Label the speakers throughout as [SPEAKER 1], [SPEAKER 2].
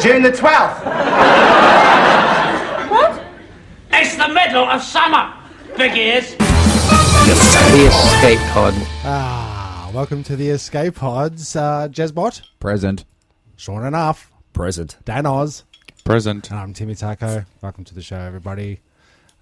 [SPEAKER 1] June the 12th.
[SPEAKER 2] What?
[SPEAKER 3] It's the middle of summer, big ears.
[SPEAKER 4] The escape pod.
[SPEAKER 5] Ah, welcome to the Escape Pods. Uh, Jezbot,
[SPEAKER 6] Present.
[SPEAKER 5] Sean Enough,
[SPEAKER 7] Present.
[SPEAKER 5] Dan Oz,
[SPEAKER 6] Present.
[SPEAKER 5] and I'm Timmy Taco. Welcome to the show, everybody.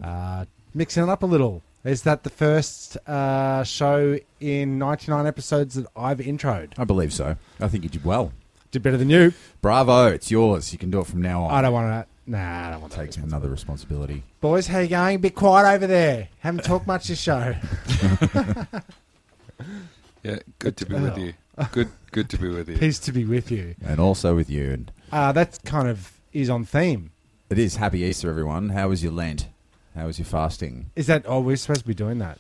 [SPEAKER 5] Uh, mixing it up a little. Is that the first uh, show in 99 episodes that I've introed?
[SPEAKER 6] I believe so. I think you did well.
[SPEAKER 5] Did better than you.
[SPEAKER 6] Bravo. It's yours. You can do it from now on.
[SPEAKER 5] I don't want to. Nah, I don't want to.
[SPEAKER 6] Take another responsibility.
[SPEAKER 5] Boys, how you going? Bit quiet over there. Haven't talked much this show.
[SPEAKER 8] Yeah, good to be with you. Good, good to be with you.
[SPEAKER 5] Pleased Oh. to be with you.
[SPEAKER 6] And also with you. And
[SPEAKER 5] Uh, that kind of is on theme.
[SPEAKER 6] it is Happy Easter, everyone. How was your Lent? How was your fasting?
[SPEAKER 5] Is that? Oh, we're supposed to be doing that.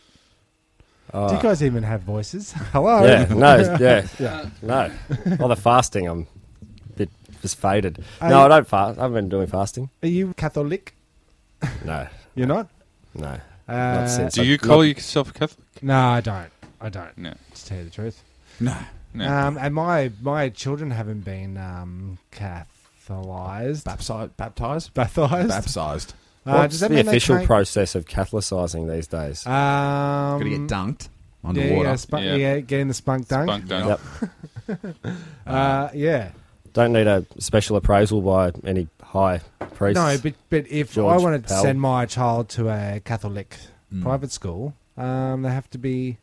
[SPEAKER 5] Do you guys even have voices? Hello.
[SPEAKER 7] Yeah, no, yeah, no. Well, the fasting, I'm a bit just faded. No,
[SPEAKER 5] I-
[SPEAKER 7] I don't fast. I haven't been doing fasting.
[SPEAKER 5] Are you Catholic?
[SPEAKER 7] No,
[SPEAKER 5] You're not?
[SPEAKER 7] no.
[SPEAKER 5] Uh,
[SPEAKER 7] since.
[SPEAKER 8] Do you call yourself a Catholic?
[SPEAKER 5] No, I don't. I don't.
[SPEAKER 8] No.
[SPEAKER 5] To tell you the truth.
[SPEAKER 6] No.
[SPEAKER 8] No.
[SPEAKER 5] Um, and my my children haven't been um, Catholicized.
[SPEAKER 6] Baptized? Baptized?
[SPEAKER 5] Catholicized.
[SPEAKER 6] Baptized.
[SPEAKER 5] Uh,
[SPEAKER 7] What's
[SPEAKER 5] does that
[SPEAKER 7] the
[SPEAKER 5] mean they
[SPEAKER 7] official
[SPEAKER 5] can't-
[SPEAKER 7] process of Catholicizing these days?
[SPEAKER 5] Um,
[SPEAKER 6] Gonna get dunked
[SPEAKER 5] Yeah,
[SPEAKER 6] underwater.
[SPEAKER 5] yeah, spunk, yeah.
[SPEAKER 8] Yeah.
[SPEAKER 5] getting the spunk dunk.
[SPEAKER 8] Bunk dunk.
[SPEAKER 7] Yep.
[SPEAKER 5] Uh, yeah.
[SPEAKER 7] Don't need a special appraisal by any high priest.
[SPEAKER 5] No, but but if
[SPEAKER 7] George Mm.
[SPEAKER 5] I wanted to
[SPEAKER 7] Powell.
[SPEAKER 5] send my child to a Catholic private school, um, they have to be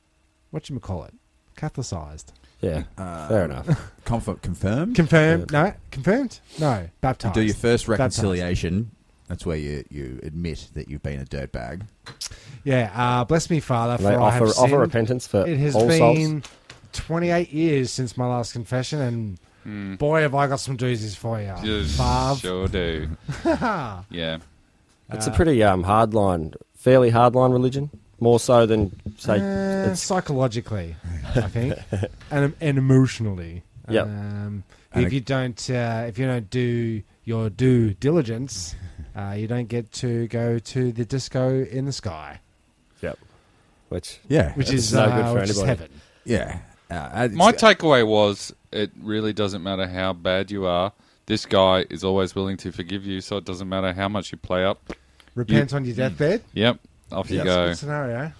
[SPEAKER 5] what you call it, Catholicized.
[SPEAKER 7] yeah,
[SPEAKER 5] uh,
[SPEAKER 7] fair enough.
[SPEAKER 6] Confirm. confirmed?
[SPEAKER 5] Confirmed? No, confirmed? No, baptized.
[SPEAKER 6] do your first
[SPEAKER 5] Baptized.
[SPEAKER 6] reconciliation. That's where you, you admit that you've been a dirtbag.
[SPEAKER 5] Yeah. Uh, bless me, Father,
[SPEAKER 7] And
[SPEAKER 5] for
[SPEAKER 7] They
[SPEAKER 5] I
[SPEAKER 7] offer
[SPEAKER 5] have
[SPEAKER 7] offer
[SPEAKER 5] sinned.
[SPEAKER 7] repentance for
[SPEAKER 5] It has
[SPEAKER 7] all souls.
[SPEAKER 5] been 28 years since my last confession, and boy, have I got some doozies for you.
[SPEAKER 8] Yes,
[SPEAKER 5] Barb.
[SPEAKER 8] sure do. yeah.
[SPEAKER 7] It's
[SPEAKER 5] uh,
[SPEAKER 7] a pretty um, hard line, fairly hard line religion, more so than say
[SPEAKER 5] Uh,
[SPEAKER 7] it's
[SPEAKER 5] psychologically, I think, and, and emotionally.
[SPEAKER 7] Yep.
[SPEAKER 5] Um,
[SPEAKER 6] And
[SPEAKER 5] if
[SPEAKER 6] a-
[SPEAKER 5] you don't, uh, if you don't do your due diligence, uh, you don't get to go to the disco in the sky,
[SPEAKER 7] yep, which
[SPEAKER 6] Yeah.
[SPEAKER 5] which
[SPEAKER 7] That's
[SPEAKER 5] is
[SPEAKER 7] no
[SPEAKER 5] uh,
[SPEAKER 7] good for
[SPEAKER 5] which is
[SPEAKER 7] anybody.
[SPEAKER 5] heaven.
[SPEAKER 6] yeah. Uh, it's-
[SPEAKER 8] My takeaway was it really doesn't matter how bad you are. This guy is always willing to forgive you, so it doesn't matter how much you play up.
[SPEAKER 5] Repent on your deathbed.
[SPEAKER 8] Yep, off you
[SPEAKER 6] Yes.
[SPEAKER 8] go.
[SPEAKER 5] Good scenario.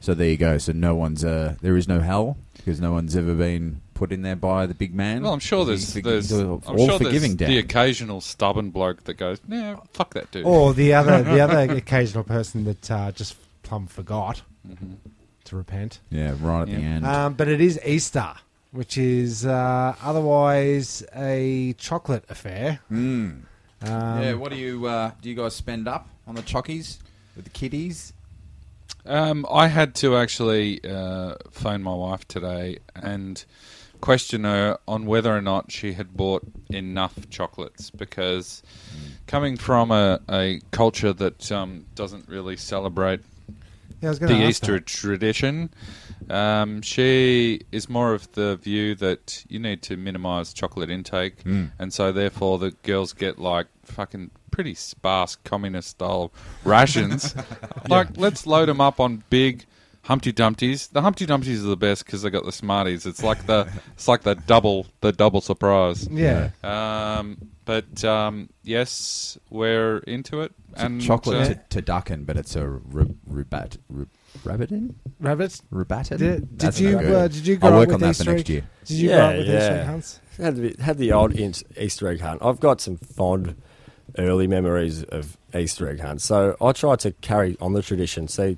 [SPEAKER 6] So there you go. So no one's uh, there is no hell because no one's ever been put in there by the big man.
[SPEAKER 8] Well, I'm sure there's,
[SPEAKER 6] He's forgi-
[SPEAKER 8] there's,
[SPEAKER 6] he's all
[SPEAKER 8] I'm sure
[SPEAKER 6] forgiving
[SPEAKER 8] there's
[SPEAKER 6] Dan.
[SPEAKER 8] the occasional stubborn bloke that goes, "No, fuck that dude."
[SPEAKER 5] Or the other, the other occasional person that uh, just plumb forgot to repent.
[SPEAKER 6] yeah, right at
[SPEAKER 8] Yeah.
[SPEAKER 6] the end.
[SPEAKER 5] Um, but it is Easter, which is uh, otherwise a chocolate affair.
[SPEAKER 6] yeah. What do you uh, do? You guys spend up on the chockies with the kiddies?
[SPEAKER 8] Um, I had to actually uh, phone my wife today and question her on whether or not she had bought enough chocolates because coming from a, a culture that um, doesn't really celebrate
[SPEAKER 5] Yeah, I was going to
[SPEAKER 8] the
[SPEAKER 5] ask
[SPEAKER 8] Easter
[SPEAKER 5] that.
[SPEAKER 8] tradition, um, she is more of the view that you need to minimise chocolate intake,
[SPEAKER 6] Hmm.
[SPEAKER 8] and so therefore the girls get like fucking pretty sparse communist style rations. like let's load them up on big. Humpty Dumpties. The Humpty Dumpties are the best because they got the Smarties. It's like the it's like the double the double surprise.
[SPEAKER 5] Yeah.
[SPEAKER 8] Um, but um, yes, we're into it. And
[SPEAKER 6] Chocolate
[SPEAKER 8] uh,
[SPEAKER 6] to, to duckin, but it's a ru- rubat ru- rabbitin.
[SPEAKER 5] Rabbits?
[SPEAKER 6] Rubatin.
[SPEAKER 5] Did,
[SPEAKER 6] That's
[SPEAKER 5] did you
[SPEAKER 6] not good.
[SPEAKER 5] uh, did you grow
[SPEAKER 6] I'll work
[SPEAKER 5] up
[SPEAKER 6] on
[SPEAKER 5] with
[SPEAKER 6] that
[SPEAKER 5] Easter
[SPEAKER 6] for next
[SPEAKER 5] egg-
[SPEAKER 6] year.
[SPEAKER 5] Did you grow
[SPEAKER 7] Yeah,
[SPEAKER 5] up with
[SPEAKER 7] yeah.
[SPEAKER 5] Easter egg hunts?
[SPEAKER 7] had the, had the old in- Easter egg hunt. I've got some fond early memories of Easter egg hunts, so I try to carry on the tradition. See,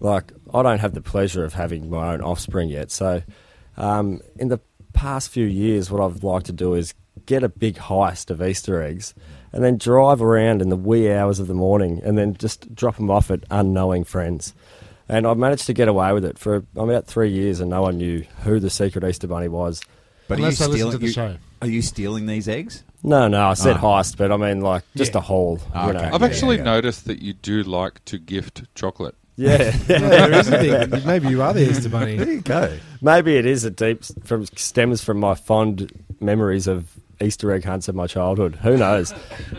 [SPEAKER 7] like I don't have the pleasure of having my own offspring yet, so um, in the past few years, what I've liked to do is get a big heist of Easter eggs. And then drive around in the wee hours of the morning, and then just drop them off at unknowing friends. And I managed to get away with it for about three years, and no one knew who the secret Easter bunny was.
[SPEAKER 6] But
[SPEAKER 5] Unless I
[SPEAKER 6] are you
[SPEAKER 5] listen
[SPEAKER 6] stealing?
[SPEAKER 5] to the
[SPEAKER 6] you-
[SPEAKER 5] show.
[SPEAKER 6] Are you stealing these eggs?
[SPEAKER 7] No, no, I said
[SPEAKER 6] Ah.
[SPEAKER 7] heist, but I mean like just
[SPEAKER 5] Yeah.
[SPEAKER 7] a haul.
[SPEAKER 6] Ah,
[SPEAKER 7] you
[SPEAKER 6] okay.
[SPEAKER 7] know.
[SPEAKER 8] I've
[SPEAKER 6] Yeah,
[SPEAKER 8] actually
[SPEAKER 6] yeah.
[SPEAKER 8] noticed that you do like to gift chocolate.
[SPEAKER 7] yeah,
[SPEAKER 5] Yeah, there is a thing. Maybe you are the Easter bunny.
[SPEAKER 6] you go.
[SPEAKER 7] maybe it is a deep from stems from my fond memories of Easter egg hunts of my childhood. Who knows?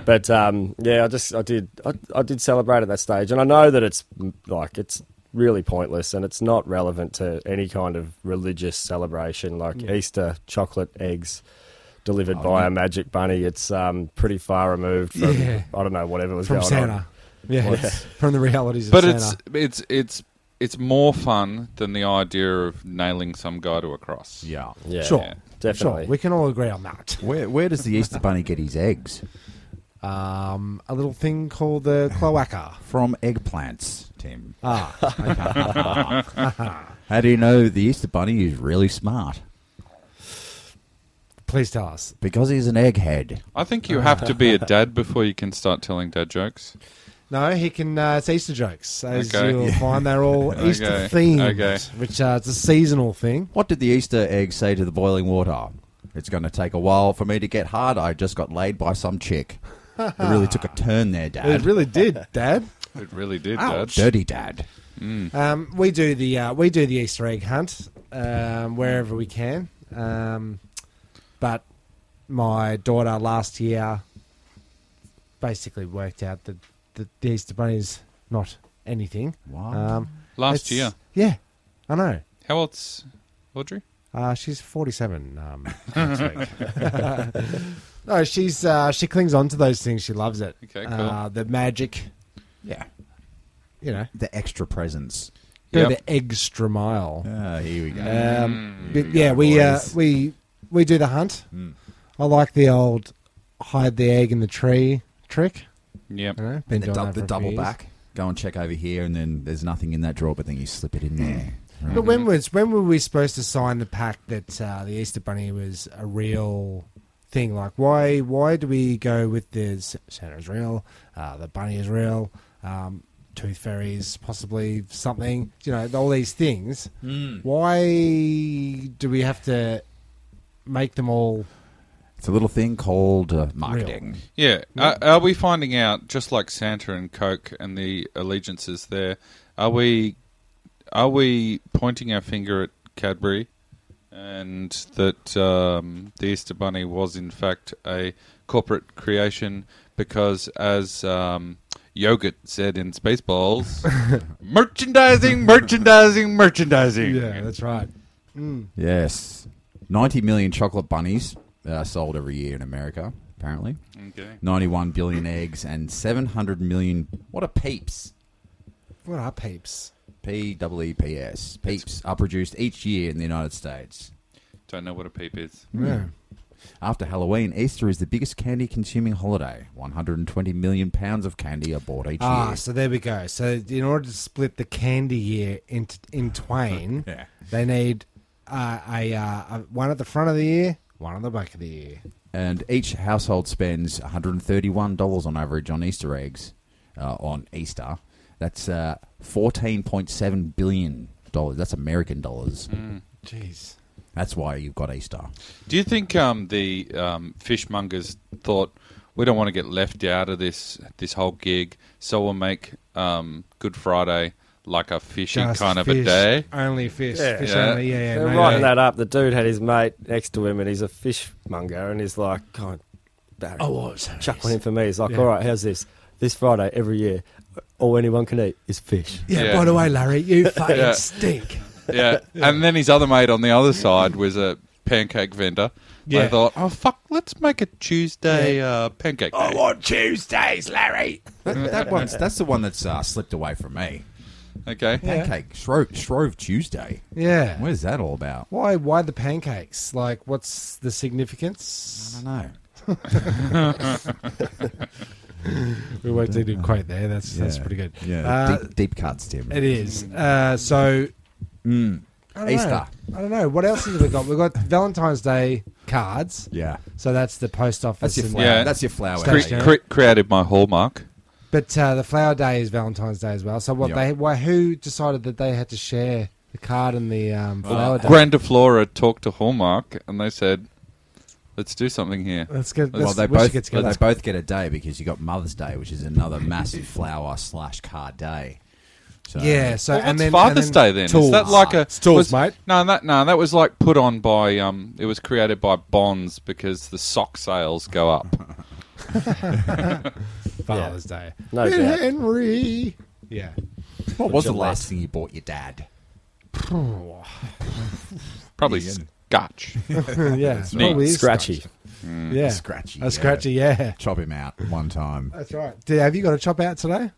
[SPEAKER 7] but um, yeah, I just I did I, I did celebrate at that stage, and I know that it's mm, like it's really pointless and it's not relevant to any kind of religious celebration like Easter, chocolate, eggs.
[SPEAKER 5] Oh,
[SPEAKER 7] delivered by a magic bunny. It's um, pretty far removed from
[SPEAKER 5] Yeah.
[SPEAKER 7] I don't know whatever was
[SPEAKER 5] from
[SPEAKER 7] going
[SPEAKER 5] Santa.
[SPEAKER 7] on.
[SPEAKER 5] Yeah, from the realities of
[SPEAKER 8] But
[SPEAKER 5] Santa.
[SPEAKER 8] it's it's it's it's more fun than the idea of nailing some guy to a cross.
[SPEAKER 6] Yeah.
[SPEAKER 7] Yeah,
[SPEAKER 5] sure,
[SPEAKER 7] definitely.
[SPEAKER 5] sure, we can all agree on that.
[SPEAKER 6] Where where does the Easter Bunny get his eggs?
[SPEAKER 5] Um, a little thing called the cloaca.
[SPEAKER 6] From eggplants, Tim.
[SPEAKER 5] Ah,
[SPEAKER 6] How do you know the Easter Bunny is really smart?
[SPEAKER 5] please tell us.
[SPEAKER 6] Because he's an egghead.
[SPEAKER 8] I think you have to be a dad before you can start telling dad jokes.
[SPEAKER 5] No, he can. Uh, it's Easter jokes, as
[SPEAKER 8] Okay.
[SPEAKER 5] you'll find they're all
[SPEAKER 8] Okay.
[SPEAKER 5] Easter themed,
[SPEAKER 8] Okay.
[SPEAKER 5] which uh, it's a seasonal thing.
[SPEAKER 6] What did the Easter egg say to the boiling water? It's going to take a while for me to get hard. I just got laid by some chick. It really took a turn there,
[SPEAKER 5] It
[SPEAKER 6] Dad.
[SPEAKER 5] really did, Dad.
[SPEAKER 8] It really did,
[SPEAKER 5] Ouch.
[SPEAKER 8] dad.
[SPEAKER 6] Dirty Dad.
[SPEAKER 5] Um, we do the uh, we do the Easter egg hunt um, wherever we can. Um, but my daughter last year basically worked out that the, the Easter bunny is not anything.
[SPEAKER 6] Wow.
[SPEAKER 5] Um,
[SPEAKER 8] Last
[SPEAKER 5] it's-
[SPEAKER 8] year,
[SPEAKER 5] yeah, I know.
[SPEAKER 8] how old's Audrey?
[SPEAKER 5] Uh, she's 47 um, next week. no, she's uh, she clings on to those things. She loves it.
[SPEAKER 8] Okay, cool.
[SPEAKER 5] Uh, the magic,
[SPEAKER 6] yeah.
[SPEAKER 5] you know,
[SPEAKER 6] The extra presents.
[SPEAKER 5] go
[SPEAKER 8] Yep.
[SPEAKER 5] the extra mile.
[SPEAKER 6] Ah, here we go.
[SPEAKER 5] Um, but yeah, we uh,
[SPEAKER 6] Mm. boys. Mm.
[SPEAKER 5] we we do the hunt. I like the old hide the egg in the tree trick.
[SPEAKER 8] Yep.
[SPEAKER 5] You know, been
[SPEAKER 6] and the,
[SPEAKER 5] doing
[SPEAKER 6] dub-
[SPEAKER 5] that
[SPEAKER 6] the
[SPEAKER 5] for a few
[SPEAKER 6] double
[SPEAKER 5] years.
[SPEAKER 6] back. Go and check over here, and then there's nothing in that drawer, but then you slip it in there.
[SPEAKER 5] But when was when were we supposed to sign the pact that uh, the Easter Bunny was a real thing? Like, why why do we go with the S- Santa's real, uh, the bunny is real, um, tooth fairies possibly something? You know, all these things.
[SPEAKER 6] Mm.
[SPEAKER 5] Why do we have to make them all?
[SPEAKER 6] It's a little thing called uh, marketing.
[SPEAKER 8] Yeah. Are, are we finding out, just like Santa and Coke and the allegiances there, are we are we pointing our finger at Cadbury and that um, the Easter Bunny was in fact a corporate creation because, as um, Yogurt said in Spaceballs, merchandising, merchandising, merchandising.
[SPEAKER 5] right.
[SPEAKER 6] Yes. 90 million chocolate bunnies uh, sold every year in America, apparently.
[SPEAKER 8] Okay.
[SPEAKER 6] 91 billion eggs and 700 million. What a peeps.
[SPEAKER 5] What are peeps?
[SPEAKER 6] P W E P S. Peeps are produced each year in the United States.
[SPEAKER 8] Don't know what a peep is.
[SPEAKER 5] Yeah.
[SPEAKER 6] After Halloween, Easter is the biggest candy consuming holiday. 120 million pounds of candy are bought each
[SPEAKER 5] Ah,
[SPEAKER 6] year.
[SPEAKER 5] so there we go. So in order to split the candy year into in twain,
[SPEAKER 6] Yeah.
[SPEAKER 5] they need uh, a, uh, a one at the front of the year, one at the back of the year.
[SPEAKER 6] And each household spends $131 on average on Easter eggs uh, on Easter. That's uh, $14.7 billion. That's American dollars.
[SPEAKER 5] Mm. Jeez.
[SPEAKER 6] That's why you've got Easter.
[SPEAKER 8] Do you think um, the um, fishmongers thought we don't want to get left out of this this whole gig, so we'll make um, Good Friday like a fishing kind of a day?
[SPEAKER 5] Only fish.
[SPEAKER 7] Yeah.
[SPEAKER 5] Fish
[SPEAKER 8] Yeah.
[SPEAKER 5] only. Yeah, yeah.
[SPEAKER 7] They're
[SPEAKER 5] no
[SPEAKER 7] writing
[SPEAKER 5] doubt.
[SPEAKER 7] that up. The dude had his mate next to him, and he's a fishmonger, and he's like, God, Barry,
[SPEAKER 5] I was.
[SPEAKER 7] chuck one in for me. He's like, all right, how's this? This Friday every year, all anyone can eat is fish.
[SPEAKER 5] Yeah,
[SPEAKER 8] Yeah.
[SPEAKER 5] by the way, Larry, you fucking
[SPEAKER 8] Yeah.
[SPEAKER 5] stink.
[SPEAKER 8] Yeah. And then his other mate on the other side was a pancake vendor. They
[SPEAKER 5] Yeah.
[SPEAKER 8] thought, oh fuck, let's make a Tuesday uh, pancake. Day.
[SPEAKER 6] want Tuesdays, Larry. that, that one's that's the one that's uh, slipped away from me.
[SPEAKER 8] Okay.
[SPEAKER 6] Pancake Shrove, Shrove Tuesday.
[SPEAKER 5] Yeah.
[SPEAKER 6] What is that all about?
[SPEAKER 5] Why? Why the pancakes? Like, what's the significance?
[SPEAKER 6] I don't know.
[SPEAKER 5] We worked a good quote there. That's that's
[SPEAKER 6] Yeah.
[SPEAKER 5] pretty good.
[SPEAKER 6] Yeah,
[SPEAKER 5] Uh,
[SPEAKER 6] deep, deep cuts, Tim.
[SPEAKER 5] It is. Uh, so I don't know.
[SPEAKER 6] Mm. Easter.
[SPEAKER 5] I don't know. What else have we got? We've got Valentine's Day cards.
[SPEAKER 6] Yeah,
[SPEAKER 5] So that's the post office.
[SPEAKER 6] that's your
[SPEAKER 5] and-
[SPEAKER 6] flower.
[SPEAKER 8] Yeah.
[SPEAKER 6] That's your flower.
[SPEAKER 5] Cre-
[SPEAKER 6] day.
[SPEAKER 5] Yeah.
[SPEAKER 8] Cre- created my hallmark.
[SPEAKER 5] But uh, the flower day is Valentine's Day as well. So what
[SPEAKER 6] Yep.
[SPEAKER 5] they why who decided that they had to share the card and the um, flower day?
[SPEAKER 8] Grandiflora talked to Hallmark and they said, let's do something here.
[SPEAKER 5] Let's get.
[SPEAKER 6] well,
[SPEAKER 5] Let's,
[SPEAKER 6] they
[SPEAKER 5] we should
[SPEAKER 6] both
[SPEAKER 5] get
[SPEAKER 6] well,
[SPEAKER 5] together.
[SPEAKER 6] they both get a day because you got Mother's Day, which is another massive flower slash card day. So,
[SPEAKER 5] yeah. So
[SPEAKER 8] Well,
[SPEAKER 5] and
[SPEAKER 8] what's
[SPEAKER 5] then
[SPEAKER 8] Father's
[SPEAKER 5] and
[SPEAKER 8] Day then? Is that
[SPEAKER 5] tools.
[SPEAKER 8] like a
[SPEAKER 5] It's tools,
[SPEAKER 8] was-
[SPEAKER 5] mate?
[SPEAKER 8] No, that no, that was like put on by um, it was created by Bonds because the sock sales go up.
[SPEAKER 5] Father's Day?
[SPEAKER 7] No
[SPEAKER 5] With
[SPEAKER 7] doubt.
[SPEAKER 5] Henry. Yeah.
[SPEAKER 6] What was the
[SPEAKER 7] Gillette.
[SPEAKER 6] last thing you bought your dad?
[SPEAKER 8] Probably s- Scotch.
[SPEAKER 5] yeah,
[SPEAKER 6] That's
[SPEAKER 8] right.
[SPEAKER 5] probably is
[SPEAKER 7] Scratchy.
[SPEAKER 5] Scotch. Yeah,
[SPEAKER 6] Scratchy.
[SPEAKER 5] A scratchy. Yeah,
[SPEAKER 6] Chop him out one time.
[SPEAKER 5] that's right. Did, have you got a chop out today?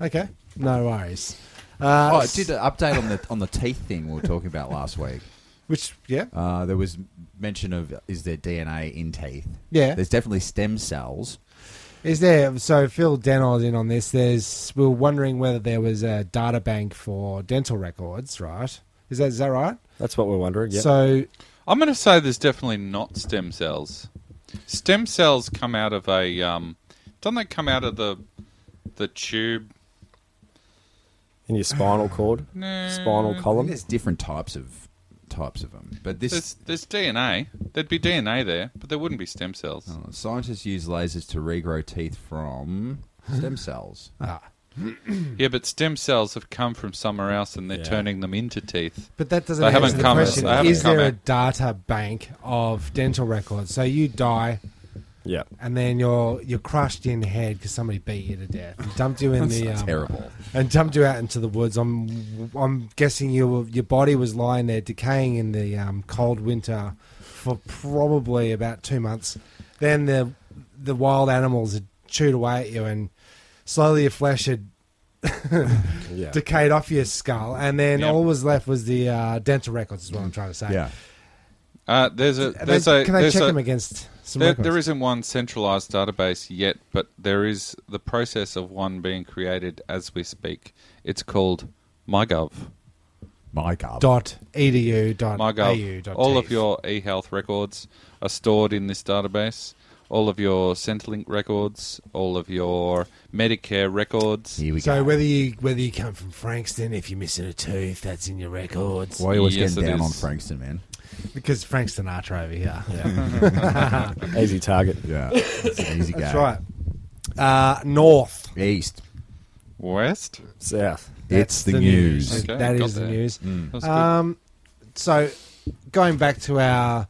[SPEAKER 5] Okay, no worries. Uh,
[SPEAKER 6] Oh, I did an update on the on the teeth thing we were talking about last week.
[SPEAKER 5] Which yeah,
[SPEAKER 6] Uh, there was mention of is there DNA in teeth?
[SPEAKER 5] Yeah.
[SPEAKER 6] There's definitely stem cells.
[SPEAKER 5] Is there so Phil Denard's in on this? There's we were wondering whether there was a data bank for dental records, right? Is that is that right?
[SPEAKER 7] That's what we're wondering. Yeah.
[SPEAKER 5] So
[SPEAKER 8] I'm going to say there's definitely not stem cells. Stem cells come out of a um, don't they come out of the the tube?
[SPEAKER 7] in your spinal cord,
[SPEAKER 8] No.
[SPEAKER 7] spinal
[SPEAKER 6] I think
[SPEAKER 7] column.
[SPEAKER 6] there's different types of types of them, but this
[SPEAKER 8] There's, there's DNA. There'd be DNA there, but there wouldn't be stem cells.
[SPEAKER 5] Oh.
[SPEAKER 6] uh, scientists use lasers to regrow teeth from stem cells.
[SPEAKER 8] Yeah, but stem cells have come from somewhere else, and they're
[SPEAKER 7] Yeah.
[SPEAKER 8] turning them into teeth.
[SPEAKER 5] But that doesn't
[SPEAKER 8] They
[SPEAKER 5] answer
[SPEAKER 8] haven't
[SPEAKER 5] the
[SPEAKER 8] come-
[SPEAKER 5] question.
[SPEAKER 8] they haven't
[SPEAKER 5] Is
[SPEAKER 8] come
[SPEAKER 5] there a
[SPEAKER 8] out.
[SPEAKER 5] data bank of dental records? So you die,
[SPEAKER 7] Yeah.
[SPEAKER 5] and then you're you're crushed in head because somebody beat you to death, and dumped you in
[SPEAKER 6] That's
[SPEAKER 5] the um,
[SPEAKER 6] terrible.
[SPEAKER 5] and dumped you out into the woods. I'm I'm guessing your your body was lying there decaying in the um, cold winter for probably about two months. Then the the wild animals had chewed away at you, and slowly your flesh had
[SPEAKER 7] Yeah.
[SPEAKER 5] decayed off your skull, and then
[SPEAKER 8] Yeah.
[SPEAKER 5] all was left was the uh, dental records. Is what I'm trying to say.
[SPEAKER 8] Uh, there's a
[SPEAKER 5] Are
[SPEAKER 8] there's
[SPEAKER 5] they-
[SPEAKER 8] a
[SPEAKER 5] can I
[SPEAKER 8] there's
[SPEAKER 5] check
[SPEAKER 8] a-
[SPEAKER 5] them against some
[SPEAKER 8] There,
[SPEAKER 5] records?
[SPEAKER 8] there isn't one centralized database yet, but there is the process of one being created as we speak. It's called MyGov.
[SPEAKER 6] My God.
[SPEAKER 5] dot edu dot au
[SPEAKER 8] MyGov.
[SPEAKER 5] dot E
[SPEAKER 8] All of
[SPEAKER 5] teeth.
[SPEAKER 8] your eHealth records are stored in this database. All of your Centrelink records, all of your Medicare records.
[SPEAKER 6] Here we
[SPEAKER 5] so
[SPEAKER 6] go.
[SPEAKER 5] whether you whether you come from Frankston, if you're missing a tooth, that's in your records.
[SPEAKER 6] Why are you always
[SPEAKER 8] Yes,
[SPEAKER 6] getting
[SPEAKER 8] it
[SPEAKER 6] down
[SPEAKER 8] is.
[SPEAKER 6] on Frankston, man?
[SPEAKER 5] Because Frank Sinatra over here.
[SPEAKER 7] Easy target.
[SPEAKER 6] Yeah, it's an easy
[SPEAKER 5] That's
[SPEAKER 6] go.
[SPEAKER 5] right. Uh, north.
[SPEAKER 6] East.
[SPEAKER 8] West?
[SPEAKER 7] South.
[SPEAKER 5] That's
[SPEAKER 6] it's the, news. Mm.
[SPEAKER 8] Okay,
[SPEAKER 5] that
[SPEAKER 8] got
[SPEAKER 5] is the
[SPEAKER 8] there.
[SPEAKER 5] news.
[SPEAKER 7] Hmm.
[SPEAKER 8] That's good.
[SPEAKER 5] Um, so, going back to our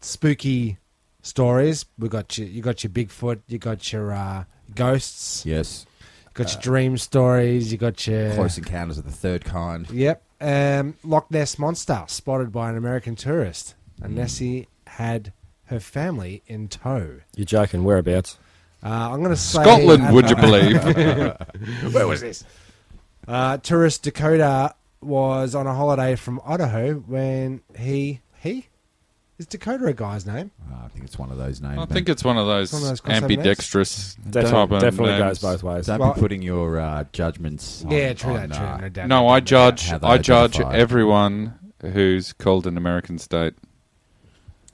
[SPEAKER 5] spooky stories, we got your, you got your Bigfoot, you got your uh, ghosts,
[SPEAKER 6] Yes.
[SPEAKER 5] you got your dream stories, you got your
[SPEAKER 6] Uh, Close encounters of the third kind.
[SPEAKER 5] Yep. Um, Loch Ness monster spotted by an American tourist. And Nessie had her family in tow.
[SPEAKER 7] You're joking. Whereabouts?
[SPEAKER 5] Uh, I'm
[SPEAKER 6] Mm.
[SPEAKER 5] going to say
[SPEAKER 8] Scotland, would you believe?
[SPEAKER 5] Where was this? Uh, tourist Dakota was on a holiday from Idaho when he he is Dakota a guy's name?
[SPEAKER 6] Ah, I think it's one of those names.
[SPEAKER 8] I
[SPEAKER 6] man.
[SPEAKER 8] think it's one of those,
[SPEAKER 5] One of those crossover names.
[SPEAKER 8] ambidextrous type
[SPEAKER 7] Definitely,
[SPEAKER 8] of
[SPEAKER 7] definitely goes
[SPEAKER 8] names.
[SPEAKER 7] both ways.
[SPEAKER 6] Don't
[SPEAKER 5] well-
[SPEAKER 6] be putting your uh, judgments. On,
[SPEAKER 5] yeah, true
[SPEAKER 6] on,
[SPEAKER 5] that, true.
[SPEAKER 6] uh,
[SPEAKER 5] No doubt.
[SPEAKER 8] No, I judge.
[SPEAKER 6] how they
[SPEAKER 8] I judge
[SPEAKER 6] identify.
[SPEAKER 8] everyone who's called an American state.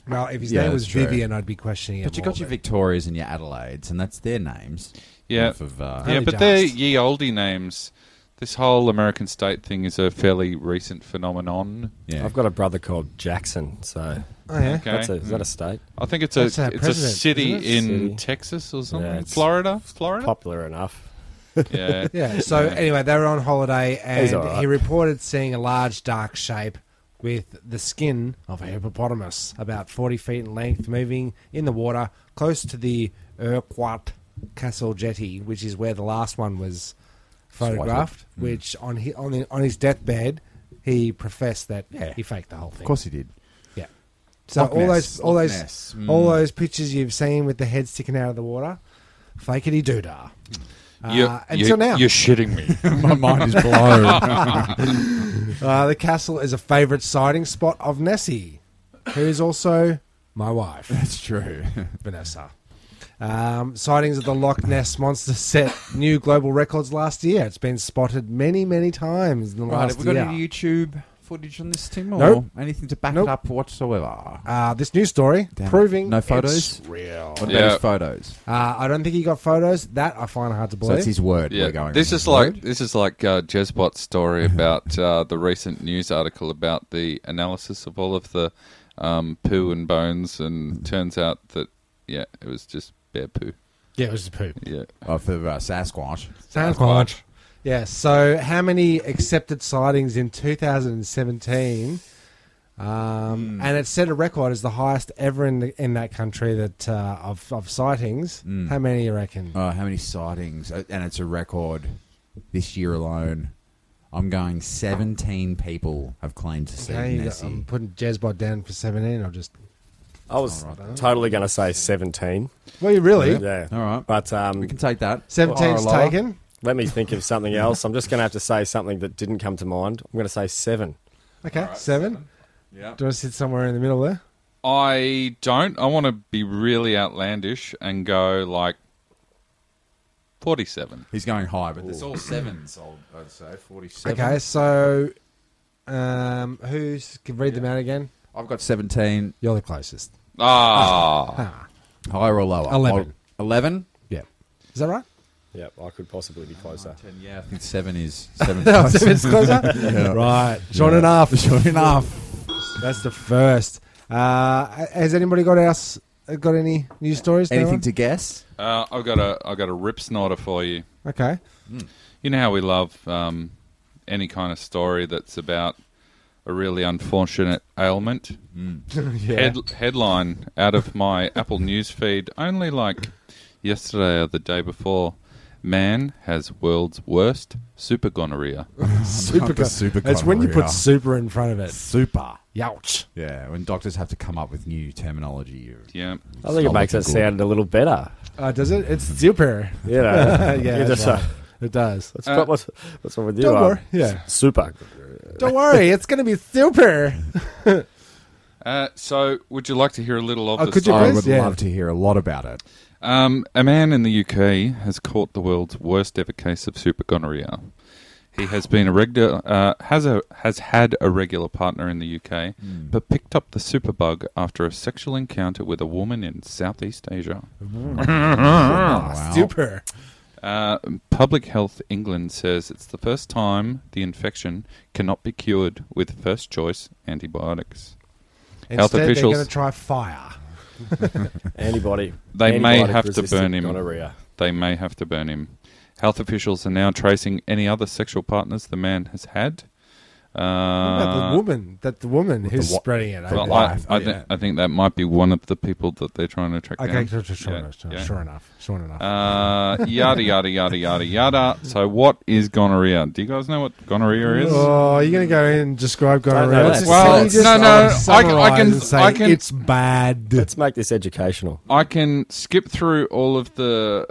[SPEAKER 5] Well, if his
[SPEAKER 6] Yeah,
[SPEAKER 5] name was
[SPEAKER 6] that's true.
[SPEAKER 5] Vivian, I'd be questioning it.
[SPEAKER 6] But you
[SPEAKER 5] more,
[SPEAKER 6] got your Victorias and your Adelaides, and that's their names.
[SPEAKER 8] Yeah,
[SPEAKER 6] Off of, uh,
[SPEAKER 8] yeah,
[SPEAKER 5] Only
[SPEAKER 8] but they're
[SPEAKER 5] just.
[SPEAKER 8] ye olde names. This whole American state thing is a fairly recent phenomenon.
[SPEAKER 6] yeah.
[SPEAKER 7] I've got a brother called Jackson, so
[SPEAKER 5] Oh, yeah.
[SPEAKER 8] Okay,
[SPEAKER 7] that's a, is that a state?
[SPEAKER 8] I think it's a
[SPEAKER 5] That's our
[SPEAKER 8] it's a
[SPEAKER 5] president,
[SPEAKER 8] city
[SPEAKER 5] isn't it?
[SPEAKER 8] in
[SPEAKER 7] City.
[SPEAKER 8] Texas or something.
[SPEAKER 7] it's
[SPEAKER 8] Florida,
[SPEAKER 5] Mm.
[SPEAKER 8] Florida.
[SPEAKER 7] Popular enough.
[SPEAKER 8] Yeah,
[SPEAKER 5] Yeah. So anyway, they were on holiday, and
[SPEAKER 7] He's all right.
[SPEAKER 5] he reported seeing a large dark shape with the skin of a hippopotamus, about forty feet in length, moving in the water close to the Urquhart Castle jetty, which is where the last one was photographed.
[SPEAKER 6] Mm.
[SPEAKER 5] Which on his, on the, on his deathbed, he professed that
[SPEAKER 6] Yeah.
[SPEAKER 5] he faked the whole thing.
[SPEAKER 6] of course he did.
[SPEAKER 5] Yeah. So
[SPEAKER 6] Loch
[SPEAKER 5] all
[SPEAKER 6] Ness,
[SPEAKER 5] those all
[SPEAKER 6] Loch
[SPEAKER 5] those
[SPEAKER 6] Ness, mm.
[SPEAKER 5] all those pictures you've seen with the head sticking out of the water, fakity doodah. Uh, until now.
[SPEAKER 8] you're shitting me.
[SPEAKER 6] My mind is blown.
[SPEAKER 5] Uh, the castle is a favourite sighting spot of Nessie, who is also my wife,
[SPEAKER 6] That's true.
[SPEAKER 5] Vanessa. Um, sightings of the Loch Ness monster set new global records last year. It's been spotted many, many times in the
[SPEAKER 6] right,
[SPEAKER 5] last
[SPEAKER 6] have we got
[SPEAKER 5] year.
[SPEAKER 6] any YouTube footage on this, Tim, or
[SPEAKER 5] Nope.
[SPEAKER 6] anything to back
[SPEAKER 5] Nope.
[SPEAKER 6] it up whatsoever?
[SPEAKER 5] uh, this news story
[SPEAKER 6] Damn it.
[SPEAKER 5] proving
[SPEAKER 6] No
[SPEAKER 5] it's
[SPEAKER 6] photos?
[SPEAKER 5] real.
[SPEAKER 6] What about
[SPEAKER 8] Yeah.
[SPEAKER 6] his photos?
[SPEAKER 5] Uh, I don't think he got photos. That I find hard to
[SPEAKER 6] So
[SPEAKER 5] believe.
[SPEAKER 6] that's his word.
[SPEAKER 8] yeah,
[SPEAKER 6] We're going.
[SPEAKER 8] this
[SPEAKER 6] on
[SPEAKER 8] is
[SPEAKER 6] his
[SPEAKER 8] like
[SPEAKER 6] word.
[SPEAKER 8] this is like uh, Jezbot's story about uh, the recent news article about the analysis of all of the um, poo and bones, and turns out that yeah, it was just bare poo.
[SPEAKER 5] yeah, it was a poop.
[SPEAKER 8] Yeah.
[SPEAKER 6] Oh, for uh, Sasquatch.
[SPEAKER 5] Sasquatch. Yeah. So, how many accepted sightings in 2017? Um, And it set a record as the highest ever in the, in that country that uh, of of sightings. How
[SPEAKER 6] Oh,
[SPEAKER 5] many you reckon?
[SPEAKER 6] Uh, how many sightings? Uh, and it's a record this year alone I'm going 17 people have claimed to see
[SPEAKER 5] Okay, you got-
[SPEAKER 6] Nessie.
[SPEAKER 5] I'm putting Jezbot down for 17. I'll just.
[SPEAKER 7] I was totally going to say 17.
[SPEAKER 5] Well, you really?
[SPEAKER 7] Yeah.
[SPEAKER 6] All right.
[SPEAKER 7] But um,
[SPEAKER 6] we can take that.
[SPEAKER 5] 17's
[SPEAKER 6] Or a lower.
[SPEAKER 5] taken.
[SPEAKER 7] let me think of something else. I'm just going to have to say something that didn't come to mind. I'm going to say seven.
[SPEAKER 5] Okay, seven.
[SPEAKER 6] Yeah.
[SPEAKER 5] Do you want to sit somewhere in the middle there?
[SPEAKER 8] I don't. I want to be really outlandish and go like 47.
[SPEAKER 6] He's going high, but it's all sevens, I'll- I'd say. 47.
[SPEAKER 5] Okay, so um, who's can read them out again?
[SPEAKER 6] I've got 17.
[SPEAKER 5] You're the closest.
[SPEAKER 8] Ah.
[SPEAKER 5] Ah,
[SPEAKER 6] Higher or lower?
[SPEAKER 5] 11.
[SPEAKER 6] I'll- 11?
[SPEAKER 5] yeah. Is that right?
[SPEAKER 7] Yep, I could possibly be closer.
[SPEAKER 6] 10, yeah, I think 7 is 7.
[SPEAKER 5] It's closer. Right, short enough.
[SPEAKER 6] Sure enough.
[SPEAKER 5] That's the first. Uh, has anybody got else got any news stories? No
[SPEAKER 6] Anything
[SPEAKER 5] one?
[SPEAKER 6] to guess?
[SPEAKER 8] Uh, I've got a I've got a rip snorter for you.
[SPEAKER 5] okay.
[SPEAKER 8] You know how we love um, any kind of story that's about a really unfortunate ailment.
[SPEAKER 5] yeah.
[SPEAKER 8] Head, headline out of my Apple News feed only like yesterday or the day before. Man has world's worst super gonorrhea.
[SPEAKER 5] super.
[SPEAKER 6] the super
[SPEAKER 5] It's when you
[SPEAKER 6] gonorrhea.
[SPEAKER 5] put super in front of it.
[SPEAKER 6] Super.
[SPEAKER 5] Youch.
[SPEAKER 6] Yeah, when doctors have to come up with new terminology.
[SPEAKER 8] Yeah.
[SPEAKER 7] I think it
[SPEAKER 6] Not
[SPEAKER 7] makes it
[SPEAKER 6] looking good.
[SPEAKER 7] sound a little better.
[SPEAKER 5] Uh, does it? It's super.
[SPEAKER 7] You know,
[SPEAKER 5] yeah,
[SPEAKER 7] You
[SPEAKER 5] that's
[SPEAKER 7] just,
[SPEAKER 5] right.
[SPEAKER 7] uh,
[SPEAKER 5] it does.
[SPEAKER 7] what's,
[SPEAKER 8] Uh,
[SPEAKER 7] what's, what's wrong with you?
[SPEAKER 5] Don't
[SPEAKER 7] uh,
[SPEAKER 5] worry. Yeah.
[SPEAKER 7] Super.
[SPEAKER 5] Don't worry, it's gonna be super.
[SPEAKER 8] Uh, so, would you like to hear a little of
[SPEAKER 5] Oh,
[SPEAKER 8] the
[SPEAKER 5] could you
[SPEAKER 8] story?
[SPEAKER 6] I
[SPEAKER 5] Yes,
[SPEAKER 6] would
[SPEAKER 5] yeah.
[SPEAKER 6] love to hear a lot about it.
[SPEAKER 8] Um, a man in the UK has caught the world's worst ever case of super gonorrhea. He has been a regular, uh, has a has had a regular partner in the UK,
[SPEAKER 5] Hmm.
[SPEAKER 8] but picked up the superbug after a sexual encounter with a woman in Southeast Asia.
[SPEAKER 6] wow.
[SPEAKER 5] Super.
[SPEAKER 8] Uh, Public Health England says it's the first time the infection cannot be cured with first choice antibiotics.
[SPEAKER 5] Instead,
[SPEAKER 8] Health officials-
[SPEAKER 5] they're gonna try fire.
[SPEAKER 7] Antibody.
[SPEAKER 8] They may have to
[SPEAKER 7] antibiotic-resistant
[SPEAKER 8] burn him.
[SPEAKER 7] Gonorrhea.
[SPEAKER 8] They may have to burn him. Health officials are now tracing any other sexual partners the man has had.
[SPEAKER 5] What about
[SPEAKER 8] Uh,
[SPEAKER 5] the woman that the woman who's
[SPEAKER 6] the wa-
[SPEAKER 5] spreading it.
[SPEAKER 8] Well,
[SPEAKER 5] okay.
[SPEAKER 8] I,
[SPEAKER 6] Wife,
[SPEAKER 8] I,
[SPEAKER 6] yeah.
[SPEAKER 8] thi- I think that might be one of the people that they're trying to track
[SPEAKER 5] Okay,
[SPEAKER 8] down.
[SPEAKER 5] sure, sure, sure,
[SPEAKER 8] Yeah,
[SPEAKER 5] enough, sure,
[SPEAKER 8] yeah.
[SPEAKER 5] sure enough. Sure enough.
[SPEAKER 8] Uh, yada yada yada yada yada. So, what is gonorrhea? Do you guys know what gonorrhea is?
[SPEAKER 5] oh, are you going to go in and describe
[SPEAKER 7] know
[SPEAKER 5] gonorrhea?
[SPEAKER 7] that.
[SPEAKER 5] Just-
[SPEAKER 7] Well,
[SPEAKER 5] can you just
[SPEAKER 8] no, no,
[SPEAKER 5] summarise
[SPEAKER 8] I can- I can-
[SPEAKER 5] and say
[SPEAKER 8] I can-
[SPEAKER 5] It's bad.
[SPEAKER 7] Let's make this educational.
[SPEAKER 8] I can skip through all of the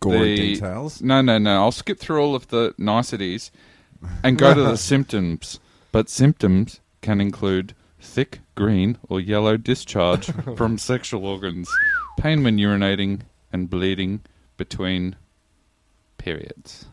[SPEAKER 6] Gory
[SPEAKER 8] the-
[SPEAKER 6] details.
[SPEAKER 8] No, no, no. I'll skip through all of the niceties and go to the symptoms. But symptoms can include thick green or yellow discharge from sexual organs, pain when urinating, and bleeding between periods.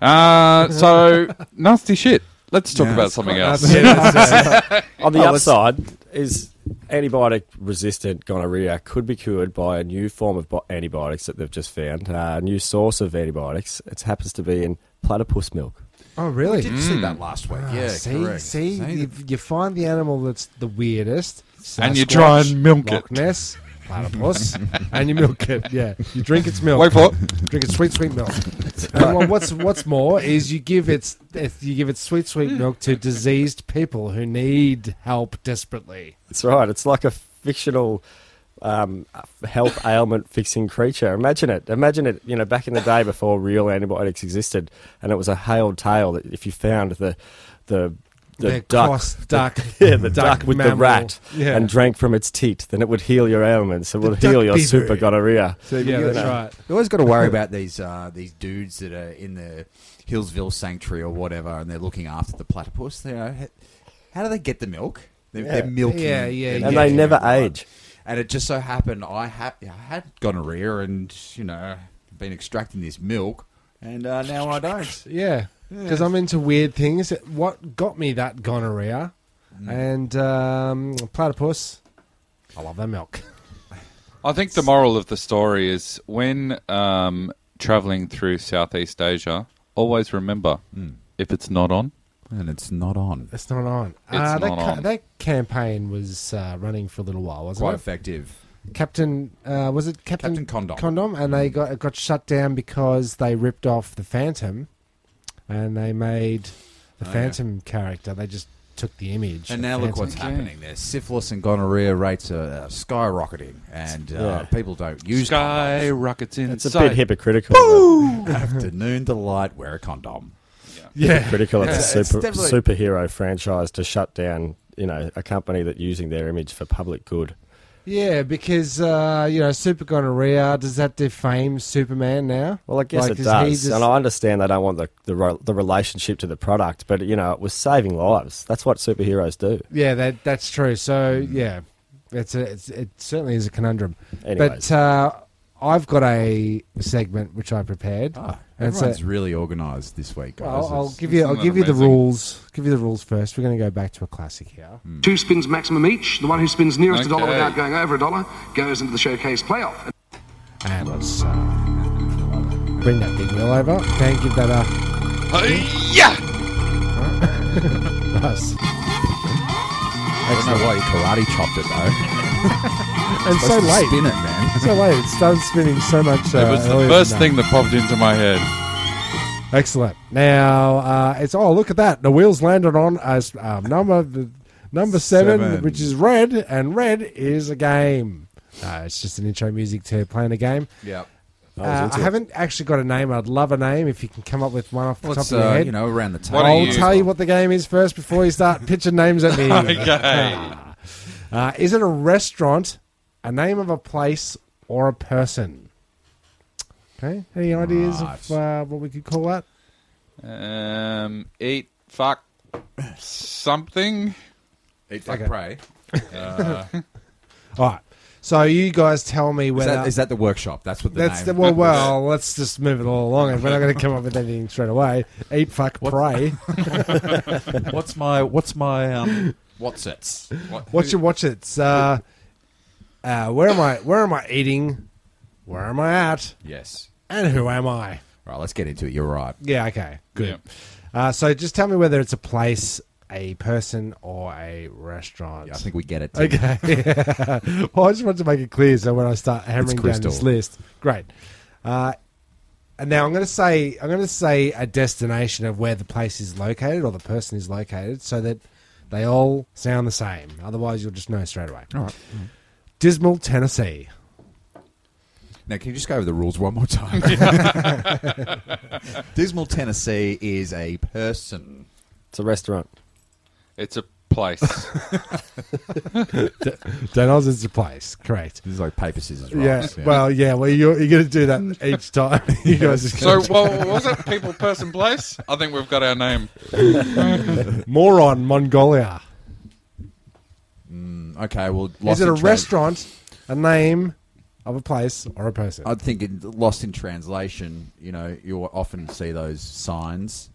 [SPEAKER 8] Uh, so nasty shit. Let's talk
[SPEAKER 6] Yeah,
[SPEAKER 8] about
[SPEAKER 6] it's
[SPEAKER 8] something
[SPEAKER 6] quite
[SPEAKER 8] else.
[SPEAKER 6] nasty.
[SPEAKER 7] On the upside is antibiotic resistant gonorrhea could be cured by a new form of bo- antibiotics that they've just found, uh, a new source of antibiotics. It happens to be in platypus milk.
[SPEAKER 5] Oh, really?
[SPEAKER 6] Did you see that last week?
[SPEAKER 5] Ah,
[SPEAKER 6] yeah,
[SPEAKER 5] see,
[SPEAKER 6] correct.
[SPEAKER 5] see,
[SPEAKER 6] Mm. See?
[SPEAKER 5] You, you find the animal that's the weirdest,
[SPEAKER 8] And you
[SPEAKER 5] Sasquatch,
[SPEAKER 8] try and milk
[SPEAKER 5] Loch
[SPEAKER 8] it.
[SPEAKER 5] Ness, platypus, and you milk it. Yeah, you drink its milk.
[SPEAKER 8] Wait for it.
[SPEAKER 5] drink its sweet sweet milk. and what- what's what's more is you give its if you give its sweet sweet milk to diseased people who need help desperately.
[SPEAKER 7] That's right. It's like a fictional um, health ailment fixing creature. Imagine it. Imagine it. You know, back in the day before real antibiotics existed, and it was a hailed tale that if you found the the the,
[SPEAKER 5] The
[SPEAKER 7] duck,
[SPEAKER 5] cross
[SPEAKER 7] the-
[SPEAKER 5] duck,
[SPEAKER 7] yeah, the
[SPEAKER 5] duck
[SPEAKER 7] duck, with
[SPEAKER 5] mammal.
[SPEAKER 7] the rat,
[SPEAKER 5] Yeah.
[SPEAKER 7] and drank from its teat, then it would heal your ailments. It would
[SPEAKER 5] duck
[SPEAKER 7] heal your
[SPEAKER 5] fever.
[SPEAKER 7] super gonorrhea.
[SPEAKER 6] So
[SPEAKER 5] Yeah,
[SPEAKER 6] you,
[SPEAKER 5] that's right.
[SPEAKER 6] You always got to worry about these uh, these dudes that are in the Hillsville Sanctuary or whatever, and they're looking after the platypus. They know, h- how do they get the milk? They're,
[SPEAKER 7] Yeah.
[SPEAKER 6] they're milking,
[SPEAKER 5] Yeah, yeah,
[SPEAKER 6] they're
[SPEAKER 5] yeah.
[SPEAKER 6] milking
[SPEAKER 7] and they never
[SPEAKER 6] everyone.
[SPEAKER 7] age.
[SPEAKER 6] And it just so happened I, ha- I had gonorrhea, and you know, been extracting this milk, and uh, now I don't.
[SPEAKER 5] Yeah, because I'm into weird things. What got me that gonorrhea
[SPEAKER 6] Mm.
[SPEAKER 5] and um, platypus? I love their milk.
[SPEAKER 8] I think the moral of the story is when um, traveling through Southeast Asia, always remember if it's not on,
[SPEAKER 6] And it's not on.
[SPEAKER 5] It's not on.
[SPEAKER 8] It's
[SPEAKER 5] uh, that,
[SPEAKER 8] not
[SPEAKER 5] ca-
[SPEAKER 8] on.
[SPEAKER 5] that campaign was uh, running for a little while, wasn't
[SPEAKER 6] Quite
[SPEAKER 5] it?
[SPEAKER 6] effective.
[SPEAKER 5] Captain, uh, was it Captain,
[SPEAKER 6] Captain Condom. Mm.
[SPEAKER 5] Condom, and they got it got shut down because they ripped off the Phantom, and they made the
[SPEAKER 6] Oh, yeah.
[SPEAKER 5] Phantom character. They just took the image.
[SPEAKER 6] And
[SPEAKER 5] of
[SPEAKER 6] now look
[SPEAKER 5] Phantom.
[SPEAKER 6] what's happening. There's syphilis and gonorrhea rates are uh, skyrocketing, and uh,
[SPEAKER 7] Yeah.
[SPEAKER 6] people don't use
[SPEAKER 8] skyrockets in
[SPEAKER 7] It's a bit hypocritical.
[SPEAKER 6] condoms. Afternoon delight. Wear a condom.
[SPEAKER 8] Yeah.
[SPEAKER 5] Yeah.
[SPEAKER 7] critical of the
[SPEAKER 6] it's
[SPEAKER 7] super,
[SPEAKER 6] definitely-
[SPEAKER 7] superhero franchise to shut down, you know, a company that using their image for public good.
[SPEAKER 5] Yeah, because uh, you know, super gonorrhea does that defame Superman now?
[SPEAKER 7] Well, I guess
[SPEAKER 5] Like,
[SPEAKER 7] it
[SPEAKER 5] is he
[SPEAKER 7] does,
[SPEAKER 5] just-
[SPEAKER 7] and I understand they don't want the, the re- the relationship to the product, but you know, it was saving lives. That's what superheroes do.
[SPEAKER 5] yeah, that that's true. So
[SPEAKER 7] Mm.
[SPEAKER 5] yeah, it's a, it's it certainly is a conundrum.
[SPEAKER 7] Anyways.
[SPEAKER 5] But uh, I've got a segment which I prepared.
[SPEAKER 6] Ah,
[SPEAKER 5] And so-
[SPEAKER 6] everyone's really organised this week, guys.
[SPEAKER 5] Well, I'll
[SPEAKER 6] It's-
[SPEAKER 5] give you I'll
[SPEAKER 8] isn't that
[SPEAKER 5] give you the
[SPEAKER 8] amazing?
[SPEAKER 5] rules. Give you the rules first. We're going to go back to a classic here.
[SPEAKER 7] Mm.
[SPEAKER 1] Two spins maximum each. The one who spins nearest a dollar
[SPEAKER 8] Okay.
[SPEAKER 1] without going over a dollar goes into the showcase playoff.
[SPEAKER 5] And let's uh, bring that big wheel over. Thank you, that up.
[SPEAKER 8] yeah.
[SPEAKER 5] Nice.
[SPEAKER 6] I don't know why you karate chopped it though.
[SPEAKER 5] And so
[SPEAKER 6] Supposed to
[SPEAKER 5] late.
[SPEAKER 6] spin it, man.
[SPEAKER 5] So late. It started spinning so much. Uh,
[SPEAKER 8] It was the
[SPEAKER 5] earlier
[SPEAKER 8] first
[SPEAKER 5] than that.
[SPEAKER 8] thing that popped into my head.
[SPEAKER 5] Excellent. Now uh, it's oh look at that. The wheels landed on us um, number number seven,
[SPEAKER 6] Seven.
[SPEAKER 5] which is red, and red is a game. Uh, it's just an intro music to playing a game.
[SPEAKER 6] yeah.
[SPEAKER 5] Uh, I haven't actually got a name. I'd love a name if you can come up with one off the
[SPEAKER 6] Well,
[SPEAKER 5] top
[SPEAKER 6] it's,
[SPEAKER 5] of your
[SPEAKER 6] uh,
[SPEAKER 5] head.
[SPEAKER 6] you know, around the table.
[SPEAKER 8] Why don't
[SPEAKER 5] I'll
[SPEAKER 8] you-
[SPEAKER 5] tell you what the game is first before you start pitching names at me.
[SPEAKER 8] Okay.
[SPEAKER 5] Uh, is it a restaurant, a name of a place, or a person? Okay. Any ideas
[SPEAKER 6] Right.
[SPEAKER 5] of uh, what we could call that?
[SPEAKER 8] um, eat, fuck, something.
[SPEAKER 6] Eat, fuck,
[SPEAKER 5] Okay.
[SPEAKER 6] pray.
[SPEAKER 5] All right. So you guys tell me
[SPEAKER 6] Is
[SPEAKER 5] whether
[SPEAKER 6] that, is that the workshop? That's what the
[SPEAKER 5] uh, that's
[SPEAKER 6] name.
[SPEAKER 5] the, well. Well, let's just move it all along. We're not going to come up with anything straight away. Eat, fuck, pray.
[SPEAKER 6] what's my what's my um what's it? What,
[SPEAKER 5] Watch it. Watch it. It's, Uh, uh, where am I? Where am I eating? Where am I at?
[SPEAKER 6] Yes.
[SPEAKER 5] And who am I?
[SPEAKER 6] Right. Let's get into it. You're right.
[SPEAKER 5] Yeah. Okay. Good.
[SPEAKER 8] Yeah.
[SPEAKER 5] Uh, so just tell me whether it's a place, a person, or a restaurant.
[SPEAKER 6] Yeah, I think we get it. Tim.
[SPEAKER 5] Okay. well, I just want to make it clear so when I start hammering down
[SPEAKER 6] crystal.
[SPEAKER 5] this list, great. Uh, and now I'm going to say I'm going to say a destination of where the place is located or the person is located, so that they all sound the same. Otherwise, you'll just know straight away.
[SPEAKER 6] All right.
[SPEAKER 5] Dismal, Tennessee.
[SPEAKER 6] Now, can you just go over the rules one more time? Dismal, Tennessee is a person.
[SPEAKER 7] It's a restaurant.
[SPEAKER 8] It's a place.
[SPEAKER 5] Donald's is the place. Correct.
[SPEAKER 6] This is like paper, scissors,
[SPEAKER 5] Yeah,
[SPEAKER 6] rocks.
[SPEAKER 5] Well, yeah. Well, you're, you're going to do that each time. you guys. Are
[SPEAKER 8] so,
[SPEAKER 5] gonna,
[SPEAKER 8] well, what was it? People, person, place? I think we've got our name.
[SPEAKER 5] moron, Mongolia.
[SPEAKER 6] Okay. Well,
[SPEAKER 5] Is
[SPEAKER 6] lost
[SPEAKER 5] it a
[SPEAKER 6] in trans-
[SPEAKER 5] restaurant, a name of a place, or a person?
[SPEAKER 6] I think in, lost in translation. You know, you'll often see those signs.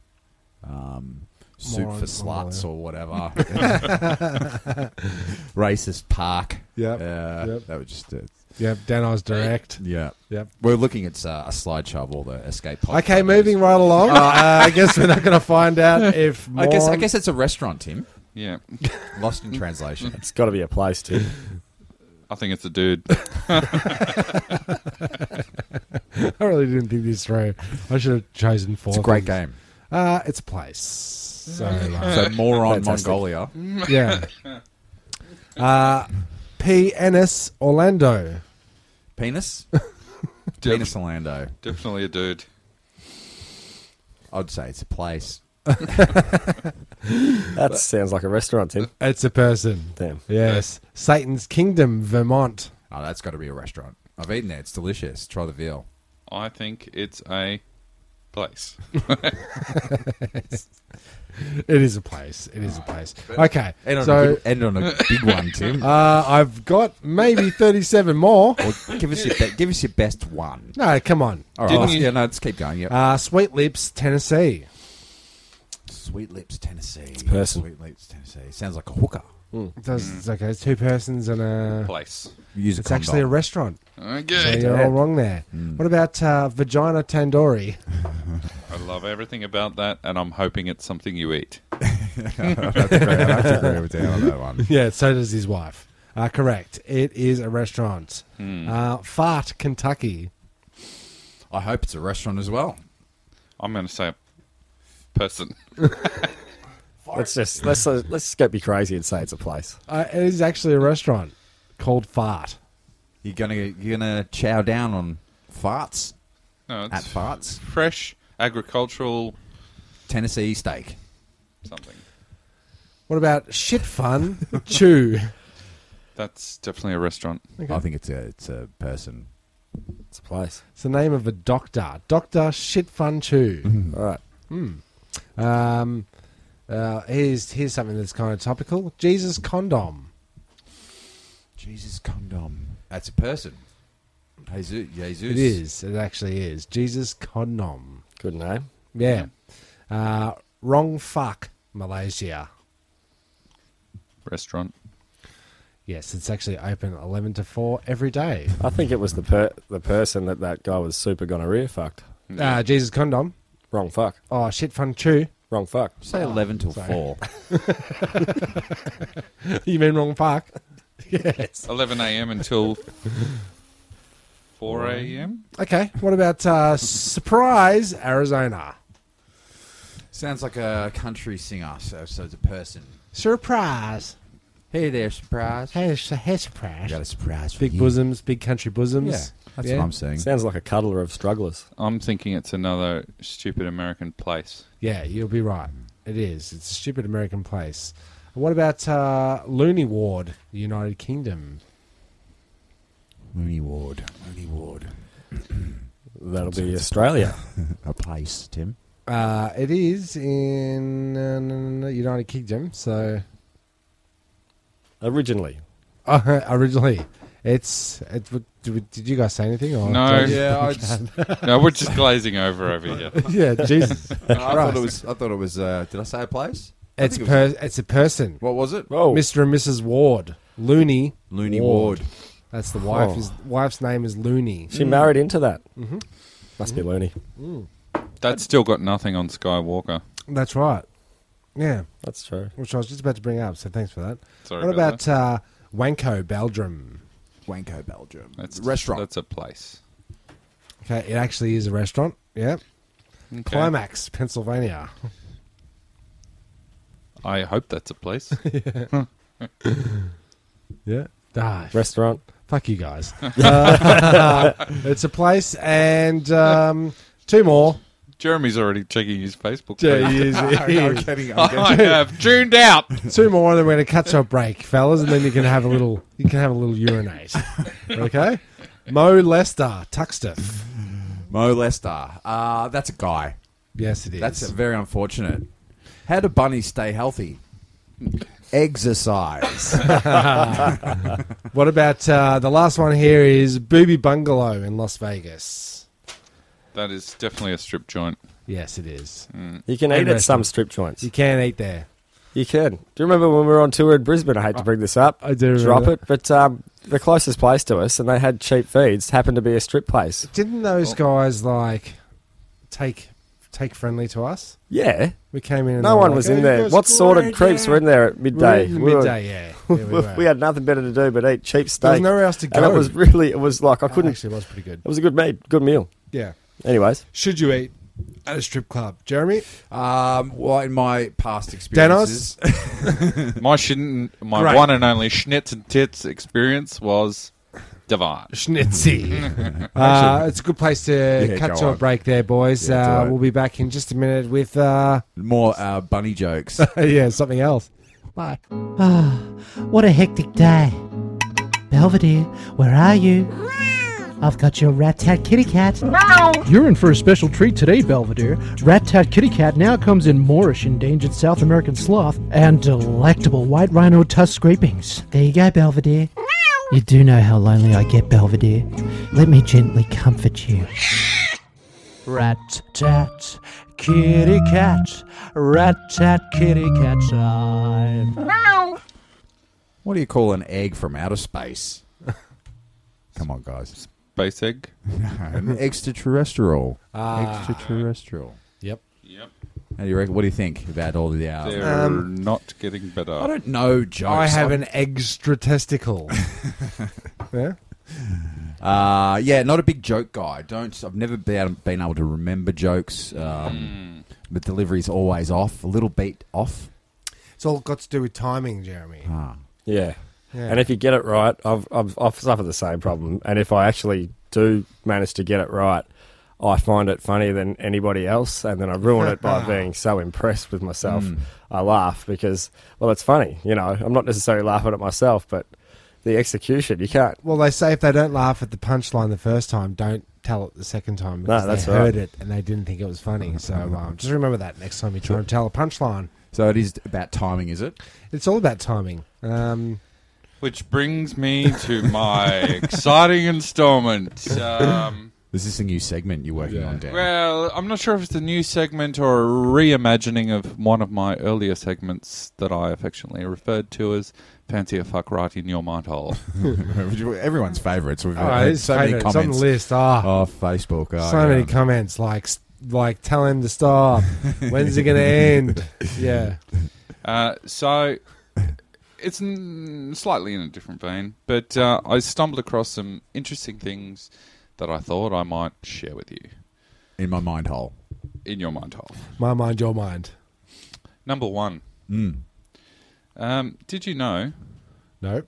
[SPEAKER 6] Um, soup
[SPEAKER 5] Morons,
[SPEAKER 6] for sluts or whatever. Racist park.
[SPEAKER 5] Yep,
[SPEAKER 6] Uh,
[SPEAKER 5] yep.
[SPEAKER 6] That was just it.
[SPEAKER 5] Yep, Dano's direct.
[SPEAKER 6] Yeah.
[SPEAKER 5] Yep.
[SPEAKER 6] We're looking at uh, a slideshow of all the escape. pod
[SPEAKER 5] Okay,
[SPEAKER 6] photos.
[SPEAKER 5] moving right along. Uh, I guess we're not going to find out if.
[SPEAKER 6] I guess. I
[SPEAKER 5] Morn-
[SPEAKER 6] guess it's a restaurant, Tim.
[SPEAKER 8] Yeah.
[SPEAKER 6] Lost in translation.
[SPEAKER 7] It's got to be a place too.
[SPEAKER 8] I think it's a dude.
[SPEAKER 5] I really didn't think this through. I should have chosen four.
[SPEAKER 6] It's a great
[SPEAKER 5] things.
[SPEAKER 6] game.
[SPEAKER 5] Uh, it's a place. So, uh,
[SPEAKER 6] So moron
[SPEAKER 7] Fantastic.
[SPEAKER 6] Mongolia.
[SPEAKER 5] yeah. Uh, P. Ennis, Orlando.
[SPEAKER 6] Penis.
[SPEAKER 8] Def-
[SPEAKER 6] Penis Orlando.
[SPEAKER 8] Definitely a dude.
[SPEAKER 6] I'd say it's a place.
[SPEAKER 7] That sounds like a restaurant, Tim.
[SPEAKER 5] It's a person.
[SPEAKER 7] Damn.
[SPEAKER 5] Yes. Satan's Kingdom, Vermont.
[SPEAKER 6] Oh, that's got to be a restaurant. I've eaten it. It's delicious. Try the veal.
[SPEAKER 8] I think it's a place.
[SPEAKER 5] It is a place. It
[SPEAKER 6] Ah.
[SPEAKER 5] is a place. Okay.
[SPEAKER 6] End on, a,
[SPEAKER 5] So
[SPEAKER 6] good- end on a big one, Tim.
[SPEAKER 5] uh, I've got maybe 37 more.
[SPEAKER 6] or give us your be- give us your best one.
[SPEAKER 5] No, come on.
[SPEAKER 6] All right.
[SPEAKER 8] Didn't
[SPEAKER 6] let's-
[SPEAKER 8] you-
[SPEAKER 6] Yeah, no, let's keep going. Yeah.
[SPEAKER 5] Uh, Sweet Lips, Tennessee.
[SPEAKER 6] Sweet Lips, Tennessee.
[SPEAKER 7] person.
[SPEAKER 6] Sweet Lips, Tennessee. Sounds like a hooker.
[SPEAKER 5] It Does it's okay? It's two persons and a.
[SPEAKER 8] Place.
[SPEAKER 6] Use a
[SPEAKER 5] It's actually a
[SPEAKER 6] condom.
[SPEAKER 5] restaurant. So
[SPEAKER 8] Okay.
[SPEAKER 5] you're all wrong there. What about uh, vagina tandoori?
[SPEAKER 8] I love everything about that, and I'm hoping it's something you eat.
[SPEAKER 6] I have to agree with Dan on that one.
[SPEAKER 5] Yeah, so does his wife. Uh, correct. It is a restaurant. Uh, Fart, Kentucky.
[SPEAKER 6] I hope it's a restaurant as well.
[SPEAKER 8] I'm going to say a person.
[SPEAKER 7] Let's just let's uh, let's just go be crazy and say it's a place.
[SPEAKER 5] Uh, it is actually a restaurant called Fart.
[SPEAKER 6] You're gonna you're gonna chow down on farts
[SPEAKER 8] No, it's
[SPEAKER 6] at farts.
[SPEAKER 8] fresh agricultural
[SPEAKER 6] Tennessee steak.
[SPEAKER 8] something.
[SPEAKER 5] What about shit fun? Chew.
[SPEAKER 8] That's definitely a restaurant.
[SPEAKER 6] I think it's a it's a person.
[SPEAKER 7] It's a place.
[SPEAKER 5] It's the name of a doctor. Doctor Shit Fun Chew. Hmm.
[SPEAKER 7] All right.
[SPEAKER 5] um, uh, here's here's something that's kind of topical. Jesus condom.
[SPEAKER 6] Jesus condom. That's a person. Jesus. Jesus.
[SPEAKER 5] It is. It actually is. Jesus condom.
[SPEAKER 7] Good name.
[SPEAKER 5] Yeah. Uh, wrong fuck Malaysia.
[SPEAKER 8] Restaurant.
[SPEAKER 5] Yes, it's actually open eleven to four every day.
[SPEAKER 7] I think it was the per- the person that that guy was super gonorrhea fucked.
[SPEAKER 5] Uh, Jesus condom.
[SPEAKER 7] Wrong fuck.
[SPEAKER 5] Oh, shit fun chew.
[SPEAKER 7] Wrong fuck.
[SPEAKER 6] Say eleven till four.
[SPEAKER 5] you mean wrong fuck? yes.
[SPEAKER 8] 11 a.m. until 4 a.m.
[SPEAKER 5] Okay. What about uh, surprise Arizona?
[SPEAKER 6] Sounds like a country singer. So so it's a person.
[SPEAKER 5] Surprise.
[SPEAKER 6] Hey there, surprise.
[SPEAKER 5] Hey, it's a hair surprise.
[SPEAKER 6] got a surprise.
[SPEAKER 5] Big bosoms, big country bosoms.
[SPEAKER 6] Yeah, that's what I'm saying.
[SPEAKER 7] Sounds like a cuddler of strugglers.
[SPEAKER 8] I'm thinking it's another stupid American place.
[SPEAKER 5] Yeah, you'll be right. It is. It's a stupid American place. What about uh, Looney Ward, the United Kingdom?
[SPEAKER 6] Mooney Ward. Mooney Ward.
[SPEAKER 7] That'll be Australia.
[SPEAKER 6] A place, Tim.
[SPEAKER 5] Uh, it is in uh, United Kingdom. So
[SPEAKER 7] Originally.
[SPEAKER 5] uh, originally, it's. It, did did you guys say anything? Or
[SPEAKER 8] No.
[SPEAKER 6] Yeah, I, just,
[SPEAKER 8] No, we're just glazing over over here.
[SPEAKER 5] yeah, Jesus.
[SPEAKER 6] I thought
[SPEAKER 5] Christ.
[SPEAKER 6] it was. I thought it was. Uh, did I say a place? I
[SPEAKER 5] It's
[SPEAKER 6] think it was-
[SPEAKER 5] per, it's a person,
[SPEAKER 6] What was it?
[SPEAKER 7] Whoa.
[SPEAKER 5] Mr. and Mrs. Ward, Looney.
[SPEAKER 6] Looney Ward.
[SPEAKER 5] That's the wife.
[SPEAKER 7] Oh.
[SPEAKER 5] His wife's name is Looney.
[SPEAKER 7] She married into that. Mm-hmm. Must be loony.
[SPEAKER 8] That's still got nothing on Skywalker.
[SPEAKER 5] That's right. Yeah.
[SPEAKER 7] That's true.
[SPEAKER 5] which I was just about to bring up. So thanks for that.
[SPEAKER 8] Sorry
[SPEAKER 5] what
[SPEAKER 8] about
[SPEAKER 5] about, uh, Wanko Belgium?
[SPEAKER 6] Wanko, Belgium.
[SPEAKER 8] That's
[SPEAKER 6] restaurant.
[SPEAKER 8] That's a place.
[SPEAKER 5] Okay, it actually is a restaurant. Yeah,
[SPEAKER 8] Okay.
[SPEAKER 5] Climax, Pennsylvania.
[SPEAKER 8] I hope that's a place.
[SPEAKER 5] Yeah, die.
[SPEAKER 7] Restaurant.
[SPEAKER 5] Fuck you guys. Uh, it's a place, and um, two more.
[SPEAKER 8] Jeremy's already checking his Facebook
[SPEAKER 5] Yeah,
[SPEAKER 8] page.
[SPEAKER 5] he is- he is.
[SPEAKER 6] kidding.
[SPEAKER 8] I have tuned out.
[SPEAKER 5] two more, and then we're going to cut to a break, fellas, and then you can have a little. You can have a little urinate. Okay, Mo Lester, Tuxteth.
[SPEAKER 6] Mo Lester. Uh, that's a guy.
[SPEAKER 5] Yes, it is.
[SPEAKER 6] That's a very unfortunate. How do bunnies stay healthy? Exercise.
[SPEAKER 5] what about uh, the last one here? Is Booby Bungalow in Las Vegas?
[SPEAKER 8] That is definitely a strip joint.
[SPEAKER 5] Yes, it is.
[SPEAKER 7] You can eat at some strip joints.
[SPEAKER 5] You can eat there.
[SPEAKER 7] You can. Do you remember when we were on tour in Brisbane? I hate to bring this up.
[SPEAKER 5] I do
[SPEAKER 7] Drop
[SPEAKER 5] remember.
[SPEAKER 7] it. But um, the closest place to us, and they had cheap feeds, happened to be a strip place.
[SPEAKER 5] Didn't
[SPEAKER 7] Oh.
[SPEAKER 5] those guys like take take friendly to us?
[SPEAKER 7] Yeah.
[SPEAKER 5] We came in. And they
[SPEAKER 7] No
[SPEAKER 5] were
[SPEAKER 7] one
[SPEAKER 5] like,
[SPEAKER 7] was
[SPEAKER 5] "Oh,
[SPEAKER 7] in
[SPEAKER 5] you
[SPEAKER 7] there.
[SPEAKER 5] guys
[SPEAKER 7] What
[SPEAKER 5] are
[SPEAKER 7] sordid
[SPEAKER 5] great,
[SPEAKER 7] creeps
[SPEAKER 5] yeah."
[SPEAKER 7] were in there at
[SPEAKER 5] We were
[SPEAKER 7] midday?
[SPEAKER 5] in the
[SPEAKER 7] We were-
[SPEAKER 5] midday, yeah. yeah we, were.
[SPEAKER 7] we had nothing better to do but eat cheap steak.
[SPEAKER 5] There was nowhere else to
[SPEAKER 7] And
[SPEAKER 5] go.
[SPEAKER 7] it was really, it was like, I
[SPEAKER 5] That
[SPEAKER 7] couldn't.
[SPEAKER 5] actually was pretty good.
[SPEAKER 7] It was a good meal, good meal.
[SPEAKER 5] Yeah.
[SPEAKER 7] Anyways,
[SPEAKER 5] Should you eat at a strip club, Jeremy?
[SPEAKER 6] um, well, in my past
[SPEAKER 5] Danos?
[SPEAKER 6] experiences,
[SPEAKER 8] My shin, my
[SPEAKER 5] Great.
[SPEAKER 8] one and only schnitz and tits experience was divine.
[SPEAKER 5] Schnitzy. uh, it's a good place to
[SPEAKER 6] Yeah,
[SPEAKER 5] cut
[SPEAKER 6] go
[SPEAKER 5] to a
[SPEAKER 6] on.
[SPEAKER 5] break there, boys.
[SPEAKER 6] Yeah, do
[SPEAKER 5] uh,
[SPEAKER 6] it.
[SPEAKER 5] we'll be back in just a minute with uh,
[SPEAKER 6] more uh, bunny jokes.
[SPEAKER 5] yeah something else.
[SPEAKER 2] Bye. what a hectic day. Belvedere, where are you? I've got your rat tat kitty cat. You're in for a special treat today, Belvedere. Rat tat kitty cat now comes in Moorish endangered South American sloth and delectable white rhino tusk scrapings. There you go, Belvedere. You do know how lonely I get, Belvedere. Let me gently comfort you. Rat tat kitty cat, rat tat kitty cat time.
[SPEAKER 6] what do you call an egg from outer space? Come on, guys.
[SPEAKER 8] Base egg.
[SPEAKER 6] An extraterrestrial.
[SPEAKER 5] Ah.
[SPEAKER 6] extraterrestrial.
[SPEAKER 5] Yep.
[SPEAKER 8] Yep.
[SPEAKER 6] How do you reckon? What do you think about all the? Uh,
[SPEAKER 8] They're not getting better.
[SPEAKER 6] I don't know jokes.
[SPEAKER 5] I have
[SPEAKER 6] I'm-
[SPEAKER 5] an extra testicle. yeah.
[SPEAKER 6] Uh, yeah, not a big joke guy. Don't. I've never been, been able to remember jokes. Um, The delivery's always off, a little beat off.
[SPEAKER 5] It's all got to do with timing, Jeremy.
[SPEAKER 6] Ah.
[SPEAKER 7] yeah. And if you get it right, I've, I've, I've suffered the same problem. And if I actually do manage to get it right, I find it funnier than anybody else, and then I ruin it by being so impressed with myself. I laugh because, well, it's funny, you know. I'm not necessarily laughing at myself, but the execution, you can't.
[SPEAKER 5] Well, they say if they don't laugh at the punchline the first time, don't tell it the second time because
[SPEAKER 7] that's
[SPEAKER 5] they
[SPEAKER 7] right.
[SPEAKER 5] heard it and they didn't think it was funny. So um, just remember that next time you try and tell a punchline.
[SPEAKER 6] So it is about timing, is it?
[SPEAKER 5] It's all about timing. Um,
[SPEAKER 8] Which brings me to my exciting installment. Um,
[SPEAKER 6] This is a new segment you're working on, Dan.
[SPEAKER 8] well, I'm not sure if it's a new segment or a reimagining of one of my earlier segments that I affectionately referred to as Fancy a Fuck Right in Your Mind Hole.
[SPEAKER 6] Everyone's favourites. We've
[SPEAKER 5] oh,
[SPEAKER 6] had
[SPEAKER 5] it's
[SPEAKER 6] so many
[SPEAKER 5] favourite. It's
[SPEAKER 6] comments.
[SPEAKER 5] on the list. Ah,
[SPEAKER 6] Oh, Facebook. Oh,
[SPEAKER 5] so many
[SPEAKER 6] yeah.
[SPEAKER 5] comments like s- like tell him to stop. When's it going to end? Yeah.
[SPEAKER 8] Uh, so it's n- slightly in a different vein, but uh, I stumbled across some interesting things that I thought I might share with you
[SPEAKER 6] in my mind hole.
[SPEAKER 8] in your mind hole.
[SPEAKER 5] My mind, your mind.
[SPEAKER 8] Number one. Um, did you know
[SPEAKER 5] Nope.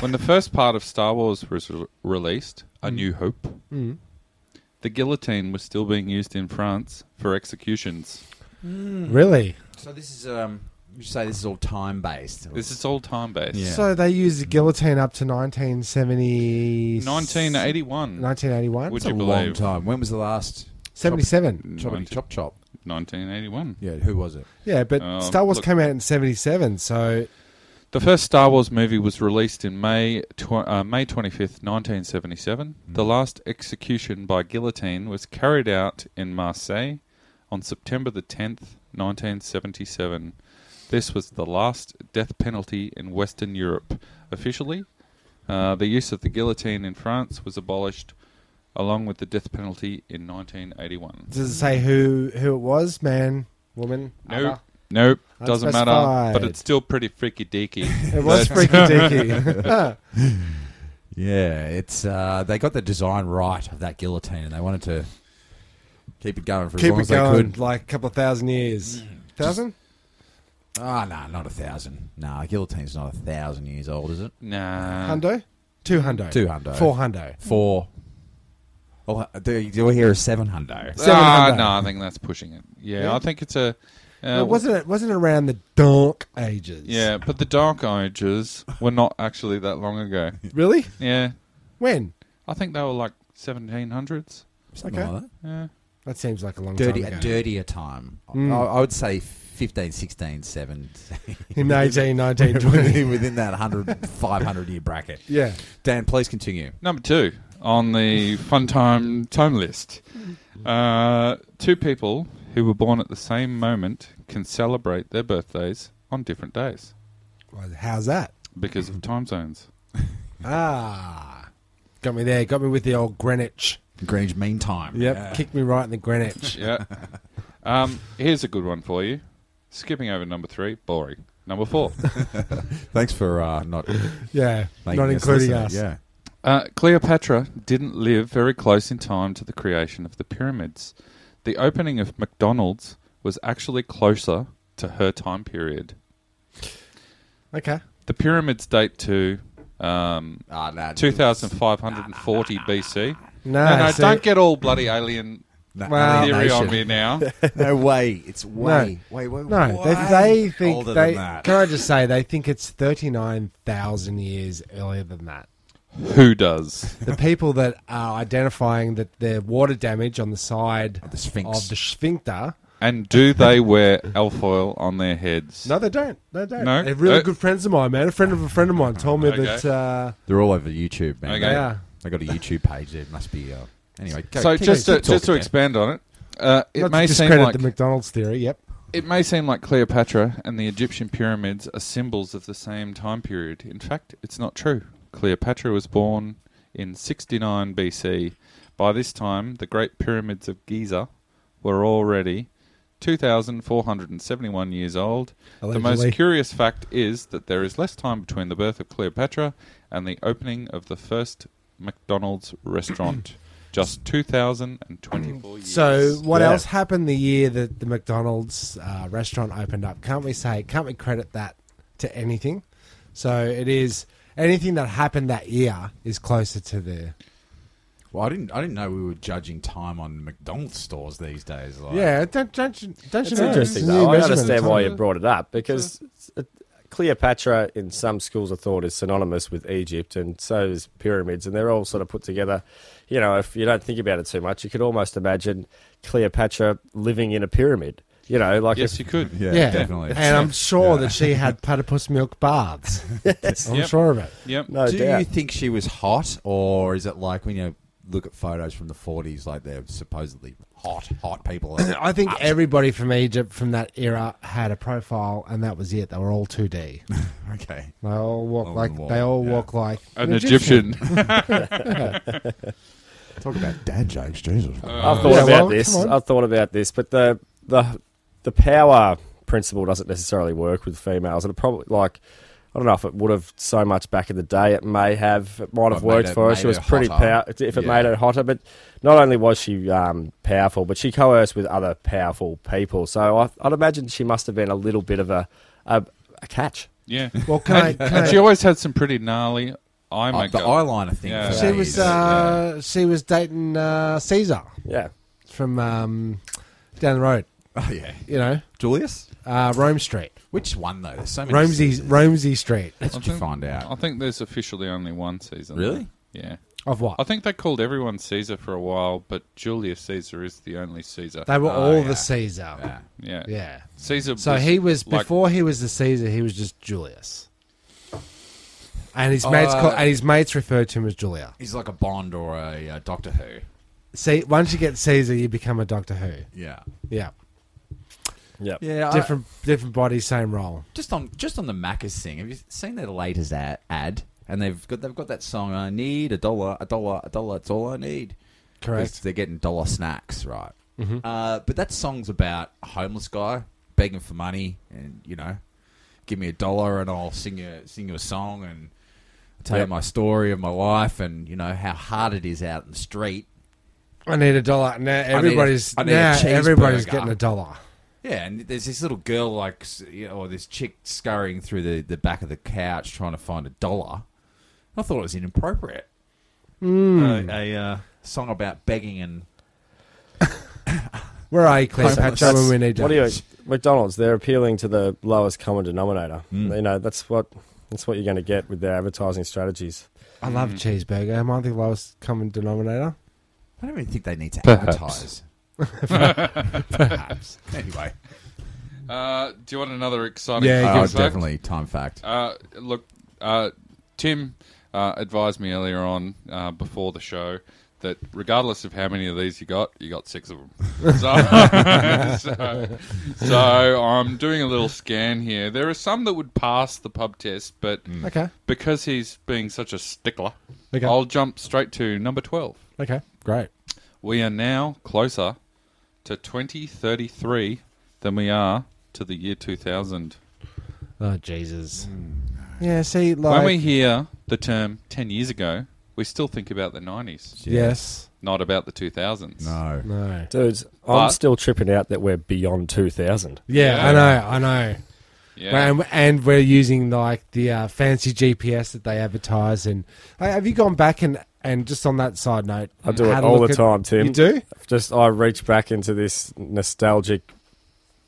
[SPEAKER 8] when the first part of Star Wars was re- released, A New Hope, the guillotine was still being used in France for executions?
[SPEAKER 7] Hmm.
[SPEAKER 5] Really?
[SPEAKER 6] So this is um, you say this is all time based.
[SPEAKER 8] This is all time based.
[SPEAKER 6] Yeah.
[SPEAKER 5] So they used the guillotine up to 1970.
[SPEAKER 8] 1981.
[SPEAKER 5] 1981?
[SPEAKER 8] Would
[SPEAKER 6] It's a
[SPEAKER 8] you
[SPEAKER 6] long
[SPEAKER 8] believe?
[SPEAKER 6] time. When was the last
[SPEAKER 5] 77.
[SPEAKER 6] choppity chop chop?
[SPEAKER 8] 1981.
[SPEAKER 6] Yeah, who was it?
[SPEAKER 5] Yeah, but
[SPEAKER 6] Oh,
[SPEAKER 8] Um,
[SPEAKER 5] Star Wars
[SPEAKER 8] look-
[SPEAKER 5] came out in 77, so
[SPEAKER 8] The first Star Wars movie was released in May tw- uh, May 25th, 1977. The last execution by guillotine was carried out in Marseille on September the 10th, 1977. This was the last death penalty in Western Europe. Officially, uh, the use of the guillotine in France was abolished along with the death penalty in 1981.
[SPEAKER 5] does it say who who it was? Man, woman?
[SPEAKER 8] Nope.
[SPEAKER 5] other?
[SPEAKER 8] Nope. Doesn't matter. But
[SPEAKER 5] Unspecified.
[SPEAKER 8] it's still pretty freaky deaky.
[SPEAKER 5] It was
[SPEAKER 8] That's-
[SPEAKER 5] freaky deaky.
[SPEAKER 6] Yeah, it's uh, they got the design right of that guillotine, and they wanted to keep it going for as
[SPEAKER 5] Keep
[SPEAKER 6] long
[SPEAKER 5] it
[SPEAKER 6] as they
[SPEAKER 5] going
[SPEAKER 6] could.
[SPEAKER 5] like a couple of thousand years. Thousand?
[SPEAKER 6] Ah, no, not a thousand. No, a guillotine's not a thousand years old, is it?
[SPEAKER 8] Nah.
[SPEAKER 5] Hundo? Two hundo.
[SPEAKER 6] Two hundo.
[SPEAKER 5] Four hundo.
[SPEAKER 6] Four. Oh, do, do we hear a seven hundo?
[SPEAKER 5] Uh,
[SPEAKER 8] Ah,
[SPEAKER 5] 700.
[SPEAKER 8] no, I think that's pushing it. Yeah, I think it's a. Uh,
[SPEAKER 5] But wasn't it wasn't it around the dark ages?
[SPEAKER 8] Yeah, but the Dark Ages were not actually that long ago.
[SPEAKER 5] Really?
[SPEAKER 8] Yeah,
[SPEAKER 5] When?
[SPEAKER 8] I think they were like 1700s.
[SPEAKER 6] Something
[SPEAKER 5] Okay.
[SPEAKER 6] like that.
[SPEAKER 8] Yeah.
[SPEAKER 5] That seems like a long
[SPEAKER 6] Dirty,
[SPEAKER 5] time
[SPEAKER 6] a
[SPEAKER 5] ago.
[SPEAKER 6] dirtier time.
[SPEAKER 5] Mm.
[SPEAKER 6] I, I would say 15, 16, 17.
[SPEAKER 5] In 18, 19, 20.
[SPEAKER 6] within, within that 100, 500 year bracket.
[SPEAKER 5] yeah.
[SPEAKER 6] Dan, please continue.
[SPEAKER 8] Number two on the fun time time list. Uh, two people who were born at the same moment can celebrate their birthdays on different days
[SPEAKER 5] Well, how's that?
[SPEAKER 8] because of time zones.
[SPEAKER 5] Ah. Got me there. Got me with the old Greenwich.
[SPEAKER 6] Grange Meantime.
[SPEAKER 5] Yep. Kicked me right in the Greenwich.
[SPEAKER 8] Yeah. Um, here's a good one for you. Skipping over number three, boring. Number four.
[SPEAKER 6] Thanks for uh, not making
[SPEAKER 5] yeah. Not including us.
[SPEAKER 6] Yeah.
[SPEAKER 8] Uh, Cleopatra didn't live very close in time to the creation of the pyramids. The opening of McDonald's was actually closer to her time period.
[SPEAKER 5] Okay.
[SPEAKER 8] The pyramids date to um,
[SPEAKER 6] Ah, nah,
[SPEAKER 8] 2540 BC.
[SPEAKER 5] No,
[SPEAKER 8] No, no,
[SPEAKER 5] Ah, see-
[SPEAKER 8] don't get all bloody alien
[SPEAKER 6] nah,
[SPEAKER 5] Well-
[SPEAKER 8] theory on me
[SPEAKER 6] nation.
[SPEAKER 8] now.
[SPEAKER 6] No way. It's way, way, way,
[SPEAKER 5] No, they,
[SPEAKER 6] way
[SPEAKER 5] they think
[SPEAKER 6] older
[SPEAKER 5] they.
[SPEAKER 6] than that.
[SPEAKER 5] Can I just say they think it's thirty nine thousand years earlier than that.
[SPEAKER 8] Who does?
[SPEAKER 5] The people that are identifying that the water damage on the side of
[SPEAKER 6] the Sphinx.
[SPEAKER 5] of the sphincter.
[SPEAKER 8] And do they wear alfoil on their heads?
[SPEAKER 5] No, they don't. They don't.
[SPEAKER 8] No?
[SPEAKER 5] They're really
[SPEAKER 8] Uh,
[SPEAKER 5] good friends of mine, man. A friend of a friend of mine told me
[SPEAKER 8] Okay.
[SPEAKER 5] that. Uh,
[SPEAKER 6] They're all over YouTube, man.
[SPEAKER 8] Okay.
[SPEAKER 5] they
[SPEAKER 8] Yeah.
[SPEAKER 5] are.
[SPEAKER 6] They got a YouTube page. There must be. Uh, anyway, go,
[SPEAKER 8] so
[SPEAKER 6] keep-
[SPEAKER 8] just to,
[SPEAKER 6] keep
[SPEAKER 8] just to
[SPEAKER 6] talking, Dan.
[SPEAKER 8] expand on it, uh, it
[SPEAKER 5] Not to
[SPEAKER 8] may seem
[SPEAKER 5] discredit
[SPEAKER 8] like
[SPEAKER 5] the McDonald's theory. Yep.
[SPEAKER 8] It may seem like Cleopatra and the Egyptian pyramids are symbols of the same time period. In fact, it's not true. Cleopatra was born in 69 BC. By this time, the Great Pyramids of Giza were already 2,471 years old. The
[SPEAKER 5] Allegedly.
[SPEAKER 8] most curious fact is that there is less time between the birth of Cleopatra and the opening of the first McDonald's restaurant. Just 2,024 years.
[SPEAKER 5] So what
[SPEAKER 6] Yeah.
[SPEAKER 5] else happened the year that the McDonald's uh, restaurant opened up? Can't we say? Can't we credit that to anything? So it is anything that happened that year is closer to the
[SPEAKER 6] Well, I didn't. I didn't know we were judging time on McDonald's stores these days. Like,
[SPEAKER 5] Yeah, don't don't you, don't you
[SPEAKER 7] It's
[SPEAKER 5] know?
[SPEAKER 7] interesting,
[SPEAKER 5] It's a new
[SPEAKER 7] though. I
[SPEAKER 5] measurement of
[SPEAKER 7] understand why
[SPEAKER 5] time.
[SPEAKER 7] you brought it up because uh, Cleopatra, in some schools of thought, is synonymous with Egypt, and so is pyramids, and they're all sort of put together. You know, if you don't think about it too much, you could almost imagine Cleopatra living in a pyramid. You know, like
[SPEAKER 8] Yes,
[SPEAKER 7] if,
[SPEAKER 8] you could.
[SPEAKER 6] yeah,
[SPEAKER 5] Yeah,
[SPEAKER 6] definitely.
[SPEAKER 5] And I'm sure that she had platypus milk baths. I'm
[SPEAKER 8] Yep.
[SPEAKER 5] sure of it.
[SPEAKER 8] Yep.
[SPEAKER 7] no
[SPEAKER 6] Do
[SPEAKER 7] doubt.
[SPEAKER 6] you think she was hot, or is it like when you look at photos from the forties, like they're supposedly hot, hot people?
[SPEAKER 5] I think everybody from Egypt from that era had a profile, and that was it. They were all 2D.
[SPEAKER 6] okay,
[SPEAKER 5] They all walk
[SPEAKER 6] All
[SPEAKER 5] like
[SPEAKER 6] in the
[SPEAKER 5] they all
[SPEAKER 6] wall, yeah.
[SPEAKER 5] walk like
[SPEAKER 8] An Egyptian.
[SPEAKER 6] talk about dad jokes, Jesus.
[SPEAKER 8] Oh
[SPEAKER 7] I've thought
[SPEAKER 5] Yeah,
[SPEAKER 7] about
[SPEAKER 5] well,
[SPEAKER 7] this.
[SPEAKER 5] come on.
[SPEAKER 7] I've thought about this, but the the the power principle doesn't necessarily work with females. It probably like I don't know if it would have so much back in the day. It may have. It might have
[SPEAKER 6] But made
[SPEAKER 7] worked
[SPEAKER 6] it-
[SPEAKER 7] for her.
[SPEAKER 6] made
[SPEAKER 7] She was
[SPEAKER 6] her
[SPEAKER 7] pretty power.
[SPEAKER 6] hotter.
[SPEAKER 7] If it
[SPEAKER 6] Yeah.
[SPEAKER 7] made her hotter, but not only was she um, powerful, but she coerced with other powerful people. So I, I'd imagine she must have been a little bit of a a, a catch.
[SPEAKER 8] yeah.
[SPEAKER 5] Well, can I?
[SPEAKER 8] and,
[SPEAKER 5] Can
[SPEAKER 8] and
[SPEAKER 5] I-
[SPEAKER 8] she always had some pretty gnarly eye
[SPEAKER 6] Oh, the
[SPEAKER 8] makeup.
[SPEAKER 6] eyeliner thing.
[SPEAKER 8] Yeah.
[SPEAKER 6] for
[SPEAKER 5] she
[SPEAKER 8] Yeah,
[SPEAKER 5] was
[SPEAKER 6] days.
[SPEAKER 5] uh, she was dating uh, Caesar
[SPEAKER 7] Yeah.
[SPEAKER 5] from um, down the road.
[SPEAKER 6] oh yeah,
[SPEAKER 5] You know,
[SPEAKER 6] Julius.
[SPEAKER 5] uh, Rome Street,
[SPEAKER 6] Which one though? There's so many.
[SPEAKER 5] Romsey Romsey Street
[SPEAKER 6] That's what you find
[SPEAKER 8] I
[SPEAKER 6] out.
[SPEAKER 8] think there's officially only one season.
[SPEAKER 6] Really?
[SPEAKER 8] Yeah.
[SPEAKER 5] of what?
[SPEAKER 8] I think they called everyone Caesar for a while, but Julius Caesar is the only Caesar.
[SPEAKER 5] They were
[SPEAKER 6] Oh,
[SPEAKER 5] all
[SPEAKER 6] yeah.
[SPEAKER 5] the Caesar.
[SPEAKER 6] Yeah.
[SPEAKER 8] yeah.
[SPEAKER 5] Yeah.
[SPEAKER 8] Caesar.
[SPEAKER 5] So he was
[SPEAKER 8] like-
[SPEAKER 5] before he was the Caesar. He was just Julius. And his mates
[SPEAKER 6] Uh,
[SPEAKER 5] call, and his mates referred to him as Julia.
[SPEAKER 6] He's like a Bond or a uh, Doctor Who.
[SPEAKER 5] See, once you get Caesar, you become a Doctor Who.
[SPEAKER 6] Yeah.
[SPEAKER 5] Yeah,
[SPEAKER 7] Yeah.
[SPEAKER 6] Yeah.
[SPEAKER 5] different different body, same role.
[SPEAKER 6] just on just on the Macca's thing, have you seen their latest ad? ad? And they've got they've got that song. I need a dollar, a dollar, a dollar. It's all I need. It's-
[SPEAKER 5] Correct.
[SPEAKER 6] They're getting dollar snacks, right? Uh, but that song's about a homeless guy begging for money, and you know, give me a dollar, and I'll sing you sing you a song, and tell
[SPEAKER 7] Yep.
[SPEAKER 6] you my story of my life, and you know how hard it is out in the street.
[SPEAKER 5] I need a dollar now. Everybody's
[SPEAKER 6] I need a
[SPEAKER 5] now
[SPEAKER 6] cheeseburger.
[SPEAKER 5] everybody's getting a dollar.
[SPEAKER 6] Yeah, and there's this little girl, like, s- you know, or this chick scurrying through the, the back of the couch trying to find a dollar. I thought it was inappropriate. Uh, a uh, song about begging and.
[SPEAKER 5] Where are you, Cleopatra? When we need
[SPEAKER 7] What do you
[SPEAKER 5] dollars?
[SPEAKER 7] McDonald's? They're appealing to the lowest common denominator.
[SPEAKER 5] Mm.
[SPEAKER 7] You know that's what that's what you're going to get with their advertising strategies.
[SPEAKER 5] I love a cheeseburger. Am I the lowest common denominator?
[SPEAKER 6] I don't even think they need to
[SPEAKER 8] Perhaps.
[SPEAKER 6] advertise.
[SPEAKER 5] Perhaps.
[SPEAKER 6] Anyway.
[SPEAKER 8] Uh, do you want another exciting?
[SPEAKER 5] Yeah,
[SPEAKER 8] fun
[SPEAKER 5] give
[SPEAKER 6] Oh,
[SPEAKER 5] us
[SPEAKER 8] fact?
[SPEAKER 6] definitely. Time fact.
[SPEAKER 8] Uh, look, uh, Tim uh, advised me earlier on uh, before the show that regardless of how many of these you got, you got six of them. So, so, so I'm doing a little scan here. There are some that would pass the pub test, but
[SPEAKER 5] Okay.
[SPEAKER 8] because he's being such a stickler,
[SPEAKER 5] Okay.
[SPEAKER 8] I'll jump straight to number 12.
[SPEAKER 5] Okay. Great.
[SPEAKER 8] We are now closer to 2033 than we are to the year 2000.
[SPEAKER 5] Oh Jesus.
[SPEAKER 7] Mm.
[SPEAKER 5] Yeah. See, like
[SPEAKER 8] when we hear the term 10 years ago, we still think about the 90s,
[SPEAKER 5] yes,
[SPEAKER 8] not about the 2000s.
[SPEAKER 6] No.
[SPEAKER 5] no.
[SPEAKER 7] Dudes,
[SPEAKER 8] But-
[SPEAKER 7] I'm still tripping out that we're beyond 2000.
[SPEAKER 5] Yeah,
[SPEAKER 8] Yeah.
[SPEAKER 5] I know. I know.
[SPEAKER 8] Yeah.
[SPEAKER 5] And, and we're using like the uh, fancy GPS that they advertise. And Hey, have you gone back and and just on that side note,
[SPEAKER 7] I do
[SPEAKER 5] had
[SPEAKER 7] it
[SPEAKER 5] a
[SPEAKER 7] all
[SPEAKER 5] look
[SPEAKER 7] the
[SPEAKER 5] at-
[SPEAKER 7] time, Tim.
[SPEAKER 5] You do?
[SPEAKER 7] Just I reach back into this nostalgic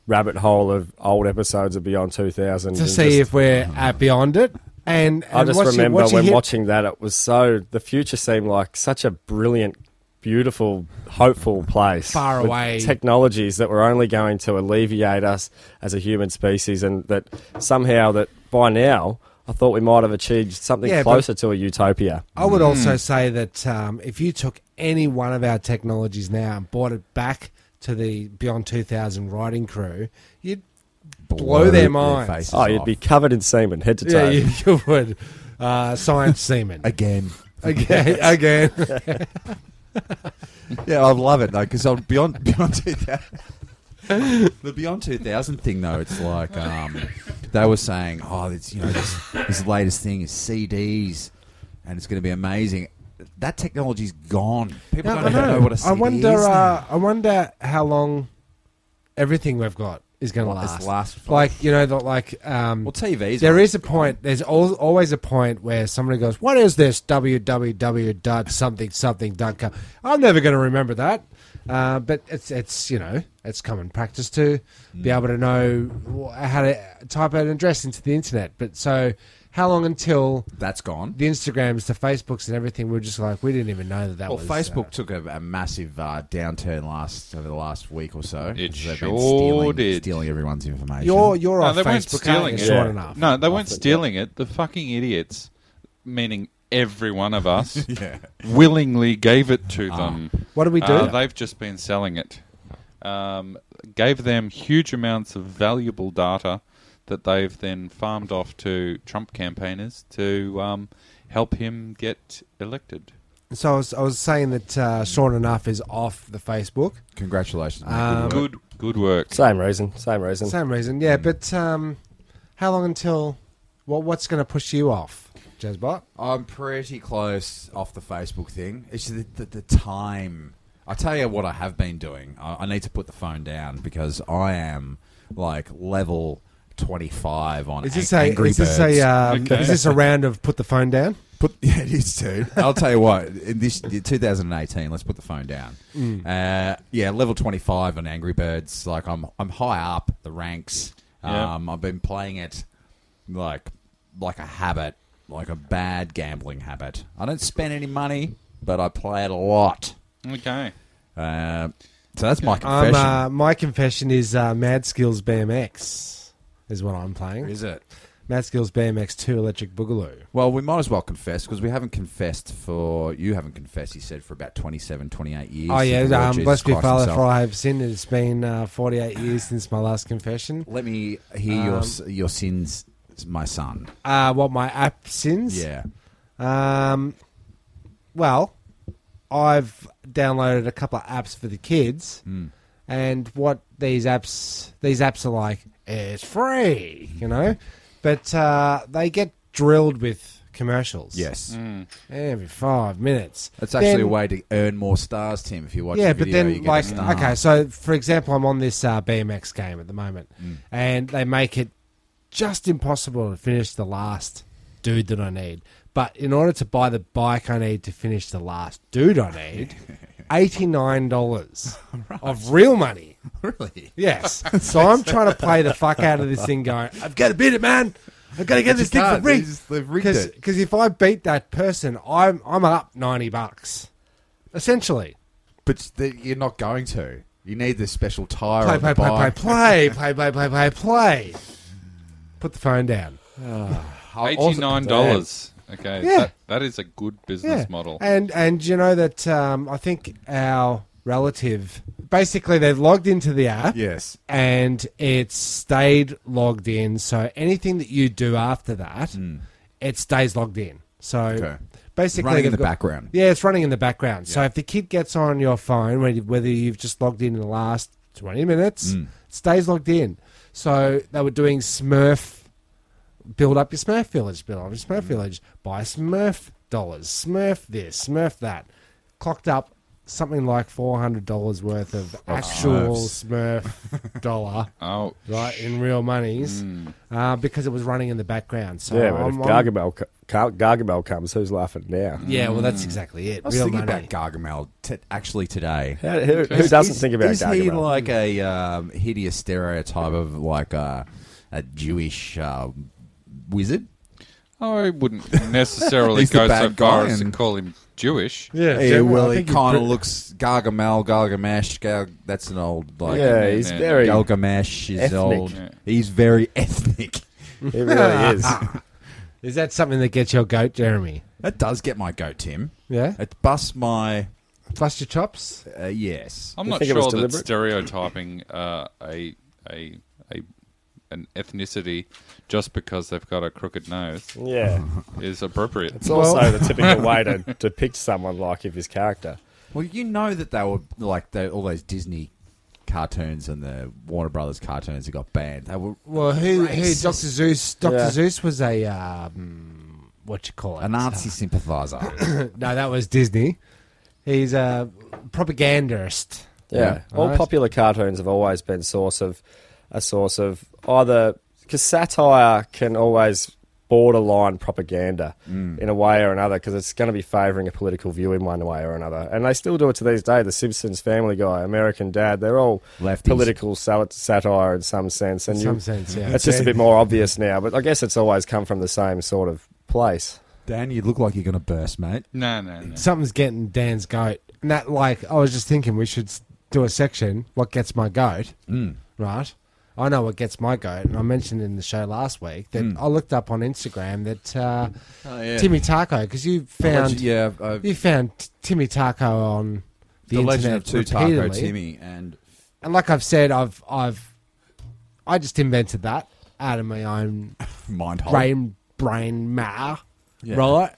[SPEAKER 7] rabbit hole of old episodes of Beyond 2000
[SPEAKER 5] to
[SPEAKER 7] and
[SPEAKER 5] see
[SPEAKER 7] just-
[SPEAKER 5] if we're at beyond it. And, and
[SPEAKER 7] I just
[SPEAKER 5] once you-
[SPEAKER 7] remember
[SPEAKER 5] once you
[SPEAKER 7] when
[SPEAKER 5] hit-
[SPEAKER 7] watching that, it was so the future seemed like such a brilliant, beautiful, hopeful place.
[SPEAKER 5] Far
[SPEAKER 7] with
[SPEAKER 5] away.
[SPEAKER 7] technologies that were only going to alleviate us as a human species, and that somehow that by now I thought we might have achieved something
[SPEAKER 5] Yeah, but-
[SPEAKER 7] closer to a utopia.
[SPEAKER 5] I would also say that um, if you took any one of our technologies now and brought it back to the Beyond 2000 writing crew, you'd Blow their minds.
[SPEAKER 6] faces
[SPEAKER 7] Oh, you'd
[SPEAKER 6] off.
[SPEAKER 7] be covered in semen, head to
[SPEAKER 5] yeah,
[SPEAKER 7] toe.
[SPEAKER 5] you, you would uh, science semen
[SPEAKER 6] Again.
[SPEAKER 5] again. again.
[SPEAKER 6] Yeah, I love it though because I'm beyond beyond two thousand. the beyond two thousand thing though, it's like um, they were saying, oh, it's you know this, this latest thing is CDs, and it's going to be amazing. That technology's gone. People
[SPEAKER 5] Yeah, uh,
[SPEAKER 6] don't even know. what a CD
[SPEAKER 5] I wonder.
[SPEAKER 6] is. now.
[SPEAKER 5] Uh, I wonder how long everything we've got is going to
[SPEAKER 6] Well, it's
[SPEAKER 5] last.
[SPEAKER 6] last for-
[SPEAKER 5] like you know, the, like um,
[SPEAKER 6] Well, TV's
[SPEAKER 5] There
[SPEAKER 6] right.
[SPEAKER 5] is a point. There's al- always a point where somebody goes, "What is this www dot something something dot com?" I'm never going to remember that. Uh, but it's it's you know it's common practice to
[SPEAKER 6] Hmm.
[SPEAKER 5] be able to know wh- how to type an address into the internet. But so how long until
[SPEAKER 6] That's gone.
[SPEAKER 5] the Instagrams, the Facebooks, and everything? We're just like we didn't even know that that
[SPEAKER 6] Well,
[SPEAKER 5] was
[SPEAKER 6] Facebook
[SPEAKER 5] uh,
[SPEAKER 6] took a, a massive uh, downturn last over the last week or so.
[SPEAKER 8] It
[SPEAKER 6] because they've
[SPEAKER 8] sure
[SPEAKER 6] been stealing,
[SPEAKER 8] did.
[SPEAKER 6] stealing everyone's information.
[SPEAKER 5] Your your
[SPEAKER 8] No,
[SPEAKER 5] off
[SPEAKER 8] they weren't
[SPEAKER 5] Facebook
[SPEAKER 8] stealing
[SPEAKER 5] is
[SPEAKER 8] it.
[SPEAKER 5] short
[SPEAKER 7] Yeah.
[SPEAKER 5] enough.
[SPEAKER 8] No, they weren't stealing it. The fucking idiots, meaning every one of us,
[SPEAKER 6] yeah.
[SPEAKER 8] willingly gave it to them.
[SPEAKER 5] Ah. What do we do?
[SPEAKER 8] Uh, they've just been selling it. Um, gave them huge amounts of valuable data that they've then farmed off to Trump campaigners to um, help him get elected.
[SPEAKER 5] So I was, I was saying that uh, short enough is off the Facebook.
[SPEAKER 6] Congratulations. mate.
[SPEAKER 5] Um,
[SPEAKER 6] Good work.
[SPEAKER 8] Good, good work.
[SPEAKER 7] Same reason. Same reason.
[SPEAKER 5] Same reason,
[SPEAKER 6] Mm.
[SPEAKER 5] yeah. But um, how long until? What what's going to push you off, Jezbot?
[SPEAKER 6] I'm pretty close off the Facebook thing. It's the, the, the time. I tell you what, I have been doing. I, I need to put the phone down because I am like level 25 on
[SPEAKER 5] Is this
[SPEAKER 6] Ang-
[SPEAKER 5] a
[SPEAKER 6] Angry
[SPEAKER 5] is this
[SPEAKER 6] Birds.
[SPEAKER 5] a um,
[SPEAKER 8] Okay.
[SPEAKER 5] is this a round of put the phone down?
[SPEAKER 6] Put yeah, it is too. I'll tell you what. In this 2018, let's put the phone down.
[SPEAKER 5] Mm.
[SPEAKER 6] Uh, yeah, level 25 on Angry Birds. Like I'm, I'm high up the ranks.
[SPEAKER 8] Yeah.
[SPEAKER 6] Um, I've been playing it like, like a habit, like a bad gambling habit. I don't spend any money, but I play it a lot.
[SPEAKER 8] Okay.
[SPEAKER 6] Uh, so that's my
[SPEAKER 5] Um,
[SPEAKER 6] confession.
[SPEAKER 5] uh, my confession is uh, Mad Skills BMX is what I'm playing.
[SPEAKER 6] is it?
[SPEAKER 5] Mad Skills BMX Two Electric Boogaloo.
[SPEAKER 6] Well, we might as well confess because we haven't confessed for you haven't confessed. He said for about 27, 28 years.
[SPEAKER 5] Oh
[SPEAKER 6] since the
[SPEAKER 5] yeah,
[SPEAKER 6] Lord
[SPEAKER 5] um,
[SPEAKER 6] Jesus
[SPEAKER 5] blessed be
[SPEAKER 6] Christ
[SPEAKER 5] Father,
[SPEAKER 6] himself.
[SPEAKER 5] for I have sinned. It's been uh, 48 years since my last confession.
[SPEAKER 6] Let me hear your your your sins, my son.
[SPEAKER 5] Uh, what my app sins?
[SPEAKER 6] Yeah,
[SPEAKER 5] Um, well, I've downloaded a couple of apps for the kids,
[SPEAKER 6] Hmm.
[SPEAKER 5] and what these apps these apps are like, it's free, you know, but uh, they get drilled with commercials.
[SPEAKER 6] yes.
[SPEAKER 5] every five minutes.
[SPEAKER 6] That's Mm. actually
[SPEAKER 5] Then-
[SPEAKER 6] a way to earn more stars, Tim. If you watch,
[SPEAKER 5] yeah,
[SPEAKER 6] the
[SPEAKER 5] but
[SPEAKER 6] video, you
[SPEAKER 5] then
[SPEAKER 6] get a
[SPEAKER 5] like
[SPEAKER 6] star.
[SPEAKER 5] okay, so for example, I'm on this uh, BMX game at the moment,
[SPEAKER 6] Mm.
[SPEAKER 5] and they make it just impossible to finish the last dude that I need. But in order to buy the bike, I need to finish the last dude I need. Eighty nine dollars of real money.
[SPEAKER 6] really,
[SPEAKER 5] Yes. so I'm trying to play the fuck out of this thing, going, I've got to beat it, man. I've got to get
[SPEAKER 6] But you
[SPEAKER 5] this thing for
[SPEAKER 6] can't. They
[SPEAKER 5] free.
[SPEAKER 6] just- they've rigged it.
[SPEAKER 5] Because if I beat that person, I'm I'm up ninety bucks, essentially.
[SPEAKER 6] but th- you're not going to. You need this special tire.
[SPEAKER 5] play,
[SPEAKER 6] on
[SPEAKER 5] play,
[SPEAKER 6] the
[SPEAKER 5] play, play,
[SPEAKER 6] bike.
[SPEAKER 5] play, play, play, play, play, play. Put the phone down.
[SPEAKER 6] I also-
[SPEAKER 8] Eighty nine dollars. Okay,
[SPEAKER 5] Yeah.
[SPEAKER 8] that, that is a good business
[SPEAKER 5] Yeah.
[SPEAKER 8] model.
[SPEAKER 5] And and you know that um, I think our relative basically they've logged into the app
[SPEAKER 6] Yes.
[SPEAKER 5] and it's stayed logged in. So anything that you do after that, it stays logged in. So
[SPEAKER 6] Hmm. Okay.
[SPEAKER 5] basically,
[SPEAKER 6] Running in
[SPEAKER 5] they've
[SPEAKER 6] the
[SPEAKER 5] got-
[SPEAKER 6] background.
[SPEAKER 5] Yeah, it's running in the background. So if the kid gets on your phone, whether- whether you've just logged in in the last twenty minutes,
[SPEAKER 7] Mm.
[SPEAKER 5] it stays logged in. So they were doing Smurf. Build up your Smurf village. Build up your
[SPEAKER 7] Mm.
[SPEAKER 5] Smurf village. Buy Smurf dollars. Smurf this. Smurf that. Clocked up something like four hundred dollars worth of actual Smurf dollar
[SPEAKER 8] Oh,
[SPEAKER 5] right, in real monies, uh, because it was running in the background. So
[SPEAKER 7] Mm. Yeah, but if
[SPEAKER 5] I'm- I'm-
[SPEAKER 7] Gargamel, co- Car- Gargamel comes, who's laughing now?
[SPEAKER 5] yeah, well,
[SPEAKER 7] Mm.
[SPEAKER 5] that's exactly it.
[SPEAKER 6] I was
[SPEAKER 5] real
[SPEAKER 6] thinking
[SPEAKER 5] money.
[SPEAKER 6] about Gargamel t- actually today.
[SPEAKER 7] How- Who, who doesn't
[SPEAKER 6] Is-
[SPEAKER 7] think about
[SPEAKER 6] is
[SPEAKER 7] Gargamel?
[SPEAKER 6] he like a um, hideous stereotype of like a, a Jewish uh, wizard?
[SPEAKER 8] I wouldn't necessarily
[SPEAKER 6] He's the
[SPEAKER 8] go so
[SPEAKER 6] bad
[SPEAKER 8] far
[SPEAKER 6] guy
[SPEAKER 8] as to
[SPEAKER 6] and-
[SPEAKER 8] call him Jewish.
[SPEAKER 5] yeah,
[SPEAKER 6] Hey,
[SPEAKER 5] Jim, I
[SPEAKER 6] well, he
[SPEAKER 5] think you
[SPEAKER 6] kind of
[SPEAKER 5] pre-
[SPEAKER 6] looks Gargamel, Gargamesh. Gar- that's an old like.
[SPEAKER 7] yeah, he's
[SPEAKER 8] Yeah.
[SPEAKER 7] very.
[SPEAKER 6] Gilgamesh is
[SPEAKER 7] Ethnic.
[SPEAKER 6] old.
[SPEAKER 8] Yeah.
[SPEAKER 6] He's very ethnic.
[SPEAKER 7] He really is.
[SPEAKER 5] Is that something that gets your goat, Jeremy?
[SPEAKER 6] That does get my goat, Tim.
[SPEAKER 5] Yeah,
[SPEAKER 6] It busts my
[SPEAKER 5] bust your chops.
[SPEAKER 6] uh, yes.
[SPEAKER 8] I'm
[SPEAKER 7] You
[SPEAKER 8] not
[SPEAKER 7] think it
[SPEAKER 8] sure
[SPEAKER 7] was
[SPEAKER 8] that
[SPEAKER 7] deliberate?
[SPEAKER 8] stereotyping uh, a, a a an ethnicity just because they've got a crooked nose
[SPEAKER 7] Yeah,
[SPEAKER 8] is appropriate.
[SPEAKER 7] it's also the typical way to depict someone like of his character.
[SPEAKER 6] Well, you know that they were like they, all those Disney cartoons and the Warner Brothers cartoons that got banned. They were
[SPEAKER 5] Well, who, who
[SPEAKER 6] Racist.
[SPEAKER 5] Dr. Zeus? Dr.
[SPEAKER 7] Yeah.
[SPEAKER 5] Zeus was a um, what you call it?
[SPEAKER 6] a Nazi sympathizer.
[SPEAKER 5] Uh, no, that was Disney. He's a propagandist.
[SPEAKER 7] Yeah, all
[SPEAKER 5] Alright.
[SPEAKER 7] popular cartoons have always been source of a source of either because satire can always borderline propaganda
[SPEAKER 5] Mm.
[SPEAKER 7] in a way or another because it's going to be favouring a political view in one way or another and they still do it to these days the simpsons family guy american dad they're all
[SPEAKER 6] Lefties.
[SPEAKER 7] political sal- satire in some sense and
[SPEAKER 5] In
[SPEAKER 7] you-
[SPEAKER 5] some sense, yeah.
[SPEAKER 7] it's just a bit more obvious now but i guess it's always come from the same sort of place
[SPEAKER 6] Dan, you look like you're going to burst, mate.
[SPEAKER 8] No, no, no.
[SPEAKER 5] Something's getting Dan's goat. And that, like, I was just thinking we should s- do a section, What Gets My Goat, mm. right? I know what gets my goat, and I mentioned in the show last week that I looked up on Instagram that uh, Timmy Taco, because you found
[SPEAKER 6] yeah, uh,
[SPEAKER 5] you found T- Timmy Taco on the,
[SPEAKER 6] the
[SPEAKER 5] internet
[SPEAKER 6] legend of two taco
[SPEAKER 5] repeatedly.
[SPEAKER 6] Timmy, and
[SPEAKER 5] and like I've said, I've I've I just invented that out of my own
[SPEAKER 6] mind hole.
[SPEAKER 5] brain brain matter,
[SPEAKER 6] Oh. Yeah.
[SPEAKER 5] right?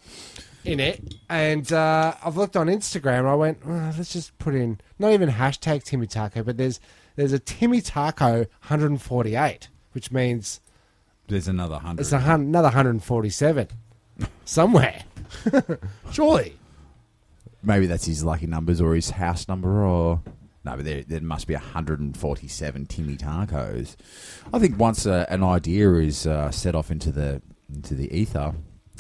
[SPEAKER 5] In it, and uh, I've looked on Instagram. I went, "Oh, let's just put in not even hashtag Timmy Taco, but there's there's a Timmy Taco 148, which means
[SPEAKER 6] There's another hundred.
[SPEAKER 5] it's a hun- another 147 somewhere, surely.
[SPEAKER 6] Maybe that's his lucky numbers or his house number, or no, but there, there must be 147 Timmy tacos. I think once uh, an idea is uh, set off into the into the ether,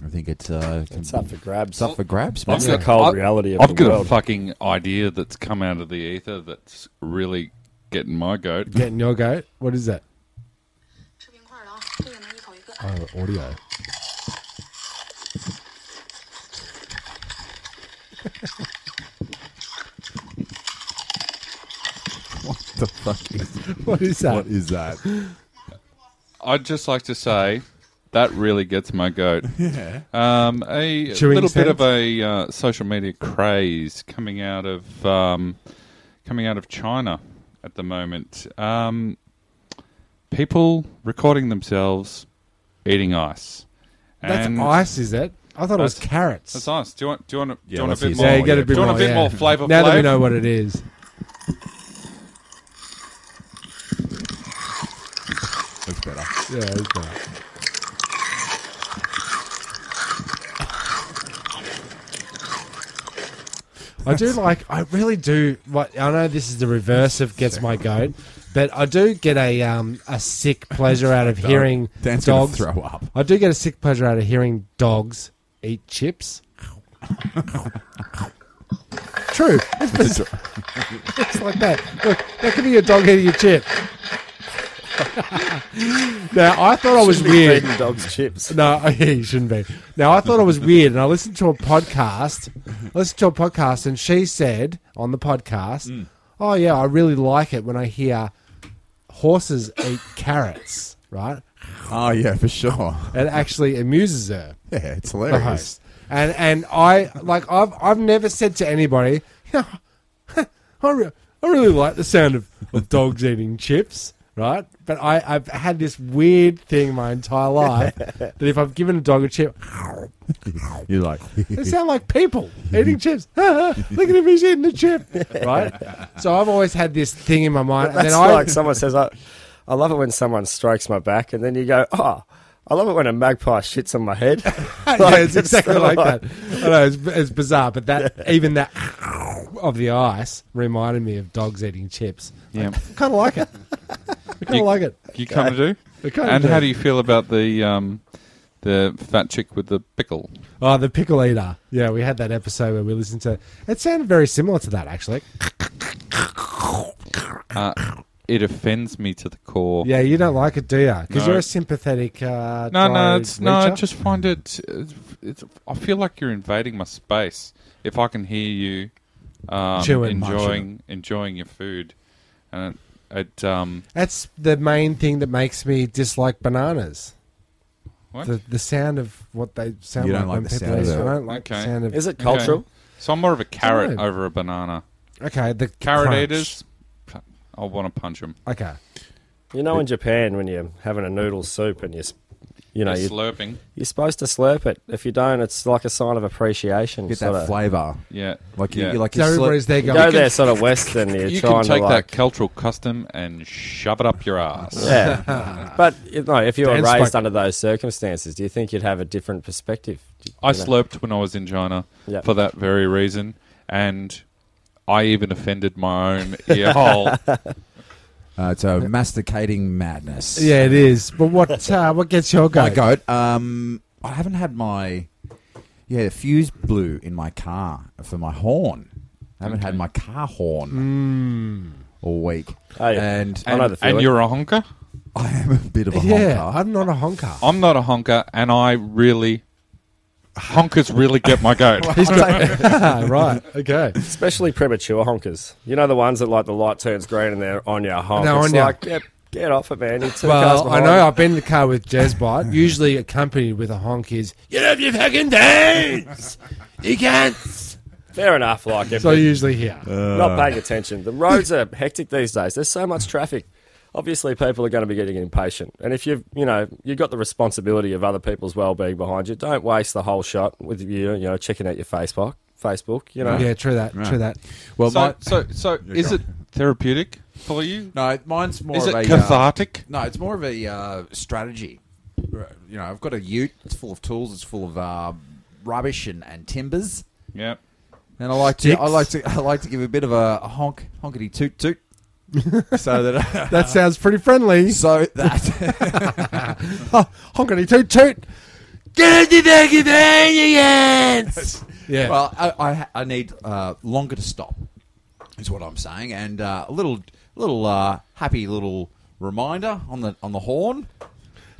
[SPEAKER 6] I think it's uh,
[SPEAKER 7] it's up for grabs
[SPEAKER 6] it's up for grabs.
[SPEAKER 7] That's
[SPEAKER 6] mate.
[SPEAKER 7] the cold
[SPEAKER 8] I've-
[SPEAKER 7] reality of
[SPEAKER 8] I've
[SPEAKER 7] the
[SPEAKER 8] got
[SPEAKER 7] world.
[SPEAKER 8] a fucking idea that's come out of the ether that's really getting my goat.
[SPEAKER 5] Getting your goat? What is that?
[SPEAKER 9] 吃冰块了啊，这个能一口一个。
[SPEAKER 5] Oh, audio.
[SPEAKER 6] What the fuck is,
[SPEAKER 5] What is that?
[SPEAKER 6] what is that?
[SPEAKER 8] I'd just like to say that really gets my goat. Yeah. Um, a
[SPEAKER 5] Chewing
[SPEAKER 8] little bit
[SPEAKER 5] sounds?
[SPEAKER 8] of a uh, social media craze coming out of um, coming out of China at the moment. Um, people recording themselves eating ice.
[SPEAKER 5] That's
[SPEAKER 8] And-
[SPEAKER 5] ice, is it? I thought it was
[SPEAKER 8] That's-
[SPEAKER 5] carrots.
[SPEAKER 8] That's ice. Do you want? Do you want? A, do
[SPEAKER 6] Yeah,
[SPEAKER 8] you want
[SPEAKER 6] that's
[SPEAKER 8] a bit
[SPEAKER 6] his
[SPEAKER 8] more?
[SPEAKER 5] yeah, you get
[SPEAKER 6] yeah.
[SPEAKER 5] a bit
[SPEAKER 8] do you
[SPEAKER 5] more.
[SPEAKER 8] want a bit
[SPEAKER 5] yeah.
[SPEAKER 8] more flavor?
[SPEAKER 5] Now that we
[SPEAKER 8] flav?
[SPEAKER 5] know what it is,
[SPEAKER 6] That's better.
[SPEAKER 5] yeah, it's not. I do like. I really do. What I know this is the reverse of gets my goat, but I do get a um a sick pleasure out of hearing
[SPEAKER 6] Dan's gonna
[SPEAKER 5] dogs
[SPEAKER 6] throw up.
[SPEAKER 5] I do get a sick pleasure out of hearing dogs eat chips. True. It's, it's like that. Look, that could be your dog eating a chip. now, I thought I was
[SPEAKER 7] Shouldn't be
[SPEAKER 5] weird.
[SPEAKER 7] feeding dogs chips
[SPEAKER 5] No, yeah, you shouldn't be. Now, I thought I was weird, and I listened to a podcast. I listened to a podcast, and she said on the podcast,
[SPEAKER 7] Mm.
[SPEAKER 5] "Oh yeah, I really like it when I hear horses eat carrots." Right?
[SPEAKER 6] Oh yeah, for sure.
[SPEAKER 5] It actually amuses her
[SPEAKER 6] Yeah, it's
[SPEAKER 5] the
[SPEAKER 6] hilarious.
[SPEAKER 7] Uh-huh.
[SPEAKER 5] host. And and I like I've I've never said to anybody, "Yeah, I, re- I really like the sound of, of dogs eating chips, right? But I, I've had this weird thing my entire life that if I've given a dog a chip, Uh-huh.
[SPEAKER 6] You're like,
[SPEAKER 5] they sound like people eating chips. Look at him, he's eating a chip, right? So I've always had this thing in my mind, and
[SPEAKER 7] That's
[SPEAKER 5] then I
[SPEAKER 7] like someone says, I, I love it when someone strokes my back, and then you go, oh, I love it when a magpie shits on my head.
[SPEAKER 5] yeah,
[SPEAKER 7] Like,
[SPEAKER 5] it's exactly
[SPEAKER 7] not
[SPEAKER 5] like that. I know it's, it's bizarre, but that even that of the ice reminded me of dogs eating chips.
[SPEAKER 8] Yeah.
[SPEAKER 5] Kind of like it. I kind
[SPEAKER 8] You-
[SPEAKER 5] of like it.
[SPEAKER 8] You kind of do.
[SPEAKER 5] I kinda
[SPEAKER 8] And
[SPEAKER 5] do.
[SPEAKER 8] how do you feel about the um, the fat chick with the pickle?
[SPEAKER 5] Oh, the pickle eater. Yeah, we had that episode where we listened to. It sounded very similar to that actually.
[SPEAKER 8] Uh, it offends me to the core.
[SPEAKER 5] Yeah, you don't like it, do you? Because
[SPEAKER 8] No.
[SPEAKER 5] you're a sympathetic. Uh,
[SPEAKER 8] No,
[SPEAKER 5] dry
[SPEAKER 8] no, it's no. I
[SPEAKER 5] leecher.
[SPEAKER 8] just find it. It's, it's, I feel like you're invading my space. If I can hear you um,
[SPEAKER 5] Chewing much of
[SPEAKER 8] enjoying enjoying your food, and it, it um,
[SPEAKER 5] That's the main thing that makes me dislike bananas.
[SPEAKER 8] What?
[SPEAKER 5] The, the sound of what they sound
[SPEAKER 6] You
[SPEAKER 5] like
[SPEAKER 6] don't like
[SPEAKER 5] when
[SPEAKER 6] the
[SPEAKER 5] people
[SPEAKER 6] sound
[SPEAKER 5] eat.
[SPEAKER 6] of
[SPEAKER 5] I
[SPEAKER 6] it.
[SPEAKER 5] don't like the
[SPEAKER 8] Okay.
[SPEAKER 5] sound of.
[SPEAKER 7] Is it cultural?
[SPEAKER 8] Okay. So I'm more of a carrot
[SPEAKER 5] know.
[SPEAKER 8] over a banana.
[SPEAKER 5] okay? The
[SPEAKER 8] Carrot
[SPEAKER 5] crunch.
[SPEAKER 8] eaters, I want to punch them.
[SPEAKER 5] Okay.
[SPEAKER 7] You know, in Japan, when you're having a noodle soup and you're, s- you know,
[SPEAKER 8] They're
[SPEAKER 7] you,
[SPEAKER 8] slurping.
[SPEAKER 7] you're supposed to slurp it. If you don't, it's like a sign of appreciation.
[SPEAKER 6] get
[SPEAKER 7] sort
[SPEAKER 6] that
[SPEAKER 7] of.
[SPEAKER 6] flavour.
[SPEAKER 8] Yeah,
[SPEAKER 6] Like
[SPEAKER 8] yeah.
[SPEAKER 6] you, like
[SPEAKER 5] So
[SPEAKER 6] you slip-
[SPEAKER 5] everybody's there
[SPEAKER 7] You
[SPEAKER 5] going.
[SPEAKER 7] go there sort of Western, you're
[SPEAKER 8] you
[SPEAKER 7] trying
[SPEAKER 8] can take
[SPEAKER 7] to like,
[SPEAKER 8] that cultural custom and shove it up your ass.
[SPEAKER 7] yeah, but you know, if you were
[SPEAKER 5] Dan
[SPEAKER 7] raised
[SPEAKER 5] spoke-
[SPEAKER 7] under those circumstances, do you think you'd have a different perspective?
[SPEAKER 8] I
[SPEAKER 7] You know?
[SPEAKER 8] slurped when I was in China
[SPEAKER 7] Yeah.
[SPEAKER 8] for that very reason, and I even offended my own ear hole.
[SPEAKER 6] Uh, it's a masticating madness.
[SPEAKER 5] Yeah, it is. But what uh, what gets your goat?
[SPEAKER 6] My goat. Um, I haven't had my yeah the fuse blew in my car for my horn. I haven't had my car horn
[SPEAKER 8] Hmm.
[SPEAKER 6] all week,
[SPEAKER 7] Oh, yeah.
[SPEAKER 6] and
[SPEAKER 7] I know the
[SPEAKER 8] And, and
[SPEAKER 7] feeling.
[SPEAKER 8] you're a honker?
[SPEAKER 6] I am a bit of a
[SPEAKER 5] Yeah,
[SPEAKER 6] honker.
[SPEAKER 5] I'm not a honker.
[SPEAKER 8] I'm not a honker, and I really. Honkers really get my goat.
[SPEAKER 5] He's got, right. Okay.
[SPEAKER 7] Especially premature honkers. You know the ones that like the light turns green and they're on your honk.
[SPEAKER 5] They're
[SPEAKER 7] it's
[SPEAKER 5] on ya.
[SPEAKER 7] like, Get, get off it, man. You're two cars
[SPEAKER 5] Well, I
[SPEAKER 7] behind.
[SPEAKER 5] know I've been in the car with Jezbot, usually accompanied with a honk is, you know, you fucking dance! You can't!
[SPEAKER 7] Fair enough. Like, if
[SPEAKER 5] So I
[SPEAKER 7] you're
[SPEAKER 5] usually here.
[SPEAKER 7] not paying attention, the roads are hectic these days. There's so much traffic. Obviously, people are going to be getting impatient. And if you've, you know, you've got the responsibility of other people's well-being behind you, don't waste the whole shot with you, you know, checking out your Facebook. Facebook, you know.
[SPEAKER 5] yeah, true that, true that.
[SPEAKER 6] Well,
[SPEAKER 8] so,
[SPEAKER 6] my,
[SPEAKER 8] so, so is it therapeutic for you?
[SPEAKER 6] no, mine's more
[SPEAKER 8] Is
[SPEAKER 6] of
[SPEAKER 8] it
[SPEAKER 6] a uh,
[SPEAKER 8] cathartic?
[SPEAKER 6] No, it's more of a uh, strategy. R- You know, I've got a ute. It's full of tools. It's full of uh, rubbish and, and timbers.
[SPEAKER 8] Yeah.
[SPEAKER 6] And I like to, I
[SPEAKER 5] Sticks.
[SPEAKER 6] like to, I like to give a bit of a, a honk, honkety toot toot, so that,
[SPEAKER 5] That sounds pretty friendly.
[SPEAKER 6] so that,
[SPEAKER 5] Oh, honkity toot toot! Get in there, get Yeah.
[SPEAKER 6] well, I, I, I need uh, longer to stop, is what I'm saying, and uh, a little, little uh, happy little reminder on the on the horn,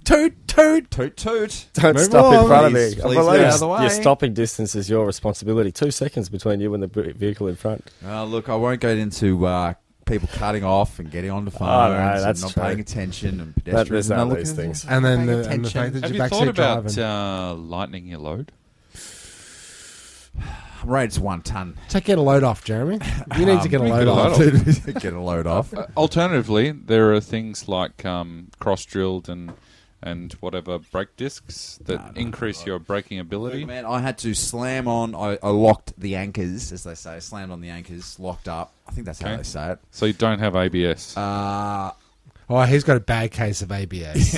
[SPEAKER 5] toot toot!
[SPEAKER 6] toot toot.
[SPEAKER 7] Don't
[SPEAKER 5] Move
[SPEAKER 7] stop
[SPEAKER 5] along.
[SPEAKER 7] in front
[SPEAKER 6] Please,
[SPEAKER 7] of me.
[SPEAKER 6] please
[SPEAKER 7] I
[SPEAKER 6] get
[SPEAKER 7] believe
[SPEAKER 6] out of the way.
[SPEAKER 7] your stopping distance is your responsibility. Two seconds between you and the b- vehicle in front.
[SPEAKER 6] Uh, look, I won't get into uh, people cutting off and getting on the phones
[SPEAKER 7] Oh, no,
[SPEAKER 6] and
[SPEAKER 7] that's
[SPEAKER 6] not
[SPEAKER 7] true.
[SPEAKER 6] paying attention and
[SPEAKER 7] That,
[SPEAKER 6] pedestrians.
[SPEAKER 7] there's
[SPEAKER 6] and
[SPEAKER 7] none
[SPEAKER 6] not
[SPEAKER 7] of these
[SPEAKER 6] looking-
[SPEAKER 7] things.
[SPEAKER 5] And then
[SPEAKER 6] Paying
[SPEAKER 5] the, and the fact
[SPEAKER 6] attention.
[SPEAKER 5] that
[SPEAKER 8] Have
[SPEAKER 5] you're
[SPEAKER 8] you thought
[SPEAKER 5] backseat
[SPEAKER 8] about
[SPEAKER 5] driving.
[SPEAKER 8] uh, lightening your load?
[SPEAKER 6] I'm rated to one ton.
[SPEAKER 5] Take get a load off, Jeremy. You need to get a
[SPEAKER 8] we
[SPEAKER 5] load
[SPEAKER 8] get a
[SPEAKER 5] off.
[SPEAKER 8] load
[SPEAKER 6] get a load off.
[SPEAKER 8] Alternatively, there are things like um, cross drilled and and whatever brake discs that increase your braking ability.
[SPEAKER 6] Man, I had to slam on. I, I locked the anchors, as they say. Slammed on the anchors, locked up. I think that's how
[SPEAKER 8] Okay.
[SPEAKER 6] they say it.
[SPEAKER 8] So you don't have ABS.
[SPEAKER 6] Uh,
[SPEAKER 5] Oh, he's got a bad case of ABS.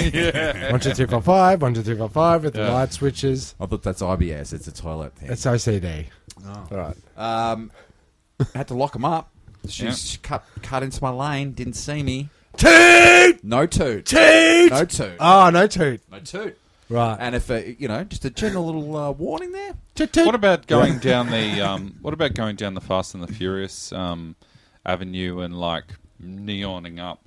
[SPEAKER 5] One, two, three, four, five. One, two, three, four, five. With the
[SPEAKER 8] Yeah.
[SPEAKER 5] light switches.
[SPEAKER 6] I thought that's IBS. It's a toilet thing.
[SPEAKER 5] It's OCD.
[SPEAKER 7] All right.
[SPEAKER 6] Um, I had to lock them up. She,
[SPEAKER 8] Yeah.
[SPEAKER 6] she cut cut into my lane. Didn't see me.
[SPEAKER 5] Toot!
[SPEAKER 6] No toot.
[SPEAKER 5] Toot!
[SPEAKER 6] No toot.
[SPEAKER 8] Ah.
[SPEAKER 5] Oh, no toot.
[SPEAKER 6] No toot.
[SPEAKER 5] Right.
[SPEAKER 6] And if uh, you know, just a general little uh, warning there.
[SPEAKER 5] Toot, toot.
[SPEAKER 8] What about going down the um, What about going down the Fast and the Furious um, avenue and like neoning up?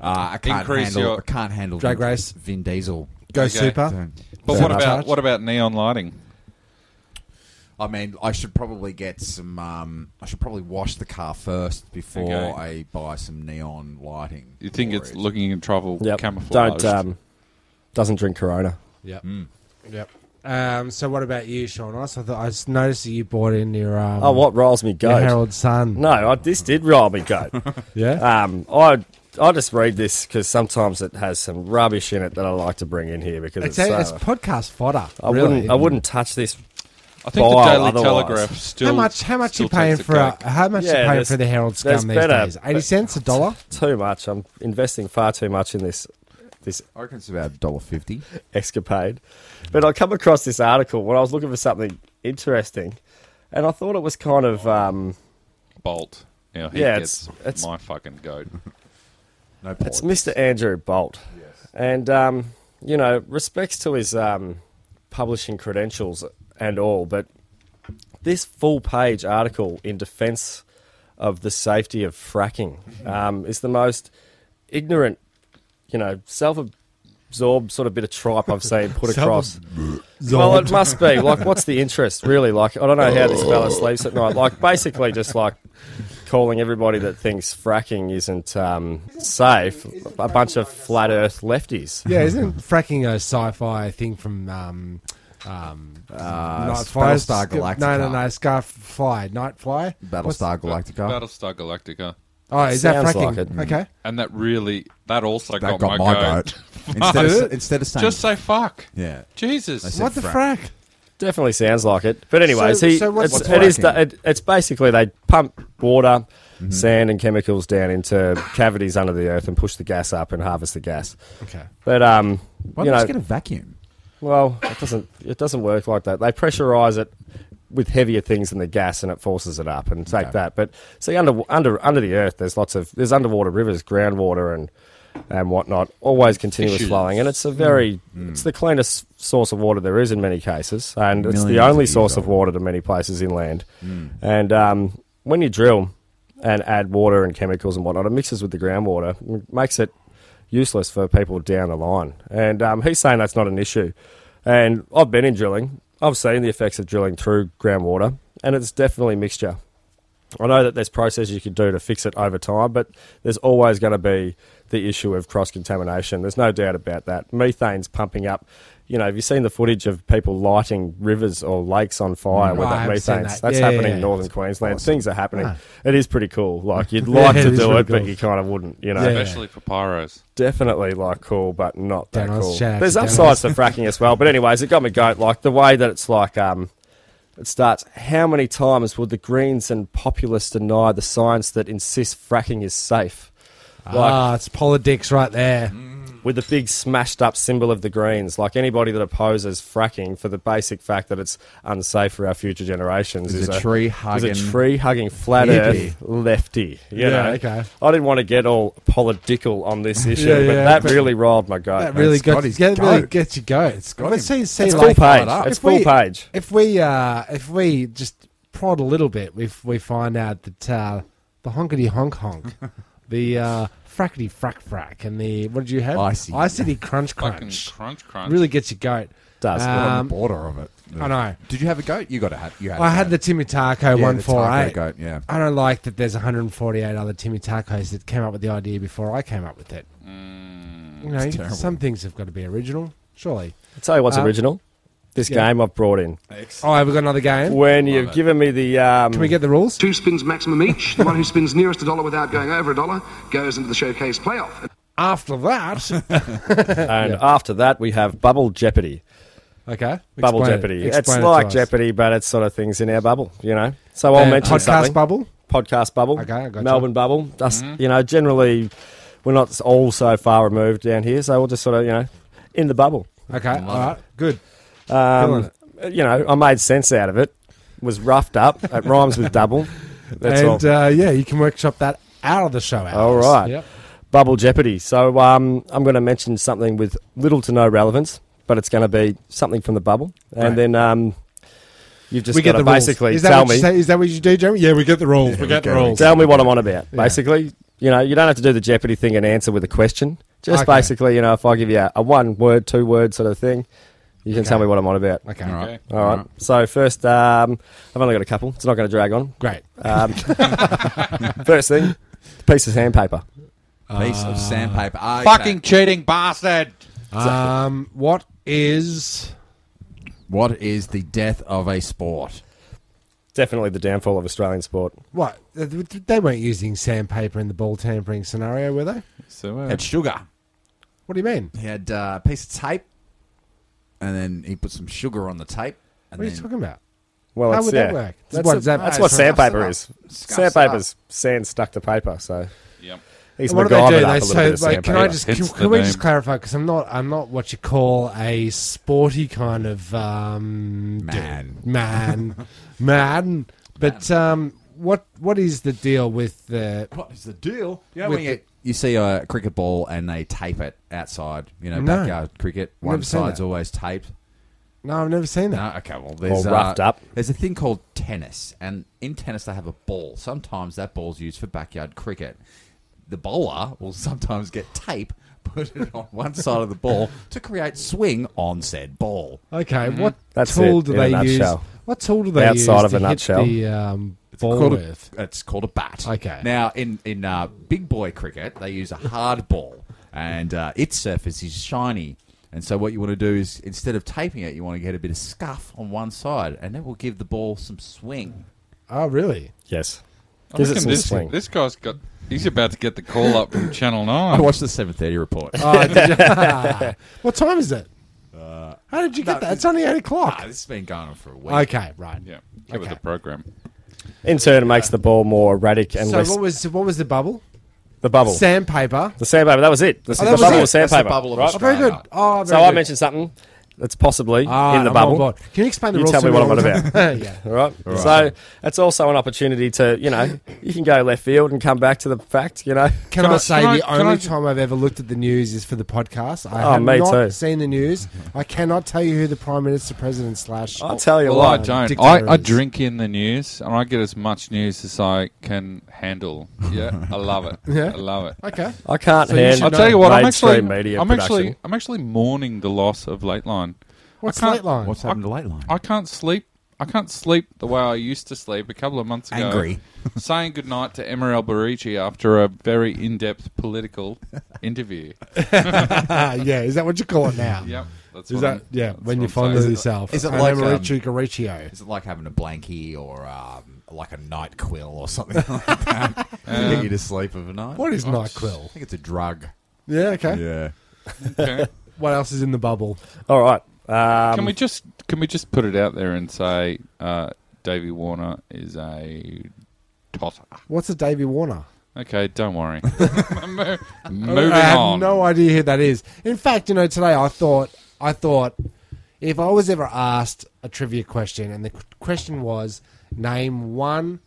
[SPEAKER 6] Uh, I can't
[SPEAKER 8] Ah, Increase
[SPEAKER 6] handle.
[SPEAKER 8] your-
[SPEAKER 6] I can't handle
[SPEAKER 5] Drag
[SPEAKER 6] Vin,
[SPEAKER 5] race.
[SPEAKER 6] Vin Diesel.
[SPEAKER 5] Go
[SPEAKER 8] Okay.
[SPEAKER 5] super.
[SPEAKER 6] Don't-
[SPEAKER 8] But
[SPEAKER 5] Fair
[SPEAKER 8] what
[SPEAKER 5] enough.
[SPEAKER 8] about what about neon lighting?
[SPEAKER 6] I mean, I should probably get some. Um, I should probably wash the car first before
[SPEAKER 8] Okay.
[SPEAKER 6] I buy some neon lighting.
[SPEAKER 8] You think
[SPEAKER 6] for
[SPEAKER 8] it's
[SPEAKER 6] it.
[SPEAKER 8] looking in trouble
[SPEAKER 7] Yep.
[SPEAKER 8] camouflaged?
[SPEAKER 7] Don't um, doesn't drink Corona.
[SPEAKER 6] Hmm.
[SPEAKER 5] Yep. Yep. Um, so what about you, Sean? I thought I just noticed that you bought in your um,
[SPEAKER 7] Oh, what rolls me
[SPEAKER 5] your
[SPEAKER 7] goat?
[SPEAKER 5] Herald Sun.
[SPEAKER 7] No, I, this did roll me goat.
[SPEAKER 5] Yeah.
[SPEAKER 7] um, I I just read this because sometimes it has some rubbish in it that I like to bring in here because
[SPEAKER 5] it's,
[SPEAKER 7] it's,
[SPEAKER 5] a,
[SPEAKER 7] so,
[SPEAKER 5] it's podcast fodder.
[SPEAKER 7] I
[SPEAKER 5] really.
[SPEAKER 7] wouldn't I wouldn't touch this.
[SPEAKER 8] I think the
[SPEAKER 7] Bile
[SPEAKER 8] Daily
[SPEAKER 7] otherwise.
[SPEAKER 8] Telegraph still.
[SPEAKER 5] how much? How much
[SPEAKER 8] still
[SPEAKER 5] you paying
[SPEAKER 8] takes
[SPEAKER 5] for?
[SPEAKER 8] cake.
[SPEAKER 5] A, how much
[SPEAKER 7] Yeah,
[SPEAKER 5] you paying
[SPEAKER 7] there's-
[SPEAKER 5] for the Herald
[SPEAKER 7] there's
[SPEAKER 5] scum these
[SPEAKER 7] better-
[SPEAKER 5] days? Eighty cents, a dollar.
[SPEAKER 7] Too much. I'm investing far too much in this this
[SPEAKER 6] I reckon it's about dollar fifty.
[SPEAKER 7] escapade. But I come across this article when I was looking for something interesting, and I thought it was kind of um,
[SPEAKER 8] Bolt. Yeah, he
[SPEAKER 7] Yeah,
[SPEAKER 8] gets
[SPEAKER 7] it's- it's-
[SPEAKER 8] my fucking goat.
[SPEAKER 6] No,
[SPEAKER 7] it's Mr. Andrew Bolt, and um, you know respects to his um, publishing credentials and all, but this full-page article in defence of the safety of fracking um, is the most ignorant, you know, self-absorbed sort of bit of tripe I've seen put across. Well, it must be. Like, what's the interest, really? Like, I don't know how this fella sleeps at night. Like, basically, just like calling everybody that thinks fracking isn't um, safe a bunch of flat earth lefties.
[SPEAKER 5] Yeah, isn't fracking a sci-fi thing from um, um,
[SPEAKER 6] uh,
[SPEAKER 5] Fire-
[SPEAKER 6] Battlestar Galactica.
[SPEAKER 5] No, no, no, Scarfly, Nightfly,
[SPEAKER 6] Battlestar Galactica.
[SPEAKER 8] Battlestar Galactica.
[SPEAKER 5] Oh, is that
[SPEAKER 7] Sounds
[SPEAKER 5] fracking?
[SPEAKER 7] like it.
[SPEAKER 5] Okay.
[SPEAKER 8] And that really, that also
[SPEAKER 6] that
[SPEAKER 8] got,
[SPEAKER 6] got
[SPEAKER 8] oh my,
[SPEAKER 6] my
[SPEAKER 8] goat.
[SPEAKER 6] goat. instead, of, instead of saying,
[SPEAKER 8] Just say fuck.
[SPEAKER 6] yeah,
[SPEAKER 8] Jesus.
[SPEAKER 6] said-
[SPEAKER 5] What the frack?
[SPEAKER 7] Definitely sounds like it. But anyways,
[SPEAKER 5] So-
[SPEAKER 7] he,
[SPEAKER 5] so what's
[SPEAKER 7] it's, it is
[SPEAKER 6] fracking?
[SPEAKER 7] the, it, it's basically they pump water,
[SPEAKER 6] Mm-hmm.
[SPEAKER 7] sand, and chemicals down into cavities under the earth and push the gas up and harvest the gas.
[SPEAKER 5] Okay.
[SPEAKER 7] But um,
[SPEAKER 6] why don't we
[SPEAKER 7] you know,
[SPEAKER 6] just get a vacuum?
[SPEAKER 7] Well, it doesn't. It doesn't work like that. They pressurize it with heavier things than the gas, and it forces it up and take that. But see, under under under the earth, there's lots of there's underwater rivers, groundwater, and and whatnot, always continuous
[SPEAKER 8] Issues.
[SPEAKER 7] flowing, and it's a very
[SPEAKER 6] Mm.
[SPEAKER 7] it's the cleanest source of water there is in many cases, and it's the
[SPEAKER 6] Millions of
[SPEAKER 7] only
[SPEAKER 6] years
[SPEAKER 7] source
[SPEAKER 6] old.
[SPEAKER 7] of
[SPEAKER 6] Mm.
[SPEAKER 7] water to many places inland. And um, when you drill and add water and chemicals and whatnot, it mixes with the groundwater, m- makes it useless for people down the line. And um, he's saying that's not an issue. And I've been in drilling. I've seen the effects of drilling through groundwater, and it's definitely mixture. I know that there's processes you could do to fix it over time, but there's always going to be the issue of cross contamination. There's no doubt about that. Methane's pumping up. You know, have you seen the footage of people lighting rivers or lakes on fire
[SPEAKER 5] Mm.
[SPEAKER 7] with
[SPEAKER 5] Oh, I
[SPEAKER 7] that
[SPEAKER 5] haven't seen
[SPEAKER 7] methane?
[SPEAKER 5] that.
[SPEAKER 7] That's
[SPEAKER 5] Yeah,
[SPEAKER 7] happening
[SPEAKER 5] yeah,
[SPEAKER 7] in
[SPEAKER 5] yeah.
[SPEAKER 7] northern Queensland.
[SPEAKER 5] awesome.
[SPEAKER 7] Things are happening.
[SPEAKER 5] Ah.
[SPEAKER 7] It is pretty cool. Like you'd
[SPEAKER 5] Yeah,
[SPEAKER 7] like
[SPEAKER 5] it
[SPEAKER 7] to
[SPEAKER 5] is
[SPEAKER 7] do
[SPEAKER 5] really
[SPEAKER 7] it, but
[SPEAKER 5] cool.
[SPEAKER 7] you kind of wouldn't. You know,
[SPEAKER 5] Yeah.
[SPEAKER 8] especially for pyros.
[SPEAKER 7] definitely like cool, but not that
[SPEAKER 5] Danos,
[SPEAKER 7] cool.
[SPEAKER 5] shout out
[SPEAKER 7] There's
[SPEAKER 5] to
[SPEAKER 7] upsides to fracking as well, but anyways, it got me going. Like the way that it's like, um, it starts. How many times will the Greens and populists deny the science that insists fracking is safe? Like
[SPEAKER 5] Ah, it's politics right there.
[SPEAKER 7] with the big smashed up symbol of the Greens, like anybody that opposes fracking for the basic fact that it's unsafe for our future generations
[SPEAKER 6] Is
[SPEAKER 7] is
[SPEAKER 6] a tree-hugging-
[SPEAKER 7] is a tree hugging flat
[SPEAKER 6] Hippie.
[SPEAKER 7] earth lefty. you
[SPEAKER 5] Yeah,
[SPEAKER 7] know?
[SPEAKER 5] okay.
[SPEAKER 7] I didn't want to get all political on this issue,
[SPEAKER 5] Yeah,
[SPEAKER 7] but
[SPEAKER 5] yeah,
[SPEAKER 7] that
[SPEAKER 5] but-
[SPEAKER 7] really riled my goat.
[SPEAKER 5] That
[SPEAKER 7] man.
[SPEAKER 5] really
[SPEAKER 6] it's got
[SPEAKER 5] got,
[SPEAKER 6] his
[SPEAKER 5] that really
[SPEAKER 6] goat.
[SPEAKER 5] gets you go. It's got
[SPEAKER 6] him.
[SPEAKER 5] let's see, see
[SPEAKER 7] It's
[SPEAKER 5] like,
[SPEAKER 7] full
[SPEAKER 6] fired
[SPEAKER 7] page.
[SPEAKER 6] up.
[SPEAKER 7] It's full page.
[SPEAKER 5] If we uh, if we just prod a little bit, we we find out that uh, the honkity honk honk, the uh, frackety frack frack, and the what did you have?
[SPEAKER 6] Icy.
[SPEAKER 5] icity crunch
[SPEAKER 8] Fucking
[SPEAKER 5] crunch
[SPEAKER 8] crunch, crunch.
[SPEAKER 5] really gets you goat.
[SPEAKER 7] does.
[SPEAKER 5] Uh,
[SPEAKER 6] on
[SPEAKER 5] Um,
[SPEAKER 6] the border of it.
[SPEAKER 5] I know.
[SPEAKER 6] Did you have a goat? You got a hat. You had.
[SPEAKER 5] I had the Timmy Tarko one four eight.
[SPEAKER 6] goat. Yeah.
[SPEAKER 5] I don't like that there's 148 other Timmy Tarkos that came up with the idea before I came up with it.
[SPEAKER 8] Mm.
[SPEAKER 5] you know,
[SPEAKER 6] it's terrible.
[SPEAKER 5] some things have got to be original, surely.
[SPEAKER 7] I'll tell you what's
[SPEAKER 5] um,
[SPEAKER 7] original. This
[SPEAKER 5] yeah.
[SPEAKER 7] game I've brought in.
[SPEAKER 5] Oh, have we got another game?
[SPEAKER 7] When you've given me the um,
[SPEAKER 5] Can we get the rules?
[SPEAKER 1] Two spins maximum each. The one who spins nearest a dollar without going over a dollar goes into the showcase playoff.
[SPEAKER 5] After that,
[SPEAKER 7] and after that we have Bubble Jeopardy.
[SPEAKER 5] okay.
[SPEAKER 7] Bubble
[SPEAKER 5] explain it.
[SPEAKER 7] Jeopardy.
[SPEAKER 5] Explain
[SPEAKER 7] It's
[SPEAKER 5] it to
[SPEAKER 7] like
[SPEAKER 5] us.
[SPEAKER 7] Jeopardy, but it's sort of things in our bubble, you know. So I'll
[SPEAKER 5] Uh,
[SPEAKER 7] mention
[SPEAKER 5] podcast
[SPEAKER 7] something.
[SPEAKER 5] bubble.
[SPEAKER 7] podcast bubble,
[SPEAKER 5] Okay, I gotcha.
[SPEAKER 7] Melbourne bubble. That's you know generally we're not all so far removed down here, so we'll just sort of you know in the bubble.
[SPEAKER 5] Okay, all right, good. Killing
[SPEAKER 7] Um, you know, I made sense out of it. Was roughed up. It rhymes with double. That's all.
[SPEAKER 5] and uh, yeah, you can workshop that out of the show hours.
[SPEAKER 7] All right.
[SPEAKER 5] Yep.
[SPEAKER 7] Bubble Jeopardy. So um, I'm going to mention something with little to no relevance, but it's going to be something from the bubble, and
[SPEAKER 5] Right.
[SPEAKER 7] then um, you've just
[SPEAKER 5] we get
[SPEAKER 7] got
[SPEAKER 5] the
[SPEAKER 7] to
[SPEAKER 5] rules.
[SPEAKER 7] basically
[SPEAKER 5] is that
[SPEAKER 7] tell
[SPEAKER 5] what you
[SPEAKER 7] me
[SPEAKER 5] say- is that what you do, Jeremy? Yeah, we get the rules. we get the rules.
[SPEAKER 7] tell me what I'm on about. Basically, you know, you don't have to do the Jeopardy thing and answer with a question. Just
[SPEAKER 5] Okay.
[SPEAKER 7] basically, you know, if I give you a, a one word, two word sort of thing, you can tell me what I'm on about.
[SPEAKER 5] Okay,
[SPEAKER 6] All
[SPEAKER 8] Okay.
[SPEAKER 6] right.
[SPEAKER 7] All right. So first, um, I've only got a couple. It's not going to drag on.
[SPEAKER 5] great.
[SPEAKER 7] Um, first thing, piece of sandpaper.
[SPEAKER 6] Piece of sandpaper. Okay.
[SPEAKER 8] Uh, Fucking cheating bastard!
[SPEAKER 5] Um, what is
[SPEAKER 6] What is the death of a sport?
[SPEAKER 7] Definitely the downfall of Australian sport.
[SPEAKER 5] what? They weren't using sandpaper in the ball tampering scenario, were they?
[SPEAKER 8] So,
[SPEAKER 6] Had sugar.
[SPEAKER 5] What do you mean?
[SPEAKER 6] He had uh, a piece of tape, and then he put some sugar on the tape. And
[SPEAKER 5] What are you
[SPEAKER 6] then
[SPEAKER 5] talking about?
[SPEAKER 7] Well,
[SPEAKER 5] How
[SPEAKER 7] it's,
[SPEAKER 5] would
[SPEAKER 7] yeah.
[SPEAKER 5] that work?
[SPEAKER 7] That's,
[SPEAKER 5] What
[SPEAKER 7] what,
[SPEAKER 5] is that-
[SPEAKER 7] that's what
[SPEAKER 5] Scuffs it
[SPEAKER 7] sandpaper
[SPEAKER 6] up.
[SPEAKER 7] is.
[SPEAKER 6] Scuffs it up.
[SPEAKER 7] Sandpaper's sand stuck to paper, so
[SPEAKER 8] yep.
[SPEAKER 7] he's
[SPEAKER 5] what do they do?
[SPEAKER 7] MacGyvered up a
[SPEAKER 5] They
[SPEAKER 7] little bit
[SPEAKER 5] so
[SPEAKER 7] of
[SPEAKER 5] like, can
[SPEAKER 7] sandpaper.
[SPEAKER 5] I just can,
[SPEAKER 8] Hence
[SPEAKER 5] can
[SPEAKER 8] the
[SPEAKER 5] we
[SPEAKER 8] name.
[SPEAKER 5] just clarify? Because I'm not I'm not what you call a sporty kind of um, dude.
[SPEAKER 6] Man.
[SPEAKER 5] man, man. But um, what what is the deal with the?
[SPEAKER 6] What is the deal? You know,
[SPEAKER 5] With
[SPEAKER 6] when you, you see a cricket ball and they tape it outside, you know,
[SPEAKER 5] No.
[SPEAKER 6] backyard cricket.
[SPEAKER 5] Never
[SPEAKER 6] One
[SPEAKER 5] seen
[SPEAKER 6] side's
[SPEAKER 5] that.
[SPEAKER 6] always taped.
[SPEAKER 5] No, I've never seen that.
[SPEAKER 6] No, okay, well, there's
[SPEAKER 7] Or roughed
[SPEAKER 6] uh,
[SPEAKER 7] up.
[SPEAKER 6] There's a thing called tennis, and in tennis they have a ball. Sometimes that ball's used for backyard cricket. The bowler will sometimes get tape, put it on one side of the ball to create swing on said ball.
[SPEAKER 5] Okay, what
[SPEAKER 7] That's
[SPEAKER 5] tool
[SPEAKER 7] it,
[SPEAKER 5] do
[SPEAKER 7] in a
[SPEAKER 5] they use?
[SPEAKER 7] nutshell.
[SPEAKER 5] What tool do they
[SPEAKER 7] Outside
[SPEAKER 5] use
[SPEAKER 7] of
[SPEAKER 5] to
[SPEAKER 7] a
[SPEAKER 5] hit
[SPEAKER 7] nutshell.
[SPEAKER 5] the um, ball
[SPEAKER 6] called a,
[SPEAKER 5] with?
[SPEAKER 6] it's called a bat.
[SPEAKER 5] Okay.
[SPEAKER 6] Now in in uh, big boy cricket, they use a hard ball, and uh, its surface is shiny. And so what you want to do is instead of taping it, you want to get a bit of scuff on one side, and that will give the ball some swing.
[SPEAKER 5] Oh, really?
[SPEAKER 7] Yes.
[SPEAKER 8] I
[SPEAKER 7] Gives it
[SPEAKER 8] reckon
[SPEAKER 7] some
[SPEAKER 8] this,
[SPEAKER 7] swing.
[SPEAKER 8] this guy's got. He's about to get the call up from Channel
[SPEAKER 6] I
[SPEAKER 8] 9.
[SPEAKER 6] watched the seven thirty report.
[SPEAKER 5] Oh, did you- what time is it? How did you get that? It's only eight o'clock.
[SPEAKER 6] Ah, this has been going on for a week.
[SPEAKER 5] Okay, right.
[SPEAKER 8] Yeah, that was
[SPEAKER 5] Okay.
[SPEAKER 8] the program.
[SPEAKER 7] In turn, it makes the ball more erratic and
[SPEAKER 5] So
[SPEAKER 7] less.
[SPEAKER 5] what was what was the bubble?
[SPEAKER 7] the bubble.
[SPEAKER 5] Sandpaper.
[SPEAKER 7] the sandpaper. That was it. The,
[SPEAKER 5] that
[SPEAKER 7] the
[SPEAKER 5] was
[SPEAKER 7] bubble
[SPEAKER 5] it.
[SPEAKER 7] was
[SPEAKER 6] That's
[SPEAKER 7] sandpaper.
[SPEAKER 6] the bubble of
[SPEAKER 7] right?
[SPEAKER 5] Oh, very
[SPEAKER 6] Australia.
[SPEAKER 5] good. Oh, very
[SPEAKER 7] So I
[SPEAKER 5] good.
[SPEAKER 7] mentioned something. That's possibly
[SPEAKER 5] Ah,
[SPEAKER 7] in the
[SPEAKER 5] I'm on
[SPEAKER 7] bubble.
[SPEAKER 5] board. Can you explain the
[SPEAKER 7] You
[SPEAKER 5] rules?
[SPEAKER 7] tell
[SPEAKER 5] to
[SPEAKER 7] me what I'm
[SPEAKER 5] one
[SPEAKER 7] on
[SPEAKER 5] more time? yeah.
[SPEAKER 7] All right. So it's also an opportunity to, you know, you can go left field and come back to the fact, you know.
[SPEAKER 5] Can,
[SPEAKER 8] Can
[SPEAKER 5] I,
[SPEAKER 8] I-
[SPEAKER 5] say
[SPEAKER 8] can I-
[SPEAKER 5] the
[SPEAKER 8] can
[SPEAKER 5] only
[SPEAKER 8] I-
[SPEAKER 5] time I've ever looked at the news is for the podcast. I
[SPEAKER 7] Oh,
[SPEAKER 5] have
[SPEAKER 7] me
[SPEAKER 5] not
[SPEAKER 7] too.
[SPEAKER 5] seen the news. I cannot tell you who the prime minister, president slash.
[SPEAKER 7] I'll tell you
[SPEAKER 8] Well, I
[SPEAKER 7] what.
[SPEAKER 8] don't.
[SPEAKER 5] dictator
[SPEAKER 8] I, I
[SPEAKER 5] is.
[SPEAKER 8] drink in the news, and I get as much news as I can handle. Yeah, I love it.
[SPEAKER 5] Yeah.
[SPEAKER 8] I love it.
[SPEAKER 5] Okay.
[SPEAKER 7] I can't
[SPEAKER 5] So you
[SPEAKER 7] hand.
[SPEAKER 5] should
[SPEAKER 8] I'll tell you what. I'm actually.
[SPEAKER 7] mainstream media
[SPEAKER 8] I'm actually.
[SPEAKER 7] production.
[SPEAKER 8] I'm actually mourning the loss of Late Line.
[SPEAKER 5] What's
[SPEAKER 8] can't-
[SPEAKER 5] late line?
[SPEAKER 6] What's happened to late line?
[SPEAKER 8] I can't sleep. I can't sleep the way I used to sleep a couple of months ago.
[SPEAKER 6] Angry.
[SPEAKER 8] saying goodnight to Emeril Barici after a very in-depth political interview.
[SPEAKER 5] Ah, yeah. Is that what you call it now?
[SPEAKER 8] Yep, that's
[SPEAKER 5] Is
[SPEAKER 8] what
[SPEAKER 5] that
[SPEAKER 8] I'm-
[SPEAKER 5] yeah?
[SPEAKER 8] that's
[SPEAKER 5] when
[SPEAKER 8] what
[SPEAKER 5] you
[SPEAKER 8] I'm
[SPEAKER 5] find
[SPEAKER 8] saying.
[SPEAKER 5] yourself,
[SPEAKER 6] is it
[SPEAKER 5] And
[SPEAKER 6] like,
[SPEAKER 5] Emeril
[SPEAKER 6] um,
[SPEAKER 5] Chikoricio.
[SPEAKER 6] Is it like having a blankie or um, like a night quill or something like that? to get you to sleep overnight?
[SPEAKER 5] What is
[SPEAKER 8] Oh,
[SPEAKER 5] Nyquil?
[SPEAKER 6] I think it's a drug.
[SPEAKER 5] Yeah, okay.
[SPEAKER 6] Yeah.
[SPEAKER 8] Okay.
[SPEAKER 5] What else is in the bubble?
[SPEAKER 7] All right. Um,
[SPEAKER 8] Can we just can we just put it out there and say uh, Davy Warner is a totter?
[SPEAKER 5] What's a Davy Warner?
[SPEAKER 8] Okay, don't worry. Mo-
[SPEAKER 5] I
[SPEAKER 8] Moving
[SPEAKER 5] have
[SPEAKER 8] on.
[SPEAKER 5] no idea who that is. In fact, you know, today I thought, I thought, if I was ever asked a trivia question, and the qu- question was, name one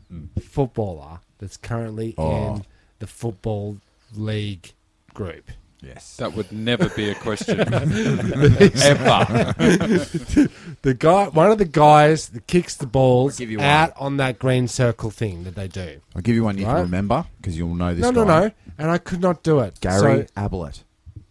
[SPEAKER 5] footballer that's currently
[SPEAKER 6] Oh.
[SPEAKER 5] in the football league group.
[SPEAKER 6] Yes.
[SPEAKER 8] That would never be a question ever.
[SPEAKER 5] The guy, one of the guys that kicks the balls
[SPEAKER 6] give you one.
[SPEAKER 5] out on that green circle thing that they do.
[SPEAKER 6] I'll give you one you
[SPEAKER 5] Right.
[SPEAKER 6] can remember because you'll know this
[SPEAKER 5] No,
[SPEAKER 6] guy.
[SPEAKER 5] no, no. And I could not do it.
[SPEAKER 6] Gary
[SPEAKER 5] So-
[SPEAKER 6] Ablett.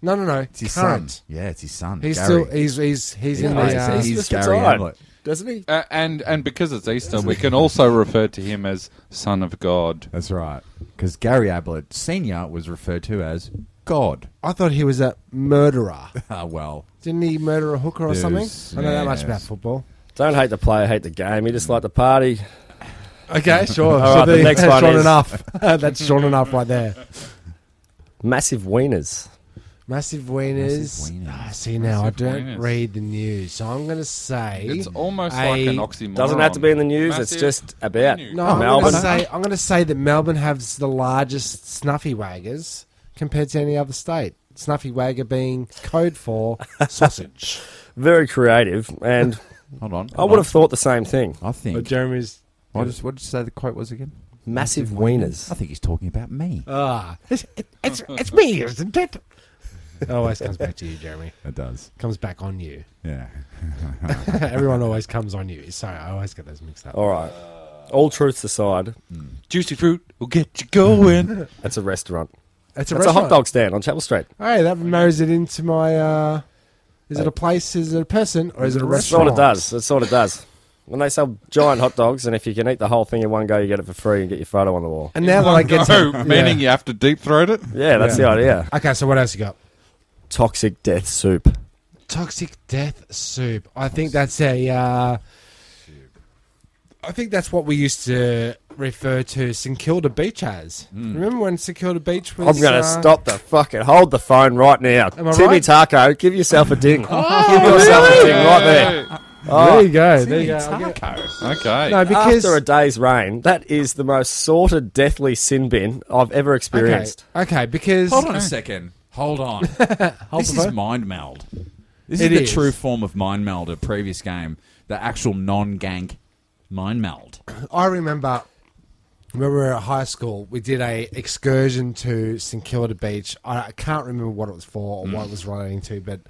[SPEAKER 5] no, no, no.
[SPEAKER 6] It's his
[SPEAKER 5] Current.
[SPEAKER 6] son. Yeah, it's his son.
[SPEAKER 5] He's
[SPEAKER 6] Gary.
[SPEAKER 5] still. He's he's he's in the.
[SPEAKER 6] plays-
[SPEAKER 5] Uh,
[SPEAKER 6] he's
[SPEAKER 7] just
[SPEAKER 6] Gary
[SPEAKER 7] retired.
[SPEAKER 6] Ablett.
[SPEAKER 7] Doesn't he?
[SPEAKER 8] Uh, and and because it's Easter, we can also refer to him as Son of God.
[SPEAKER 6] That's right. Because Gary Ablett Senior was referred to as God.
[SPEAKER 5] I thought he was a murderer.
[SPEAKER 6] Ah, well,
[SPEAKER 5] Didn't he murder a hooker or
[SPEAKER 6] There's-
[SPEAKER 5] something? I don't know that much
[SPEAKER 6] yes.
[SPEAKER 5] about football.
[SPEAKER 7] Don't hate the player, hate the game. You just like the party.
[SPEAKER 5] Okay, sure.
[SPEAKER 7] All right, the next
[SPEAKER 5] that's
[SPEAKER 7] one
[SPEAKER 5] short
[SPEAKER 7] is-
[SPEAKER 5] enough. that's short enough right there.
[SPEAKER 7] Massive wieners.
[SPEAKER 5] Massive wieners.
[SPEAKER 6] Massive wieners.
[SPEAKER 5] Ah, see now,
[SPEAKER 8] Massive
[SPEAKER 5] I don't
[SPEAKER 8] wieners.
[SPEAKER 5] read the news, so I'm going to say
[SPEAKER 8] It's almost
[SPEAKER 5] I-
[SPEAKER 8] like an oxymoron.
[SPEAKER 7] Doesn't have to be in the news.
[SPEAKER 8] Massive
[SPEAKER 7] it's just about.
[SPEAKER 8] news.
[SPEAKER 5] No, I'm going
[SPEAKER 7] Melbourne.
[SPEAKER 5] to say I'm going to say that Melbourne has the largest snuffy waggers compared to any other state. Snuffy wagger being code for sausage.
[SPEAKER 7] Very creative. And
[SPEAKER 6] hold on.
[SPEAKER 7] I would have thought the same thing.
[SPEAKER 6] I think.
[SPEAKER 5] Jeremy's
[SPEAKER 6] What did, what did you say the quote was again?
[SPEAKER 7] Massive
[SPEAKER 6] I
[SPEAKER 7] wieners.
[SPEAKER 6] think he's talking about me.
[SPEAKER 5] ah, it's, it's, it's me, isn't it? It always comes back to you, Jeremy.
[SPEAKER 6] It does.
[SPEAKER 5] Comes back on you.
[SPEAKER 6] Yeah.
[SPEAKER 5] Everyone always comes on you. Sorry, I always get those mixed up.
[SPEAKER 7] All right. All truths aside,
[SPEAKER 8] Juicy fruit will get you going.
[SPEAKER 7] it's a restaurant.
[SPEAKER 5] It's
[SPEAKER 7] It's a hot dog stand on Chapel Street.
[SPEAKER 5] Hey, that marries it into my. Uh, is it a place? Is it a person? Or is it a
[SPEAKER 7] That's what
[SPEAKER 5] restaurant?
[SPEAKER 7] it does. That's what it does. When they sell giant hot dogs, and if you can eat the whole thing in one go, you get it for free and get your photo on the wall.
[SPEAKER 5] And now that I get
[SPEAKER 8] no,
[SPEAKER 5] to,
[SPEAKER 8] meaning
[SPEAKER 5] yeah.
[SPEAKER 8] you have to deep throat it.
[SPEAKER 7] Yeah, that's the idea.
[SPEAKER 5] Okay, so what else you got?
[SPEAKER 7] Toxic death soup.
[SPEAKER 5] Toxic death soup. I think that's a. Uh, I think that's what we used to refer to St Kilda Beach as. Remember when St Kilda Beach was?
[SPEAKER 7] I'm going to
[SPEAKER 5] uh,
[SPEAKER 7] stop the fucking. Hold the phone right now.
[SPEAKER 5] Am I
[SPEAKER 7] Timmy
[SPEAKER 5] right? Oh,
[SPEAKER 7] Taco, give yourself a ding. give yourself a ding right there.
[SPEAKER 5] There you go. There you go. I'll get-
[SPEAKER 8] Okay.
[SPEAKER 5] Ah. No, because
[SPEAKER 7] After a day's rain, that is the most sorted deathly sin bin I've ever
[SPEAKER 5] okay,
[SPEAKER 7] experienced.
[SPEAKER 5] okay, because
[SPEAKER 6] Hold on a second. Hold on. this is mind meld. This
[SPEAKER 5] It
[SPEAKER 6] is the
[SPEAKER 5] is.
[SPEAKER 6] true form of mind meld. A previous game, the actual non-gank mind meld.
[SPEAKER 5] I remember when we were at high school, we did a excursion to St Kilda Beach. I I can't remember what it was for or what it was relating to, but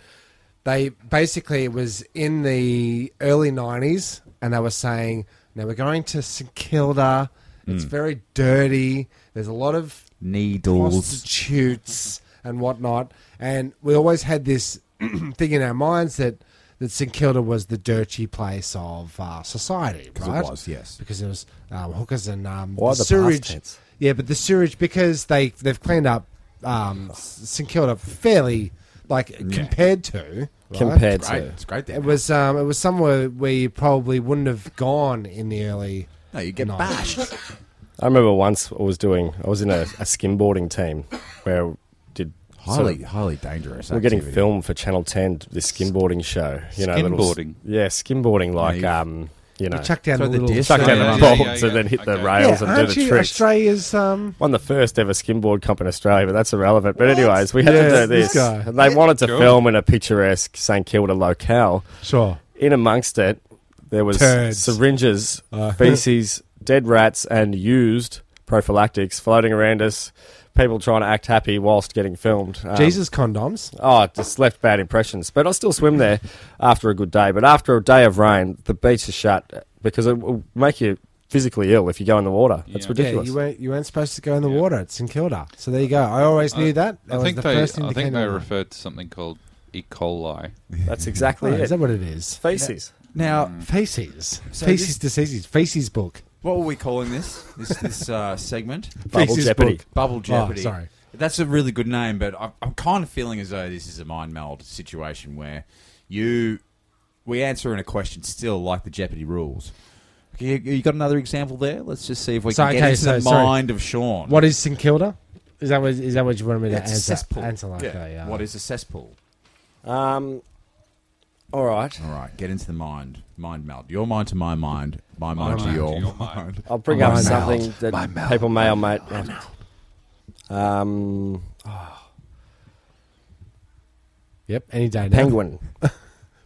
[SPEAKER 5] they basically it was in the early '90s, and they were saying, "Now we're going to St Kilda. It's very dirty. There's a lot of
[SPEAKER 6] Needles.
[SPEAKER 5] prostitutes and whatnot. And we always had this thing in our minds that, that St Kilda was the dirty place of uh, society,
[SPEAKER 6] it
[SPEAKER 5] right?
[SPEAKER 6] was, yes.
[SPEAKER 5] Because it was um, hookers and um,
[SPEAKER 7] Why the past
[SPEAKER 5] sewage.
[SPEAKER 7] tense?
[SPEAKER 5] Yeah, but the sewage because they they've cleaned up um, St Kilda fairly, like compared to right?
[SPEAKER 7] Compared
[SPEAKER 6] Great.
[SPEAKER 7] to.
[SPEAKER 6] It's great. There.
[SPEAKER 5] It was um, it was somewhere where you probably wouldn't have gone in the early.
[SPEAKER 6] No, you get
[SPEAKER 5] No.
[SPEAKER 6] bashed.
[SPEAKER 7] I remember once I was doing, I was in a, a skimboarding team where we did sort
[SPEAKER 6] highly,
[SPEAKER 7] of-
[SPEAKER 6] highly dangerous.
[SPEAKER 7] we're getting
[SPEAKER 6] activity.
[SPEAKER 7] filmed for Channel Ten, this skimboarding show. You know, little s-
[SPEAKER 8] Skimboarding?
[SPEAKER 7] yeah, skimboarding like
[SPEAKER 6] Yeah, you-
[SPEAKER 7] um, You know,
[SPEAKER 5] You chuck down
[SPEAKER 6] Throw
[SPEAKER 5] the,
[SPEAKER 6] the
[SPEAKER 5] little
[SPEAKER 6] disc
[SPEAKER 7] chuck down
[SPEAKER 8] Yeah, yeah,
[SPEAKER 7] the bolts
[SPEAKER 8] yeah, yeah.
[SPEAKER 7] and then hit the
[SPEAKER 8] Okay.
[SPEAKER 5] Yeah,
[SPEAKER 7] rails and
[SPEAKER 5] aren't
[SPEAKER 7] do the
[SPEAKER 5] you
[SPEAKER 7] tricks.
[SPEAKER 5] Australia's um,
[SPEAKER 7] Won the first ever skimboard comp in Australia, but that's irrelevant. But anyways, we had
[SPEAKER 5] Yeah,
[SPEAKER 7] to do
[SPEAKER 5] this
[SPEAKER 7] this,
[SPEAKER 5] guy.
[SPEAKER 7] and they wanted to
[SPEAKER 8] Cool.
[SPEAKER 7] film in a picturesque St Kilda locale.
[SPEAKER 5] sure
[SPEAKER 7] In amongst it, there was
[SPEAKER 5] Turds.
[SPEAKER 7] syringes,
[SPEAKER 5] Uh.
[SPEAKER 7] feces, dead rats, and used prophylactics floating around us. People trying to act happy whilst getting filmed. Um,
[SPEAKER 5] Jesus condoms?
[SPEAKER 7] Oh, it just left bad impressions. But I still swim there after a good day. But after a day of rain, the beach is shut because it will make you physically ill if you go in the water.
[SPEAKER 8] Yeah.
[SPEAKER 7] It's
[SPEAKER 5] Yeah,
[SPEAKER 7] ridiculous.
[SPEAKER 5] you weren't you weren't supposed to go in the
[SPEAKER 8] Yeah.
[SPEAKER 5] water. It's in Kilda, so there you go. I always knew that. That
[SPEAKER 8] I
[SPEAKER 5] was
[SPEAKER 8] think
[SPEAKER 5] the
[SPEAKER 8] they,
[SPEAKER 5] first thing
[SPEAKER 8] I
[SPEAKER 5] that
[SPEAKER 8] think
[SPEAKER 5] came
[SPEAKER 8] they
[SPEAKER 5] to my mind.
[SPEAKER 8] referred to something called E. coli.
[SPEAKER 7] That's exactly
[SPEAKER 5] Oh,
[SPEAKER 7] it.
[SPEAKER 5] Is that what it is?
[SPEAKER 7] Feces.
[SPEAKER 6] Now,
[SPEAKER 5] Feces,
[SPEAKER 6] So
[SPEAKER 5] feces
[SPEAKER 6] this-
[SPEAKER 5] diseases, feces book,
[SPEAKER 6] what were we calling this? This this uh, segment?
[SPEAKER 7] Bubble
[SPEAKER 5] feces
[SPEAKER 7] Jeopardy.
[SPEAKER 5] book.
[SPEAKER 6] Bubble Jeopardy.
[SPEAKER 5] Oh, sorry.
[SPEAKER 6] That's a really good name, but I'm, I'm kind of feeling as though this is a mind meld situation where you we answer in a question still like the Jeopardy rules. You, you got another example there? Let's just see if we
[SPEAKER 5] So,
[SPEAKER 6] can get
[SPEAKER 5] okay,
[SPEAKER 6] into
[SPEAKER 5] so-
[SPEAKER 6] the
[SPEAKER 5] sorry.
[SPEAKER 6] mind of Sean.
[SPEAKER 5] What is St Kilda? Is that what is that what you wanted me to
[SPEAKER 6] It's a
[SPEAKER 5] answer?
[SPEAKER 6] cesspool.
[SPEAKER 5] Answer like uh,
[SPEAKER 6] Yeah.
[SPEAKER 5] that, yeah.
[SPEAKER 6] What is a cesspool?
[SPEAKER 7] Um, all right.
[SPEAKER 6] All right, get into the mind. Mind meld. Your mind to my mind. My mind to
[SPEAKER 8] mind
[SPEAKER 6] your,
[SPEAKER 8] to your
[SPEAKER 6] mind.
[SPEAKER 7] I'll bring
[SPEAKER 5] Oh, My
[SPEAKER 7] up
[SPEAKER 5] mouth.
[SPEAKER 7] something that
[SPEAKER 6] My mouth.
[SPEAKER 7] people may or may. Um,
[SPEAKER 5] Yep, any day now.
[SPEAKER 7] penguin.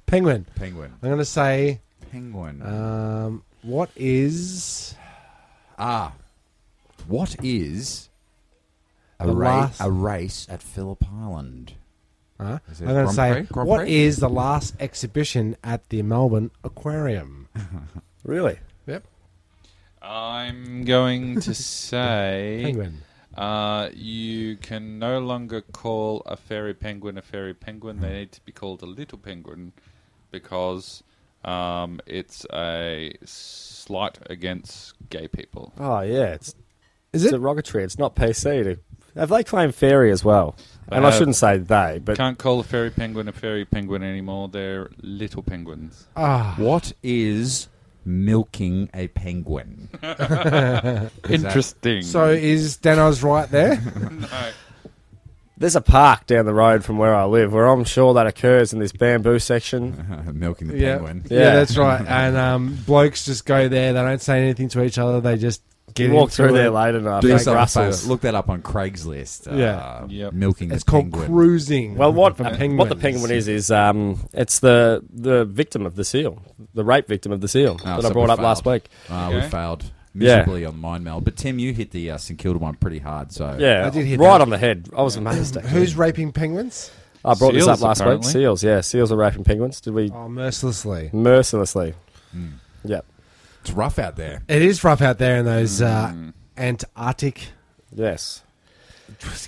[SPEAKER 5] Penguin.
[SPEAKER 6] Penguin.
[SPEAKER 5] I'm gonna say,
[SPEAKER 6] Penguin.
[SPEAKER 5] um, what is
[SPEAKER 6] ah. What is a,
[SPEAKER 5] The
[SPEAKER 6] ra-
[SPEAKER 5] last-
[SPEAKER 6] a race at Phillip Island?
[SPEAKER 5] huh?
[SPEAKER 6] Is it
[SPEAKER 5] I'm gonna
[SPEAKER 6] Grand
[SPEAKER 5] say
[SPEAKER 6] Prix? Grand
[SPEAKER 5] what
[SPEAKER 6] Prix?
[SPEAKER 5] is the last exhibition at the Melbourne Aquarium?
[SPEAKER 7] Really?
[SPEAKER 5] Yep.
[SPEAKER 8] I'm going to say
[SPEAKER 5] Penguin.
[SPEAKER 8] uh, you can no longer call a fairy penguin a fairy penguin. They need to be called a little penguin because um, it's a slight against gay people.
[SPEAKER 7] Oh yeah. It's
[SPEAKER 5] Is
[SPEAKER 7] it's
[SPEAKER 5] it?
[SPEAKER 7] derogatory. It's not PC. To, have they claimed fairy as well? And I
[SPEAKER 5] Uh,
[SPEAKER 8] have.
[SPEAKER 7] shouldn't say they, but
[SPEAKER 8] Can't call a fairy penguin a fairy penguin anymore. They're little penguins.
[SPEAKER 5] Ah,
[SPEAKER 6] What is milking a penguin?
[SPEAKER 8] Interesting.
[SPEAKER 5] so is Danos right there?
[SPEAKER 7] There's a park down the road from where I live where I'm sure that occurs in this bamboo
[SPEAKER 5] Uh-huh.
[SPEAKER 7] section.
[SPEAKER 6] milking the
[SPEAKER 5] yeah.
[SPEAKER 6] penguin.
[SPEAKER 5] yeah,
[SPEAKER 7] Yeah.
[SPEAKER 5] that's right. And um, blokes just go there. They don't say anything to each other. They just get
[SPEAKER 7] You walk
[SPEAKER 5] into
[SPEAKER 7] through there
[SPEAKER 5] it.
[SPEAKER 7] late enough.
[SPEAKER 6] Do
[SPEAKER 7] like
[SPEAKER 6] yourself a
[SPEAKER 7] Russell's.
[SPEAKER 6] favor, Uh, Look that up on Craigslist. Uh,
[SPEAKER 5] Yeah.
[SPEAKER 8] Yep.
[SPEAKER 6] Milking
[SPEAKER 5] It's
[SPEAKER 6] the
[SPEAKER 5] called
[SPEAKER 6] penguin.
[SPEAKER 5] cruising.
[SPEAKER 7] Well, what
[SPEAKER 5] for
[SPEAKER 7] what the
[SPEAKER 5] penguins.
[SPEAKER 7] penguin is is um, it's the the victim of the seal, the rape victim of the seal
[SPEAKER 5] Oh,
[SPEAKER 6] Ah,
[SPEAKER 7] that
[SPEAKER 6] so
[SPEAKER 7] I
[SPEAKER 6] we
[SPEAKER 7] brought up
[SPEAKER 6] failed.
[SPEAKER 7] last week.
[SPEAKER 6] Uh, We
[SPEAKER 8] Okay.
[SPEAKER 6] failed
[SPEAKER 7] Yeah.
[SPEAKER 6] miserably on mind meld. But Tim, you hit the uh, St Kilda one pretty hard. So
[SPEAKER 7] Yeah,
[SPEAKER 5] I did hear
[SPEAKER 7] right
[SPEAKER 5] that.
[SPEAKER 7] on the head. I was amazed. actually.
[SPEAKER 5] Who's raping penguins?
[SPEAKER 7] I brought this
[SPEAKER 8] Seals,
[SPEAKER 7] up last
[SPEAKER 8] apparently.
[SPEAKER 7] week. Seals, yeah, seals are raping penguins. Did we
[SPEAKER 5] Oh, Hmm. mercilessly.
[SPEAKER 7] mercilessly? Yep.
[SPEAKER 6] it's rough out there.
[SPEAKER 5] It is rough out there in those uh,
[SPEAKER 6] Hmm.
[SPEAKER 5] Antarctic
[SPEAKER 7] Yes.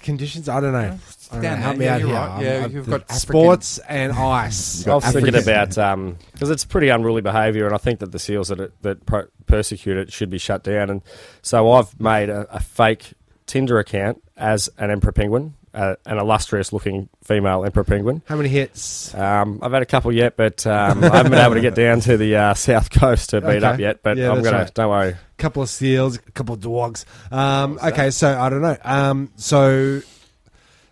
[SPEAKER 5] conditions. I don't know. I don't know.
[SPEAKER 6] Down
[SPEAKER 5] Help
[SPEAKER 6] there,
[SPEAKER 5] me
[SPEAKER 6] yeah,
[SPEAKER 5] out
[SPEAKER 6] you're
[SPEAKER 5] here.
[SPEAKER 6] right.
[SPEAKER 5] I'm-
[SPEAKER 6] Yeah,
[SPEAKER 5] I'm-
[SPEAKER 6] you've
[SPEAKER 5] the
[SPEAKER 6] got African-
[SPEAKER 5] sports and ice.
[SPEAKER 7] I was thinking
[SPEAKER 6] African-
[SPEAKER 7] about um because it's pretty unruly behaviour, and I think that the seals that it, that pro- persecute it should be shut down. And so I've made a, a fake Tinder account as an emperor penguin, uh, an illustrious-looking female emperor penguin.
[SPEAKER 5] How many hits?
[SPEAKER 7] Um, I've had a couple yet, but um, I haven't been able to get down to the uh, south coast to beat
[SPEAKER 5] Okay.
[SPEAKER 7] up yet. But
[SPEAKER 5] Yeah,
[SPEAKER 7] I'm
[SPEAKER 5] that's
[SPEAKER 7] gonna
[SPEAKER 5] right.
[SPEAKER 7] don't worry.
[SPEAKER 5] A couple of seals, a couple of dogs. Um, okay, so I don't know. Um, so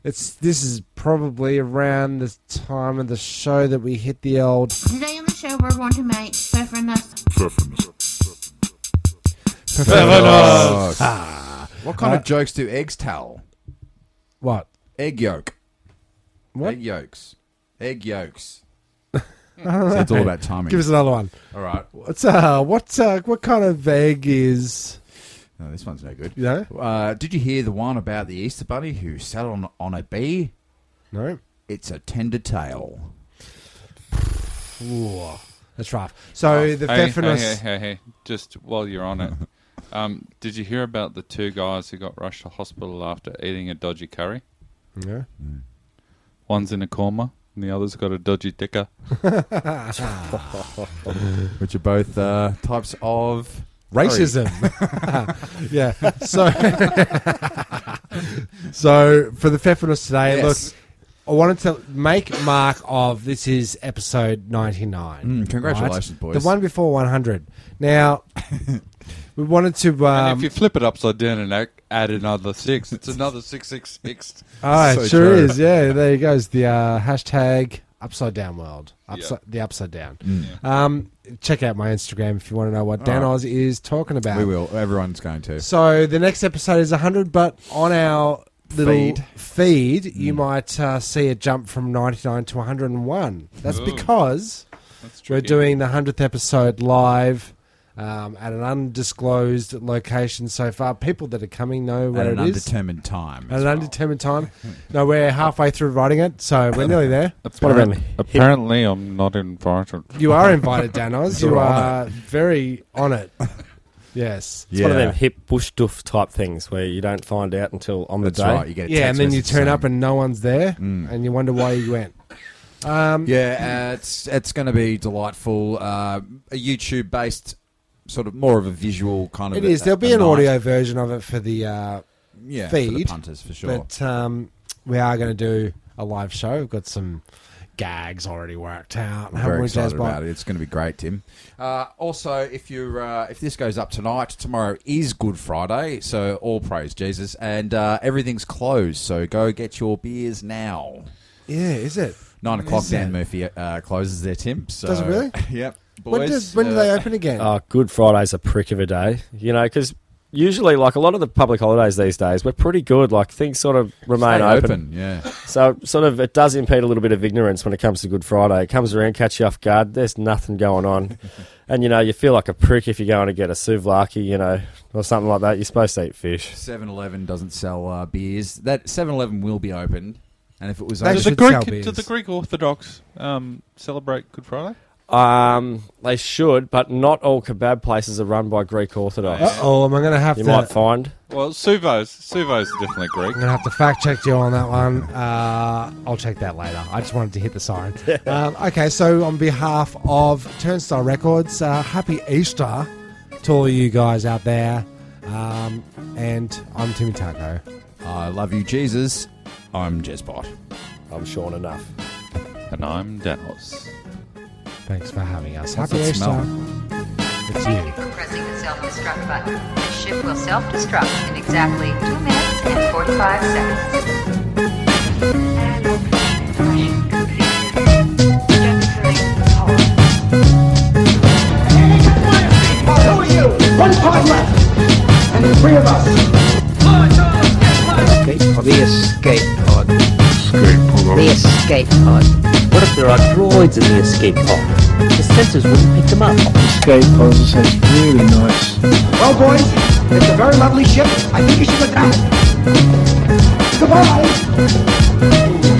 [SPEAKER 5] it's this is probably around the time of the show that we hit the old
[SPEAKER 10] Today on the show, we're going to make pfeffernuss.
[SPEAKER 6] What kind of jokes do eggs tell?
[SPEAKER 5] what?
[SPEAKER 6] Egg yolk.
[SPEAKER 5] What?
[SPEAKER 6] Egg yolks. Egg yolks. so it's all about timing.
[SPEAKER 5] Give us another one.
[SPEAKER 6] all right.
[SPEAKER 5] What's uh, what uh, what kind of egg is
[SPEAKER 6] No, this one's no good.
[SPEAKER 5] you know?
[SPEAKER 6] Uh, did you hear the one about the Easter Bunny who sat on, on a bee?
[SPEAKER 5] No,
[SPEAKER 6] It's a tender tale.
[SPEAKER 5] Ooh, that's rough. So the
[SPEAKER 8] hey, hey,
[SPEAKER 5] pfeffernuss.
[SPEAKER 8] hey, hey, hey, just while you're on it, um, did you hear about the two guys who got rushed to hospital after eating a dodgy curry?
[SPEAKER 5] Yeah.
[SPEAKER 8] One's in a coma, and the other's got a dodgy ticker.
[SPEAKER 6] Which are both uh, types of
[SPEAKER 5] racism. yeah. So, so for the pfeffernuss today,
[SPEAKER 6] Yes.
[SPEAKER 5] look, I wanted to make mark of this is episode ninety nine.
[SPEAKER 6] Mm, congratulations, boys.
[SPEAKER 5] The one before one hundred. Now, we wanted to.
[SPEAKER 8] And
[SPEAKER 5] Um,
[SPEAKER 8] if you flip it upside down and ac- add another six, it's another six six six.
[SPEAKER 5] ah, it
[SPEAKER 6] So
[SPEAKER 5] sure
[SPEAKER 6] true.
[SPEAKER 5] is. Yeah, there you goes. The uh, hashtag Upside Down World. Upside, The Upside Down.
[SPEAKER 6] Mm.
[SPEAKER 5] Um, check out my Instagram if you want to know what Dan
[SPEAKER 6] All right.
[SPEAKER 5] Oz is talking about.
[SPEAKER 6] We will. Everyone's going to.
[SPEAKER 5] So the next episode is 100, but on our little feed,
[SPEAKER 6] Feed. Mm.
[SPEAKER 5] you might uh, see a jump from 99 to 101. That's
[SPEAKER 8] Ooh.
[SPEAKER 5] because
[SPEAKER 8] That's
[SPEAKER 5] we're
[SPEAKER 8] tricky.
[SPEAKER 5] doing the 100th episode live. Um, at an undisclosed location so far. People that are coming know
[SPEAKER 6] at
[SPEAKER 5] where
[SPEAKER 6] an
[SPEAKER 5] it is.
[SPEAKER 6] undetermined time. Hmm.
[SPEAKER 5] At
[SPEAKER 6] as
[SPEAKER 5] an
[SPEAKER 6] well.
[SPEAKER 5] undetermined time. No, we're halfway through writing it, so we're nearly there.
[SPEAKER 7] What about me?
[SPEAKER 8] Apparently, I'm not invited.
[SPEAKER 5] You are invited, Dan Oz.
[SPEAKER 6] You're
[SPEAKER 5] You
[SPEAKER 6] on
[SPEAKER 5] are very on it. Yes.
[SPEAKER 7] It's one of them hip bush doof type things where you don't find out until on the
[SPEAKER 6] That's
[SPEAKER 7] day.
[SPEAKER 6] right. You get a
[SPEAKER 5] Yeah, and
[SPEAKER 6] text
[SPEAKER 5] then you
[SPEAKER 6] message
[SPEAKER 5] turn
[SPEAKER 6] saying-
[SPEAKER 5] up and no one's there,
[SPEAKER 6] Mm.
[SPEAKER 5] and you wonder why you went.
[SPEAKER 6] Yeah, uh, it's it's going to be delightful. Uh, a YouTube based, sort of more of a visual kind of.
[SPEAKER 5] It is.
[SPEAKER 6] a-
[SPEAKER 5] There'll be
[SPEAKER 6] a
[SPEAKER 5] an
[SPEAKER 6] night.
[SPEAKER 5] audio version of it for the, uh,
[SPEAKER 6] yeah, for the
[SPEAKER 5] feed,
[SPEAKER 6] punters for sure.
[SPEAKER 5] but um, we are going to do a live show. We've got some gags already worked out.
[SPEAKER 6] I'm
[SPEAKER 5] haven't
[SPEAKER 6] very
[SPEAKER 5] we,
[SPEAKER 6] excited
[SPEAKER 5] Jazbot?
[SPEAKER 6] about it. It's going to be great, Tim. Uh, also, if you uh, if this goes up tonight, tomorrow is Good Friday, so all praise Jesus, and uh, everything's closed. So go get your beers now.
[SPEAKER 5] Yeah, is it?
[SPEAKER 6] Nine o'clock.
[SPEAKER 5] Is
[SPEAKER 6] Dan
[SPEAKER 5] it?
[SPEAKER 6] Murphy uh, closes their Tim. So,
[SPEAKER 5] Does it really?
[SPEAKER 6] yep.
[SPEAKER 5] When,
[SPEAKER 6] boys,
[SPEAKER 5] does, when do
[SPEAKER 6] uh,
[SPEAKER 5] they open again?
[SPEAKER 7] Oh, Good Friday's a prick of a day, you know, because usually, like a lot of the public holidays these days, we're pretty good. Like things sort of remain
[SPEAKER 6] stay
[SPEAKER 7] open.
[SPEAKER 6] open? Yeah.
[SPEAKER 7] So, sort of, it does impede a little bit of ignorance when it comes to Good Friday. It comes around, catch you off guard. There's nothing going on, and you know, you feel like a prick if you're going to get a souvlaki, you know, or something like that. You're supposed to eat fish.
[SPEAKER 6] 7 Eleven doesn't sell uh, beers. That 7 Eleven will be open. And if it was
[SPEAKER 5] They
[SPEAKER 8] Did
[SPEAKER 6] open,
[SPEAKER 8] the,
[SPEAKER 5] should sell
[SPEAKER 8] Greek, did
[SPEAKER 5] beers.
[SPEAKER 8] the Greek Orthodox um, celebrate Good Friday?
[SPEAKER 7] Um, they should, but not all kebab places are run by Greek Orthodox.
[SPEAKER 5] Uh oh, am I going to have
[SPEAKER 7] You
[SPEAKER 5] to?
[SPEAKER 7] might find.
[SPEAKER 8] Well, Suvo's Suvo's are definitely Greek.
[SPEAKER 5] I'm gonna have to fact check you on that one. Uh, I'll check that later. I just wanted to hit the siren. um, okay, so on behalf of Turnstile Records, uh, happy Easter to all you guys out there. Um, and I'm Timmy Taco.
[SPEAKER 6] I love you, Jesus. I'm Jezbot.
[SPEAKER 7] I'm Sean enough.
[SPEAKER 8] And I'm Danos.
[SPEAKER 5] Thanks for having us.
[SPEAKER 6] What's
[SPEAKER 5] Happy
[SPEAKER 6] that
[SPEAKER 5] Easter.
[SPEAKER 6] smell?
[SPEAKER 5] It's you.
[SPEAKER 11] for pressing the self-destruct button. The ship will self-destruct in exactly 2 minutes and 45 seconds.
[SPEAKER 4] The escape pod. The escape pod. What if there are droids in the escape pod? The sensors wouldn't pick them up. Escape pod sounds really nice.
[SPEAKER 1] Well, boys, it's a very lovely ship. I think you should look out. Goodbye.